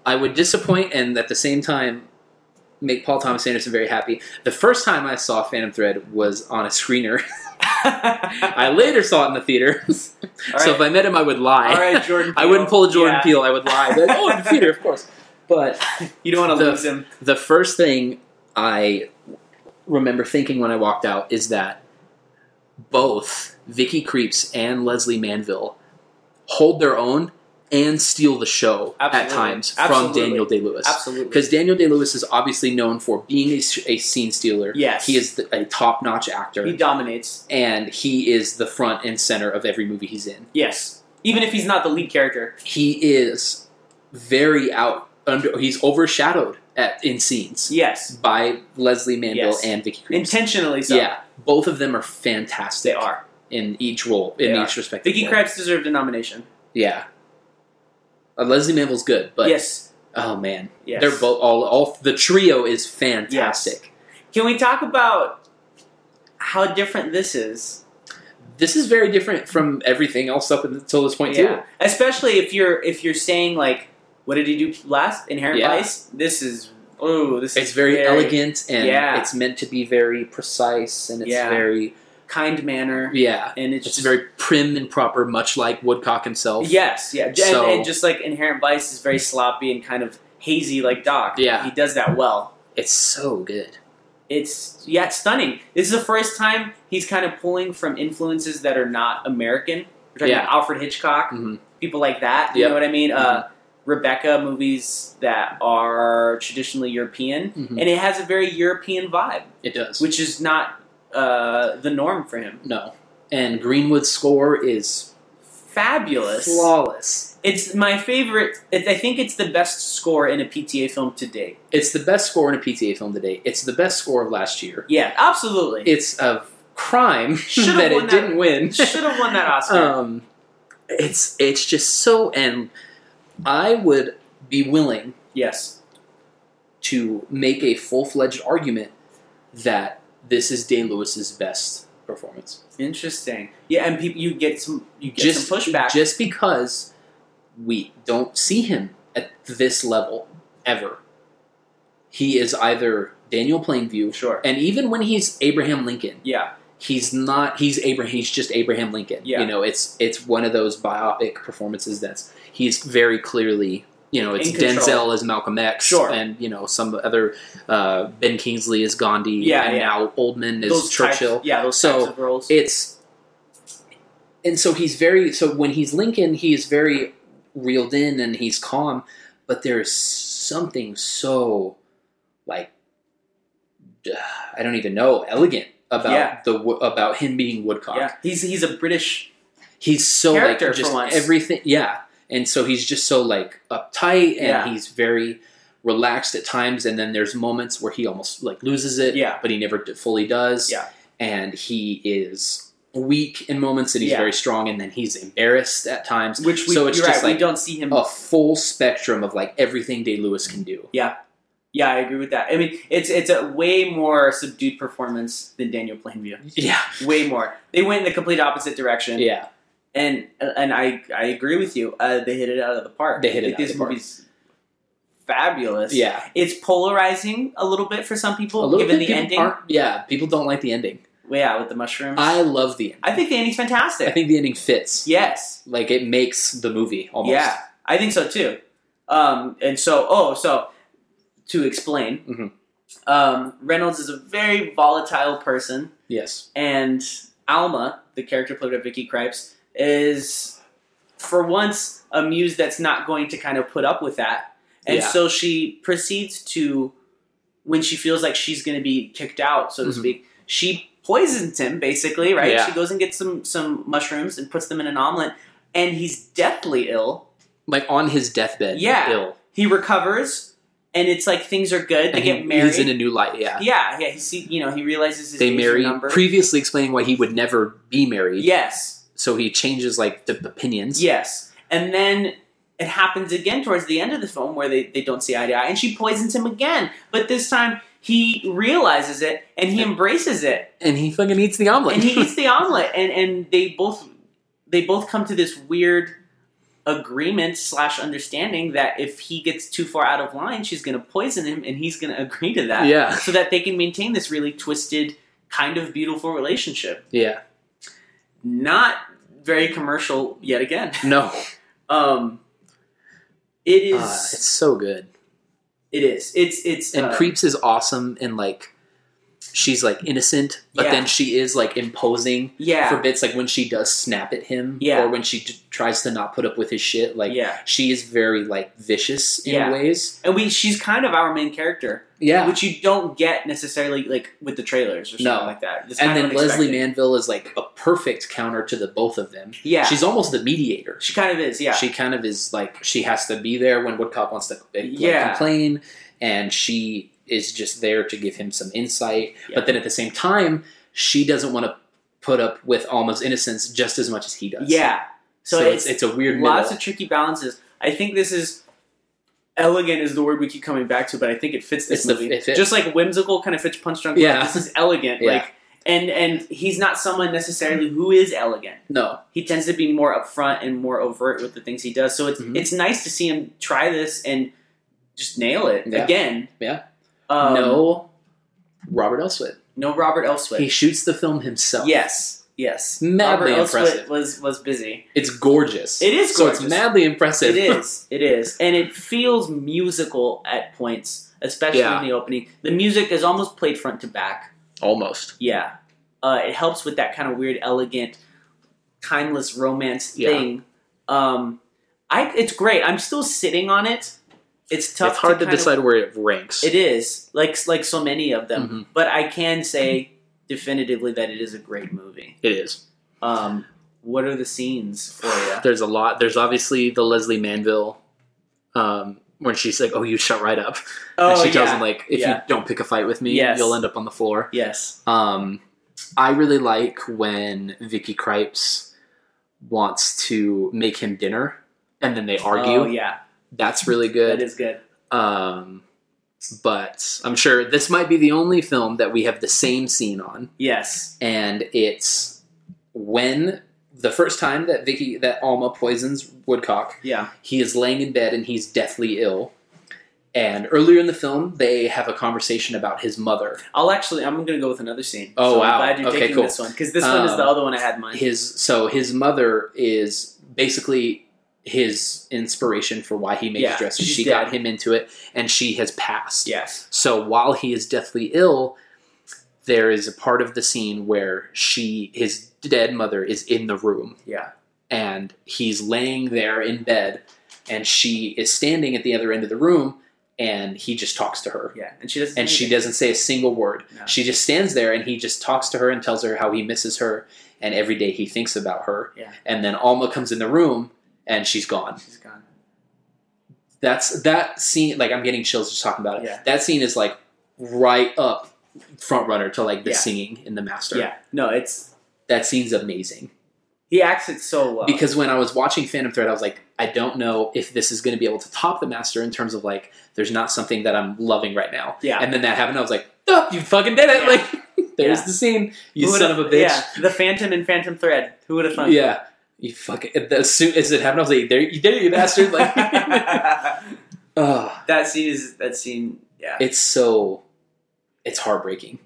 Speaker 3: I would disappoint and at the same time make Paul Thomas Anderson very happy. The first time I saw Phantom Thread was on a screener. I later saw it in the theater. So if I met him, I would lie.
Speaker 4: all right, Jordan.
Speaker 3: I wouldn't pull a Jordan
Speaker 4: Yeah.
Speaker 3: Peele. I would lie. But, oh, in the theater, of course. But
Speaker 4: You don't want to
Speaker 3: The-
Speaker 4: lose him.
Speaker 3: the first thing I remember thinking when I walked out is that both Vicky Creeps and Leslie Manville hold their own and steal the show at
Speaker 4: Absolutely.
Speaker 3: times from
Speaker 4: Absolutely.
Speaker 3: Daniel Day Lewis.
Speaker 4: Absolutely.
Speaker 3: Because Daniel Day Lewis is obviously known for being a, s- a scene stealer.
Speaker 4: Yes.
Speaker 3: He is the, a top notch actor,
Speaker 4: He dominates.
Speaker 3: and he is the front and center of every movie he's in.
Speaker 4: Yes. Even if he's not the lead character.
Speaker 3: He is very out, under, he's overshadowed at, in scenes
Speaker 4: Yes.
Speaker 3: by Leslie Manville
Speaker 4: Yes.
Speaker 3: and Vicky Creeps.
Speaker 4: Intentionally so.
Speaker 3: Yeah, both of them are
Speaker 4: They
Speaker 3: fantastic
Speaker 4: are.
Speaker 3: in each role, in
Speaker 4: They
Speaker 3: each respective
Speaker 4: Vicky
Speaker 3: role.
Speaker 4: Krebs deserved a nomination.
Speaker 3: Yeah. Uh, Leslie Manville's good, but
Speaker 4: yes.
Speaker 3: oh man,
Speaker 4: Yes.
Speaker 3: they're both all all the trio is fantastic.
Speaker 4: Can we talk about how different this is?
Speaker 3: This is very different from everything else up until this point
Speaker 4: yeah.
Speaker 3: too.
Speaker 4: Especially if you're if you're saying like, what did he do last? Inherent
Speaker 3: Yeah.
Speaker 4: Vice. This is. Oh, this
Speaker 3: It's
Speaker 4: is
Speaker 3: very elegant and
Speaker 4: yeah.
Speaker 3: it's meant to be very precise and it's
Speaker 4: Yeah.
Speaker 3: very
Speaker 4: kind manner,
Speaker 3: yeah.
Speaker 4: and it's,
Speaker 3: It's
Speaker 4: just
Speaker 3: very prim and proper, much like Woodcock himself.
Speaker 4: Yes, yeah, and,
Speaker 3: So-
Speaker 4: and just like Inherent Vice is very sloppy and kind of hazy, like Doc.
Speaker 3: Yeah.
Speaker 4: he does that well.
Speaker 3: It's so good.
Speaker 4: It's yeah, it's stunning. This is the first time he's kind of pulling from influences that are not American. We're talking
Speaker 3: Yeah.
Speaker 4: about Alfred Hitchcock,
Speaker 3: Mhm.
Speaker 4: people like that. You
Speaker 3: Yep. Mm-hmm.
Speaker 4: know what I mean? Uh, Rebecca movies that are traditionally European,
Speaker 3: Mhm.
Speaker 4: and it has a very European vibe,
Speaker 3: It does.
Speaker 4: which is not uh, the norm for him.
Speaker 3: no. And Greenwood's score is
Speaker 4: Fabulous.
Speaker 3: flawless.
Speaker 4: It's my favorite. It, I think it's the best score in a PTA film to date.
Speaker 3: It's the best score in a PTA film today. It's the best score of last year.
Speaker 4: Yeah, absolutely.
Speaker 3: It's a crime
Speaker 4: Should've
Speaker 3: that
Speaker 4: won
Speaker 3: it
Speaker 4: that-
Speaker 3: didn't win.
Speaker 4: Should have won that Oscar.
Speaker 3: um, it's it's just so, and I would be willing
Speaker 4: yes.
Speaker 3: to make a full fledged argument that this is Day Lewis's best performance.
Speaker 4: Interesting. Yeah, and people, you get some, you get
Speaker 3: just
Speaker 4: some pushback.
Speaker 3: just because we don't see him at this level ever. he is either Daniel Plainview,
Speaker 4: Sure.
Speaker 3: and even when he's Abraham Lincoln,
Speaker 4: Yeah.
Speaker 3: he's not. He's Abraham. He's just Abraham Lincoln.
Speaker 4: Yeah.
Speaker 3: You know, it's it's one of those biopic performances that's he's very clearly. You know, it's
Speaker 4: In control.
Speaker 3: Denzel as Malcolm X,
Speaker 4: Sure.
Speaker 3: and you know some other uh, Ben Kingsley is Gandhi,
Speaker 4: Yeah,
Speaker 3: and
Speaker 4: yeah.
Speaker 3: now Oldman is
Speaker 4: those types-
Speaker 3: Churchill.
Speaker 4: yeah, those
Speaker 3: So,
Speaker 4: types of roles.
Speaker 3: it's and so he's very so when he's Lincoln, he is very reeled in and he's calm, but there is something so like I don't even know elegant about
Speaker 4: Yeah.
Speaker 3: the wo- about him being Woodcock.
Speaker 4: yeah, he's he's a British.
Speaker 3: He's so
Speaker 4: Character
Speaker 3: like
Speaker 4: for
Speaker 3: just
Speaker 4: once.
Speaker 3: everything, yeah. And so he's just so like uptight and
Speaker 4: Yeah.
Speaker 3: he's very relaxed at times. And then there's moments where he almost like loses it,
Speaker 4: Yeah.
Speaker 3: but he never d- fully does.
Speaker 4: Yeah.
Speaker 3: And he is weak in moments and he's
Speaker 4: Yeah.
Speaker 3: very strong. And then he's embarrassed at times.
Speaker 4: Which we,
Speaker 3: So it's
Speaker 4: you're
Speaker 3: just
Speaker 4: right, we
Speaker 3: like- oh.
Speaker 4: don't see him.
Speaker 3: A full spectrum of like everything Day Lewis can do.
Speaker 4: Yeah, I agree with that. I mean, it's it's a way more subdued performance than Daniel Plainview.
Speaker 3: Yeah,
Speaker 4: Way more. They went in the complete opposite direction.
Speaker 3: yeah,
Speaker 4: and and I I agree with you. Uh, they hit it out of the park.
Speaker 3: They hit it
Speaker 4: Like,
Speaker 3: out of
Speaker 4: this
Speaker 3: the park.
Speaker 4: movie's fabulous.
Speaker 3: yeah.
Speaker 4: it's polarizing a little bit for some people,
Speaker 3: A little
Speaker 4: given
Speaker 3: bit
Speaker 4: the
Speaker 3: people
Speaker 4: ending.
Speaker 3: aren't- yeah, people don't like the ending.
Speaker 4: yeah, with the mushrooms.
Speaker 3: I love the ending.
Speaker 4: I think the ending's fantastic.
Speaker 3: I think the ending fits.
Speaker 4: yes.
Speaker 3: Like it makes the movie almost.
Speaker 4: Yeah, I think so too. Um, and so, oh, so to explain,
Speaker 3: Mhm.
Speaker 4: um, Reynolds is a very volatile person,
Speaker 3: Yes.
Speaker 4: and Alma, the character played by Vicky Krieps, is for once a muse that's not going to kind of put up with that, and
Speaker 3: Yeah.
Speaker 4: so she proceeds to when she feels like she's going to be kicked out, so to
Speaker 3: Mhm.
Speaker 4: speak, she poisons him basically, right?
Speaker 3: Yeah.
Speaker 4: She goes and gets some some mushrooms and puts them in an omelet, and he's deathly ill.
Speaker 3: like on his deathbed,
Speaker 4: Yeah.
Speaker 3: ill,
Speaker 4: he recovers and it's like things are good they
Speaker 3: and
Speaker 4: get
Speaker 3: he-
Speaker 4: married
Speaker 3: He's in a new light. Yeah,
Speaker 4: yeah yeah he see you know he realizes his
Speaker 3: they
Speaker 4: days are
Speaker 3: marry.
Speaker 4: numbered.
Speaker 3: Previously explaining why he would never be married,
Speaker 4: yes
Speaker 3: so he changes like the opinions.
Speaker 4: yes and then it happens again towards the end of the film where they, they don't see eye to eye and she poisons him again but this time he realizes it and he embraces it
Speaker 3: and he fucking eats the omelet.
Speaker 4: and he eats the omelet and and they both they both come to this weird agreement slash understanding that if he gets too far out of line she's going to poison him and he's going to agree to that
Speaker 3: yeah,
Speaker 4: so that they can maintain this really twisted, kind of beautiful relationship.
Speaker 3: yeah,
Speaker 4: Not very commercial yet again.
Speaker 3: no,
Speaker 4: Um, it is.
Speaker 3: Uh, it's so good.
Speaker 4: it is. It's. It's.
Speaker 3: And
Speaker 4: uh,
Speaker 3: Creeps is awesome, and like she's like innocent, but
Speaker 4: Yeah.
Speaker 3: then she is like imposing
Speaker 4: yeah.
Speaker 3: for bits, like when she does snap at him,
Speaker 4: Yeah.
Speaker 3: or when she d- tries to not put up with his shit, like.
Speaker 4: yeah.
Speaker 3: She is very like vicious in
Speaker 4: Yeah.
Speaker 3: ways.
Speaker 4: And we. She's kind of our main character,
Speaker 3: Yeah.
Speaker 4: which you don't get necessarily like with the trailers or something
Speaker 3: No.
Speaker 4: like that. It's
Speaker 3: and
Speaker 4: kind of
Speaker 3: then Leslie
Speaker 4: unexpected.
Speaker 3: Manville is like a perfect counter to the both of them.
Speaker 4: Yeah.
Speaker 3: She's almost the mediator.
Speaker 4: she kind of is. Yeah.
Speaker 3: She kind of is like she has to be there when Woodcock wants to like,
Speaker 4: Yeah.
Speaker 3: complain, and she is just there to give him some insight.
Speaker 4: Yeah.
Speaker 3: But then at the same time, she doesn't want to put up with Alma's innocence just as much as he does.
Speaker 4: yeah.
Speaker 3: So, it's, it's a weird
Speaker 4: lots
Speaker 3: middle.
Speaker 4: of tricky balances. I think this is elegant is the word we keep coming back to, but I think it fits this
Speaker 3: It's the-
Speaker 4: movie.
Speaker 3: it fits.
Speaker 4: Just like whimsical kind of fits punch drunk. Love.
Speaker 3: Yeah.
Speaker 4: this is elegant.
Speaker 3: Yeah.
Speaker 4: Like and and he's not someone necessarily who is elegant.
Speaker 3: no.
Speaker 4: He tends to be more upfront and more overt with the things he does. So it's
Speaker 3: Mhm.
Speaker 4: it's nice to see him try this and just nail it
Speaker 3: Yeah.
Speaker 4: again.
Speaker 3: Yeah.
Speaker 4: Um,
Speaker 3: no Robert Elswit.
Speaker 4: no Robert Elswit.
Speaker 3: He shoots the film himself.
Speaker 4: yes, yes.
Speaker 3: Madly
Speaker 4: Robert Elswit
Speaker 3: impressive.
Speaker 4: was was busy.
Speaker 3: It's gorgeous.
Speaker 4: It is
Speaker 3: So
Speaker 4: gorgeous.
Speaker 3: it's madly impressive.
Speaker 4: It is. It is. And it feels musical at points, especially
Speaker 3: Yeah.
Speaker 4: in the opening. The music is almost played front to back.
Speaker 3: Almost.
Speaker 4: Yeah. Uh, it helps with that kind of weird, elegant, timeless romance
Speaker 3: Yeah.
Speaker 4: thing. Um, I, it's great. I'm still sitting on it. It's tough.
Speaker 3: it's hard to,
Speaker 4: kind of-
Speaker 3: decide where it ranks.
Speaker 4: it is like like so many of them,
Speaker 3: Mhm.
Speaker 4: but I can say definitively that it is a great movie.
Speaker 3: it is.
Speaker 4: Um, what are the scenes for you?
Speaker 3: There's a lot. There's obviously the Leslie Manville, um, when she's like, "Oh, you shut right up," and
Speaker 4: Oh,
Speaker 3: she tells
Speaker 4: yeah.
Speaker 3: him like, "If
Speaker 4: Yeah.
Speaker 3: you don't pick a fight with me,
Speaker 4: Yes.
Speaker 3: you'll end up on the floor."
Speaker 4: yes.
Speaker 3: Um, I really like when Vicky Krieps wants to make him dinner, and then they argue.
Speaker 4: Oh, yeah.
Speaker 3: That's really good.
Speaker 4: That is good.
Speaker 3: um, but I'm sure this might be the only film that we have the same scene on.
Speaker 4: Yes.
Speaker 3: and it's when the first time that Vicky that Alma poisons Woodcock,
Speaker 4: Yeah.
Speaker 3: he is laying in bed and he's deathly ill, And earlier in the film, they have a conversation about his mother.
Speaker 4: I'll actually, I'm going to go with another scene.
Speaker 3: Oh,
Speaker 4: so
Speaker 3: wow.
Speaker 4: I'm glad you're
Speaker 3: Okay,
Speaker 4: taking
Speaker 3: cool.
Speaker 4: this one because this one is the
Speaker 3: Um,
Speaker 4: other one I had in mind.
Speaker 3: His so his mother is basically his inspiration for why he makes
Speaker 4: Yeah,
Speaker 3: dresses.
Speaker 4: she's
Speaker 3: She
Speaker 4: dead.
Speaker 3: got him into it, and she has passed.
Speaker 4: yes.
Speaker 3: So while he is deathly ill, there is a part of the scene where she, his dead mother, is in the room.
Speaker 4: Yeah.
Speaker 3: And he's laying there in bed, and she is standing at the other end of the room, and he just talks to her.
Speaker 4: Yeah. And she doesn't.
Speaker 3: And she doesn't say a single word.
Speaker 4: No.
Speaker 3: She just stands there, and he just talks to her and tells her how he misses her, and every day he thinks about her.
Speaker 4: Yeah.
Speaker 3: And then Alma comes in the room, and she's gone.
Speaker 4: She's gone.
Speaker 3: That's that scene. Like I'm getting chills just talking about it.
Speaker 4: Yeah.
Speaker 3: That scene is like right up front runner to like the
Speaker 4: Yeah.
Speaker 3: singing in the master.
Speaker 4: Yeah. No, it's
Speaker 3: That scene's amazing
Speaker 4: he acts it so well
Speaker 3: because when I was watching Phantom Thread, I was like, I don't know if this is going to be able to top the master in terms of like, there's not something that I'm loving right now.
Speaker 4: Yeah.
Speaker 3: And then that happened. I was like, oh, you fucking did it!
Speaker 4: Yeah.
Speaker 3: Like, there's
Speaker 4: Yeah.
Speaker 3: the scene. You
Speaker 4: Who would've-
Speaker 3: son of a bitch.
Speaker 4: Yeah. The Phantom and Phantom Thread. Who would have thunk?
Speaker 3: Yeah. You fucking as soon as it happened, I was like, "There you did it, you bastard!" Like,
Speaker 4: that
Speaker 3: oh,
Speaker 4: scene is that scene. Yeah,
Speaker 3: it's so, it's heartbreaking.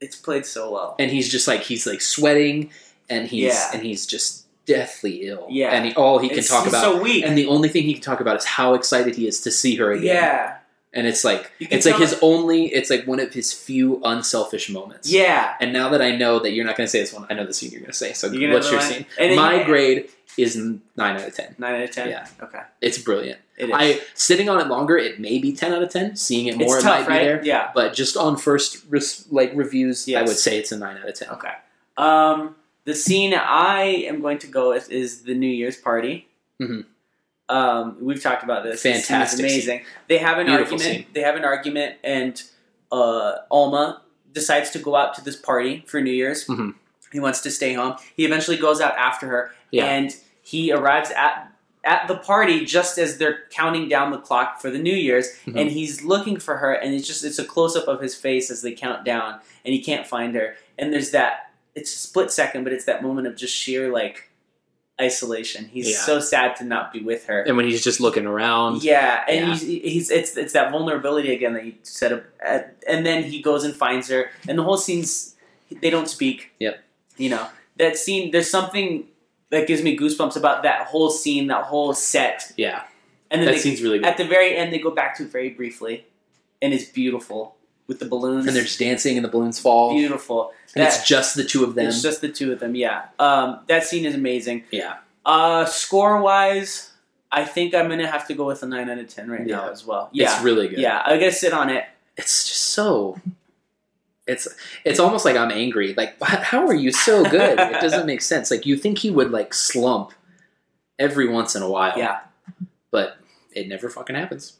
Speaker 4: it's played so well.
Speaker 3: And he's just like he's like sweating, and he's
Speaker 4: Yeah.
Speaker 3: and he's just deathly ill.
Speaker 4: Yeah.
Speaker 3: and he, all he can
Speaker 4: It's-
Speaker 3: talk
Speaker 4: he's
Speaker 3: about,
Speaker 4: so weak.
Speaker 3: and the only thing he can talk about is how excited he is to see her again.
Speaker 4: yeah,
Speaker 3: and it's like
Speaker 4: You can
Speaker 3: it's like
Speaker 4: tell-
Speaker 3: his only, it's like one of his few unselfish moments.
Speaker 4: yeah.
Speaker 3: And now that I know that you're not going to say this one, I know the scene you're going to say. So
Speaker 4: You gonna
Speaker 3: what's
Speaker 4: have
Speaker 3: your
Speaker 4: the line?
Speaker 3: scene?
Speaker 4: And then
Speaker 3: My
Speaker 4: you-
Speaker 3: grade is nine out of ten.
Speaker 4: Nine out of ten.
Speaker 3: Yeah.
Speaker 4: Okay.
Speaker 3: It's brilliant.
Speaker 4: It is.
Speaker 3: I sitting on it longer, it may be ten out of ten. Seeing it more,
Speaker 4: it's
Speaker 3: it
Speaker 4: tough,
Speaker 3: might
Speaker 4: right?
Speaker 3: be there.
Speaker 4: Yeah.
Speaker 3: But just on first res- like reviews, I
Speaker 4: Yes.
Speaker 3: would say it's a nine out of ten.
Speaker 4: Okay. Um, the scene I am going to go with is the New Year's party.
Speaker 3: Mhm.
Speaker 4: Um, we've talked about this. This scene is
Speaker 3: Fantastic scene.
Speaker 4: amazing. They have an
Speaker 3: Beautiful
Speaker 4: argument.
Speaker 3: scene.
Speaker 4: They have an argument, and uh, Alma decides to go out to this party for New Year's.
Speaker 3: Mhm.
Speaker 4: He wants to stay home. He eventually goes out after her,
Speaker 3: Yeah.
Speaker 4: and he arrives at at the party just as they're counting down the clock for the New Year's,
Speaker 3: Mhm.
Speaker 4: and he's looking for her, and it's just it's a close up of his face as they count down, and he can't find her, and there's that it's a split second, but it's that moment of just sheer like isolation. He's
Speaker 3: Yeah.
Speaker 4: so sad to not be with her.
Speaker 3: And when he's just looking around,
Speaker 4: Yeah, and
Speaker 3: Yeah.
Speaker 4: He's, he's it's it's that vulnerability again that you said, uh, and then he goes and finds her, and the whole scene's they don't speak.
Speaker 3: Yep.
Speaker 4: You know that scene. There's something that gives me goosebumps about that whole scene, that whole set,
Speaker 3: yeah,
Speaker 4: and then
Speaker 3: that
Speaker 4: they,
Speaker 3: scene's really good.
Speaker 4: at the very end they go back to it very briefly, and it's beautiful with the balloons.
Speaker 3: and they're just dancing, and the balloons fall,
Speaker 4: beautiful.
Speaker 3: and
Speaker 4: That-
Speaker 3: it's just the two of them.
Speaker 4: it's just the two of them. Yeah. Um, that scene is amazing.
Speaker 3: Yeah.
Speaker 4: Uh, score wise, I think I'm gonna have to go with a nine out of ten right now
Speaker 3: Yeah.
Speaker 4: as well. Yeah.
Speaker 3: It's really good.
Speaker 4: Yeah, I gotta sit on it.
Speaker 3: It's just so. It's it's almost like I'm angry. Like, wh- how are you so good? It doesn't make sense. Like, you think he would like slump every once in a while.
Speaker 4: Yeah.
Speaker 3: but it never fucking happens.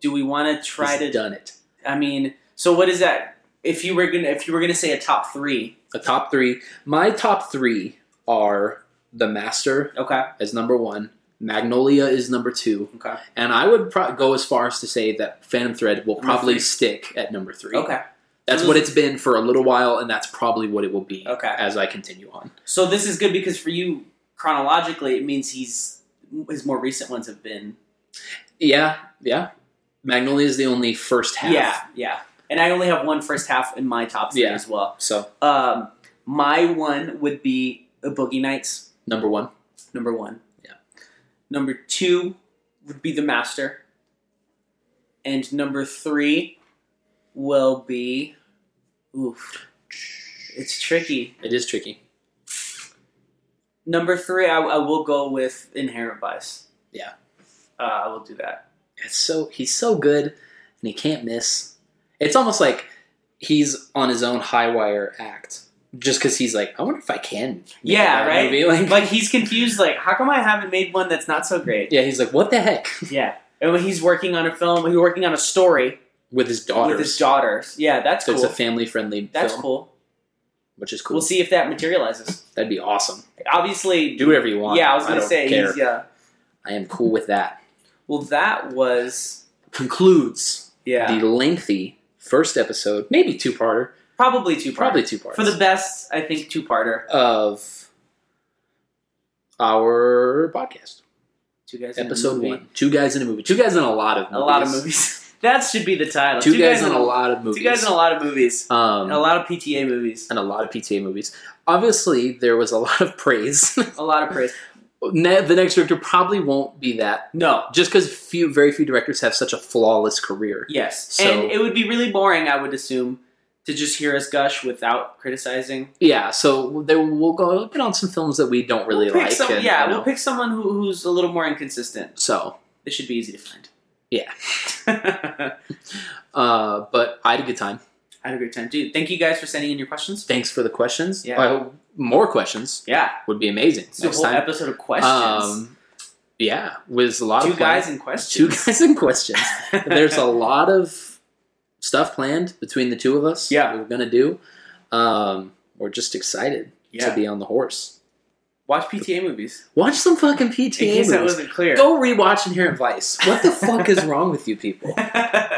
Speaker 4: Do we want to try
Speaker 3: He's
Speaker 4: to?
Speaker 3: done it.
Speaker 4: I mean, so what is that? If you were gonna, if you were gonna say a top three,
Speaker 3: a top three. My top three are The Master
Speaker 4: okay,
Speaker 3: as number one, Magnolia is number two,
Speaker 4: okay,
Speaker 3: and I would pro- go as far as to say that Phantom Thread will
Speaker 4: Number
Speaker 3: probably
Speaker 4: three.
Speaker 3: stick at number three.
Speaker 4: okay.
Speaker 3: That's
Speaker 4: So
Speaker 3: what
Speaker 4: this-
Speaker 3: it's been for a little while, and that's probably what it will be
Speaker 4: Okay.
Speaker 3: as I continue on.
Speaker 4: So this is good because for you chronologically, it means he's his more recent ones have been.
Speaker 3: Yeah, yeah. Magnolia is the only first half.
Speaker 4: Yeah, yeah. And I only have one first half in my top three
Speaker 3: Yeah.
Speaker 4: as well.
Speaker 3: So
Speaker 4: Um, my one would be a Boogie Nights,
Speaker 3: number one.
Speaker 4: number one.
Speaker 3: Yeah.
Speaker 4: Number two would be The Master. And number three will be. Oof. It's tricky.
Speaker 3: It is tricky.
Speaker 4: Number three, I, I will go with Inherent Vice.
Speaker 3: Yeah.
Speaker 4: Uh, I will do that.
Speaker 3: It's so he's so good, and he can't miss. It's almost like he's on his own high wire act, just because he's like, I wonder if I can. make
Speaker 4: Yeah,
Speaker 3: that
Speaker 4: right?
Speaker 3: movie." Like,
Speaker 4: Like, he's confused, like, how come I haven't made one that's not so great?
Speaker 3: yeah, he's like, what the heck
Speaker 4: Yeah. And when he's working on a film, he's working on a story
Speaker 3: with his daughters.
Speaker 4: with his daughters. Yeah, that's
Speaker 3: so
Speaker 4: cool.
Speaker 3: it's a family friendly
Speaker 4: That's
Speaker 3: film,
Speaker 4: cool.
Speaker 3: which is
Speaker 4: We'll
Speaker 3: cool.
Speaker 4: see if that materializes.
Speaker 3: That'd be awesome.
Speaker 4: Obviously,
Speaker 3: Do whatever you want.
Speaker 4: yeah, I was gonna
Speaker 3: don't
Speaker 4: say,
Speaker 3: care.
Speaker 4: he's, yeah.
Speaker 3: I am cool with that.
Speaker 4: Well, that was
Speaker 3: Concludes
Speaker 4: yeah,
Speaker 3: the lengthy first episode, maybe two parter,
Speaker 4: probably two,
Speaker 3: probably two parts
Speaker 4: for the best. I think two parter.
Speaker 3: of our podcast.
Speaker 4: Two guys. in a
Speaker 3: Episode
Speaker 4: movie.
Speaker 3: one. Two guys in a movie. Two guys in a lot of
Speaker 4: A
Speaker 3: movies.
Speaker 4: lot of movies. that should be the title.
Speaker 3: Two, guys, in
Speaker 4: in
Speaker 3: a lot of movies.
Speaker 4: Two guys in a lot of movies.
Speaker 3: um,
Speaker 4: And a lot of PTA movies.
Speaker 3: and a lot of PTA movies. Obviously, there was a lot of praise.
Speaker 4: A lot of praise.
Speaker 3: Ne- the next director probably won't be that,
Speaker 4: No.
Speaker 3: just because few, very few directors have such a flawless career.
Speaker 4: Yes.
Speaker 3: So-
Speaker 4: and it would be really boring, I would assume, to just hear us gush without criticizing.
Speaker 3: Yeah, so there, we'll go look on some films that we don't really
Speaker 4: We'll pick
Speaker 3: like.
Speaker 4: some-
Speaker 3: and,
Speaker 4: yeah,
Speaker 3: you know,
Speaker 4: we'll pick someone who, who's a little more inconsistent.
Speaker 3: so.
Speaker 4: This should be easy to find.
Speaker 3: Yeah.
Speaker 4: I
Speaker 3: Uh, but I had a good time.
Speaker 4: had a great time, dude. Thank you guys for sending in your questions.
Speaker 3: Thanks for the questions.
Speaker 4: Yeah.
Speaker 3: I hope more questions
Speaker 4: Yeah,
Speaker 3: would be amazing
Speaker 4: it's a
Speaker 3: next
Speaker 4: whole
Speaker 3: time.
Speaker 4: episode of questions.
Speaker 3: Um, yeah, was a lot
Speaker 4: Two
Speaker 3: of plan-
Speaker 4: guys in
Speaker 3: two
Speaker 4: questions.
Speaker 3: guys in questions. There's a lot of stuff planned between the two of us.
Speaker 4: Yeah.
Speaker 3: that we're gonna do. Um, we're just excited to
Speaker 4: yeah.
Speaker 3: be on the horse.
Speaker 4: Watch PTA movies.
Speaker 3: Watch some fucking
Speaker 4: In
Speaker 3: PTA
Speaker 4: case that
Speaker 3: movies.
Speaker 4: wasn't clear.
Speaker 3: Go rewatch Inherent Vice. What the fuck is wrong with you people?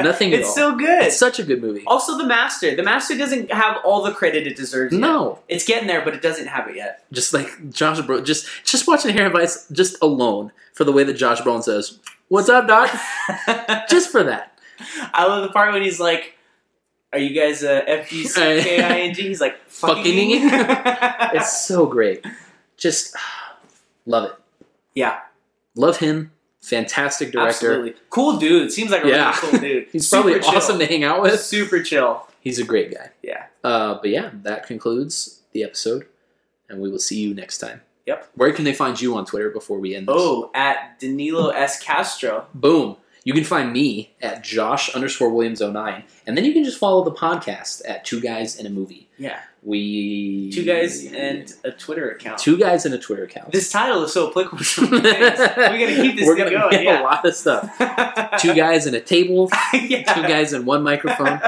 Speaker 3: Nothing at
Speaker 4: It's
Speaker 3: all.
Speaker 4: so good.
Speaker 3: It's such a good movie.
Speaker 4: Also, The Master. The Master doesn't have all the credit it deserves. yet.
Speaker 3: No,
Speaker 4: It's getting there, but it doesn't have it yet.
Speaker 3: just like Josh Brolin, just just watching Inherent Vice just alone for the way that Josh Brolin says, "What's up, Doc?" just for that.
Speaker 4: I love the part when he's like, "Are you guys uh, F U C K I N G?" He's like, "Fucking."
Speaker 3: Fucking. It's so great. Just love it.
Speaker 4: Yeah.
Speaker 3: love him. Fantastic director.
Speaker 4: Absolutely cool dude. Seems like a
Speaker 3: Yeah.
Speaker 4: really cool dude.
Speaker 3: He's
Speaker 4: Super
Speaker 3: probably
Speaker 4: chill.
Speaker 3: awesome to hang out with.
Speaker 4: Super chill.
Speaker 3: He's a great guy.
Speaker 4: Yeah.
Speaker 3: Uh, but yeah, that concludes the episode, and we will see you next time.
Speaker 4: Yep.
Speaker 3: Where can they find you on Twitter before we end this?
Speaker 4: Oh, at Danilo S Castro.
Speaker 3: Boom. You can find me at Josh underscore Williams 09. And then you can just follow the podcast at Two Guys in a Movie.
Speaker 4: Yeah.
Speaker 3: We.
Speaker 4: Two guys and a Twitter account.
Speaker 3: Two Guys in a Twitter account.
Speaker 4: This title is so applicable. to so many things. We gotta keep this
Speaker 3: We're
Speaker 4: thing
Speaker 3: gonna
Speaker 4: going.
Speaker 3: get a
Speaker 4: Yeah.
Speaker 3: lot of stuff. Two guys and a table,
Speaker 4: yeah.
Speaker 3: two guys and one microphone.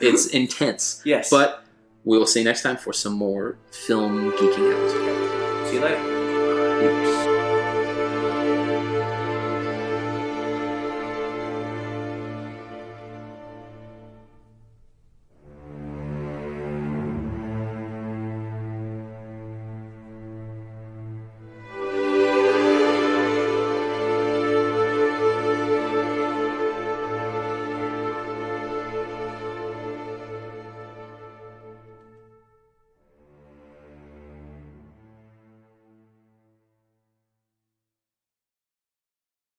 Speaker 3: It's intense.
Speaker 4: Yes.
Speaker 3: But we will see you next time for some more film geeking out.
Speaker 4: see you later.
Speaker 3: Oops.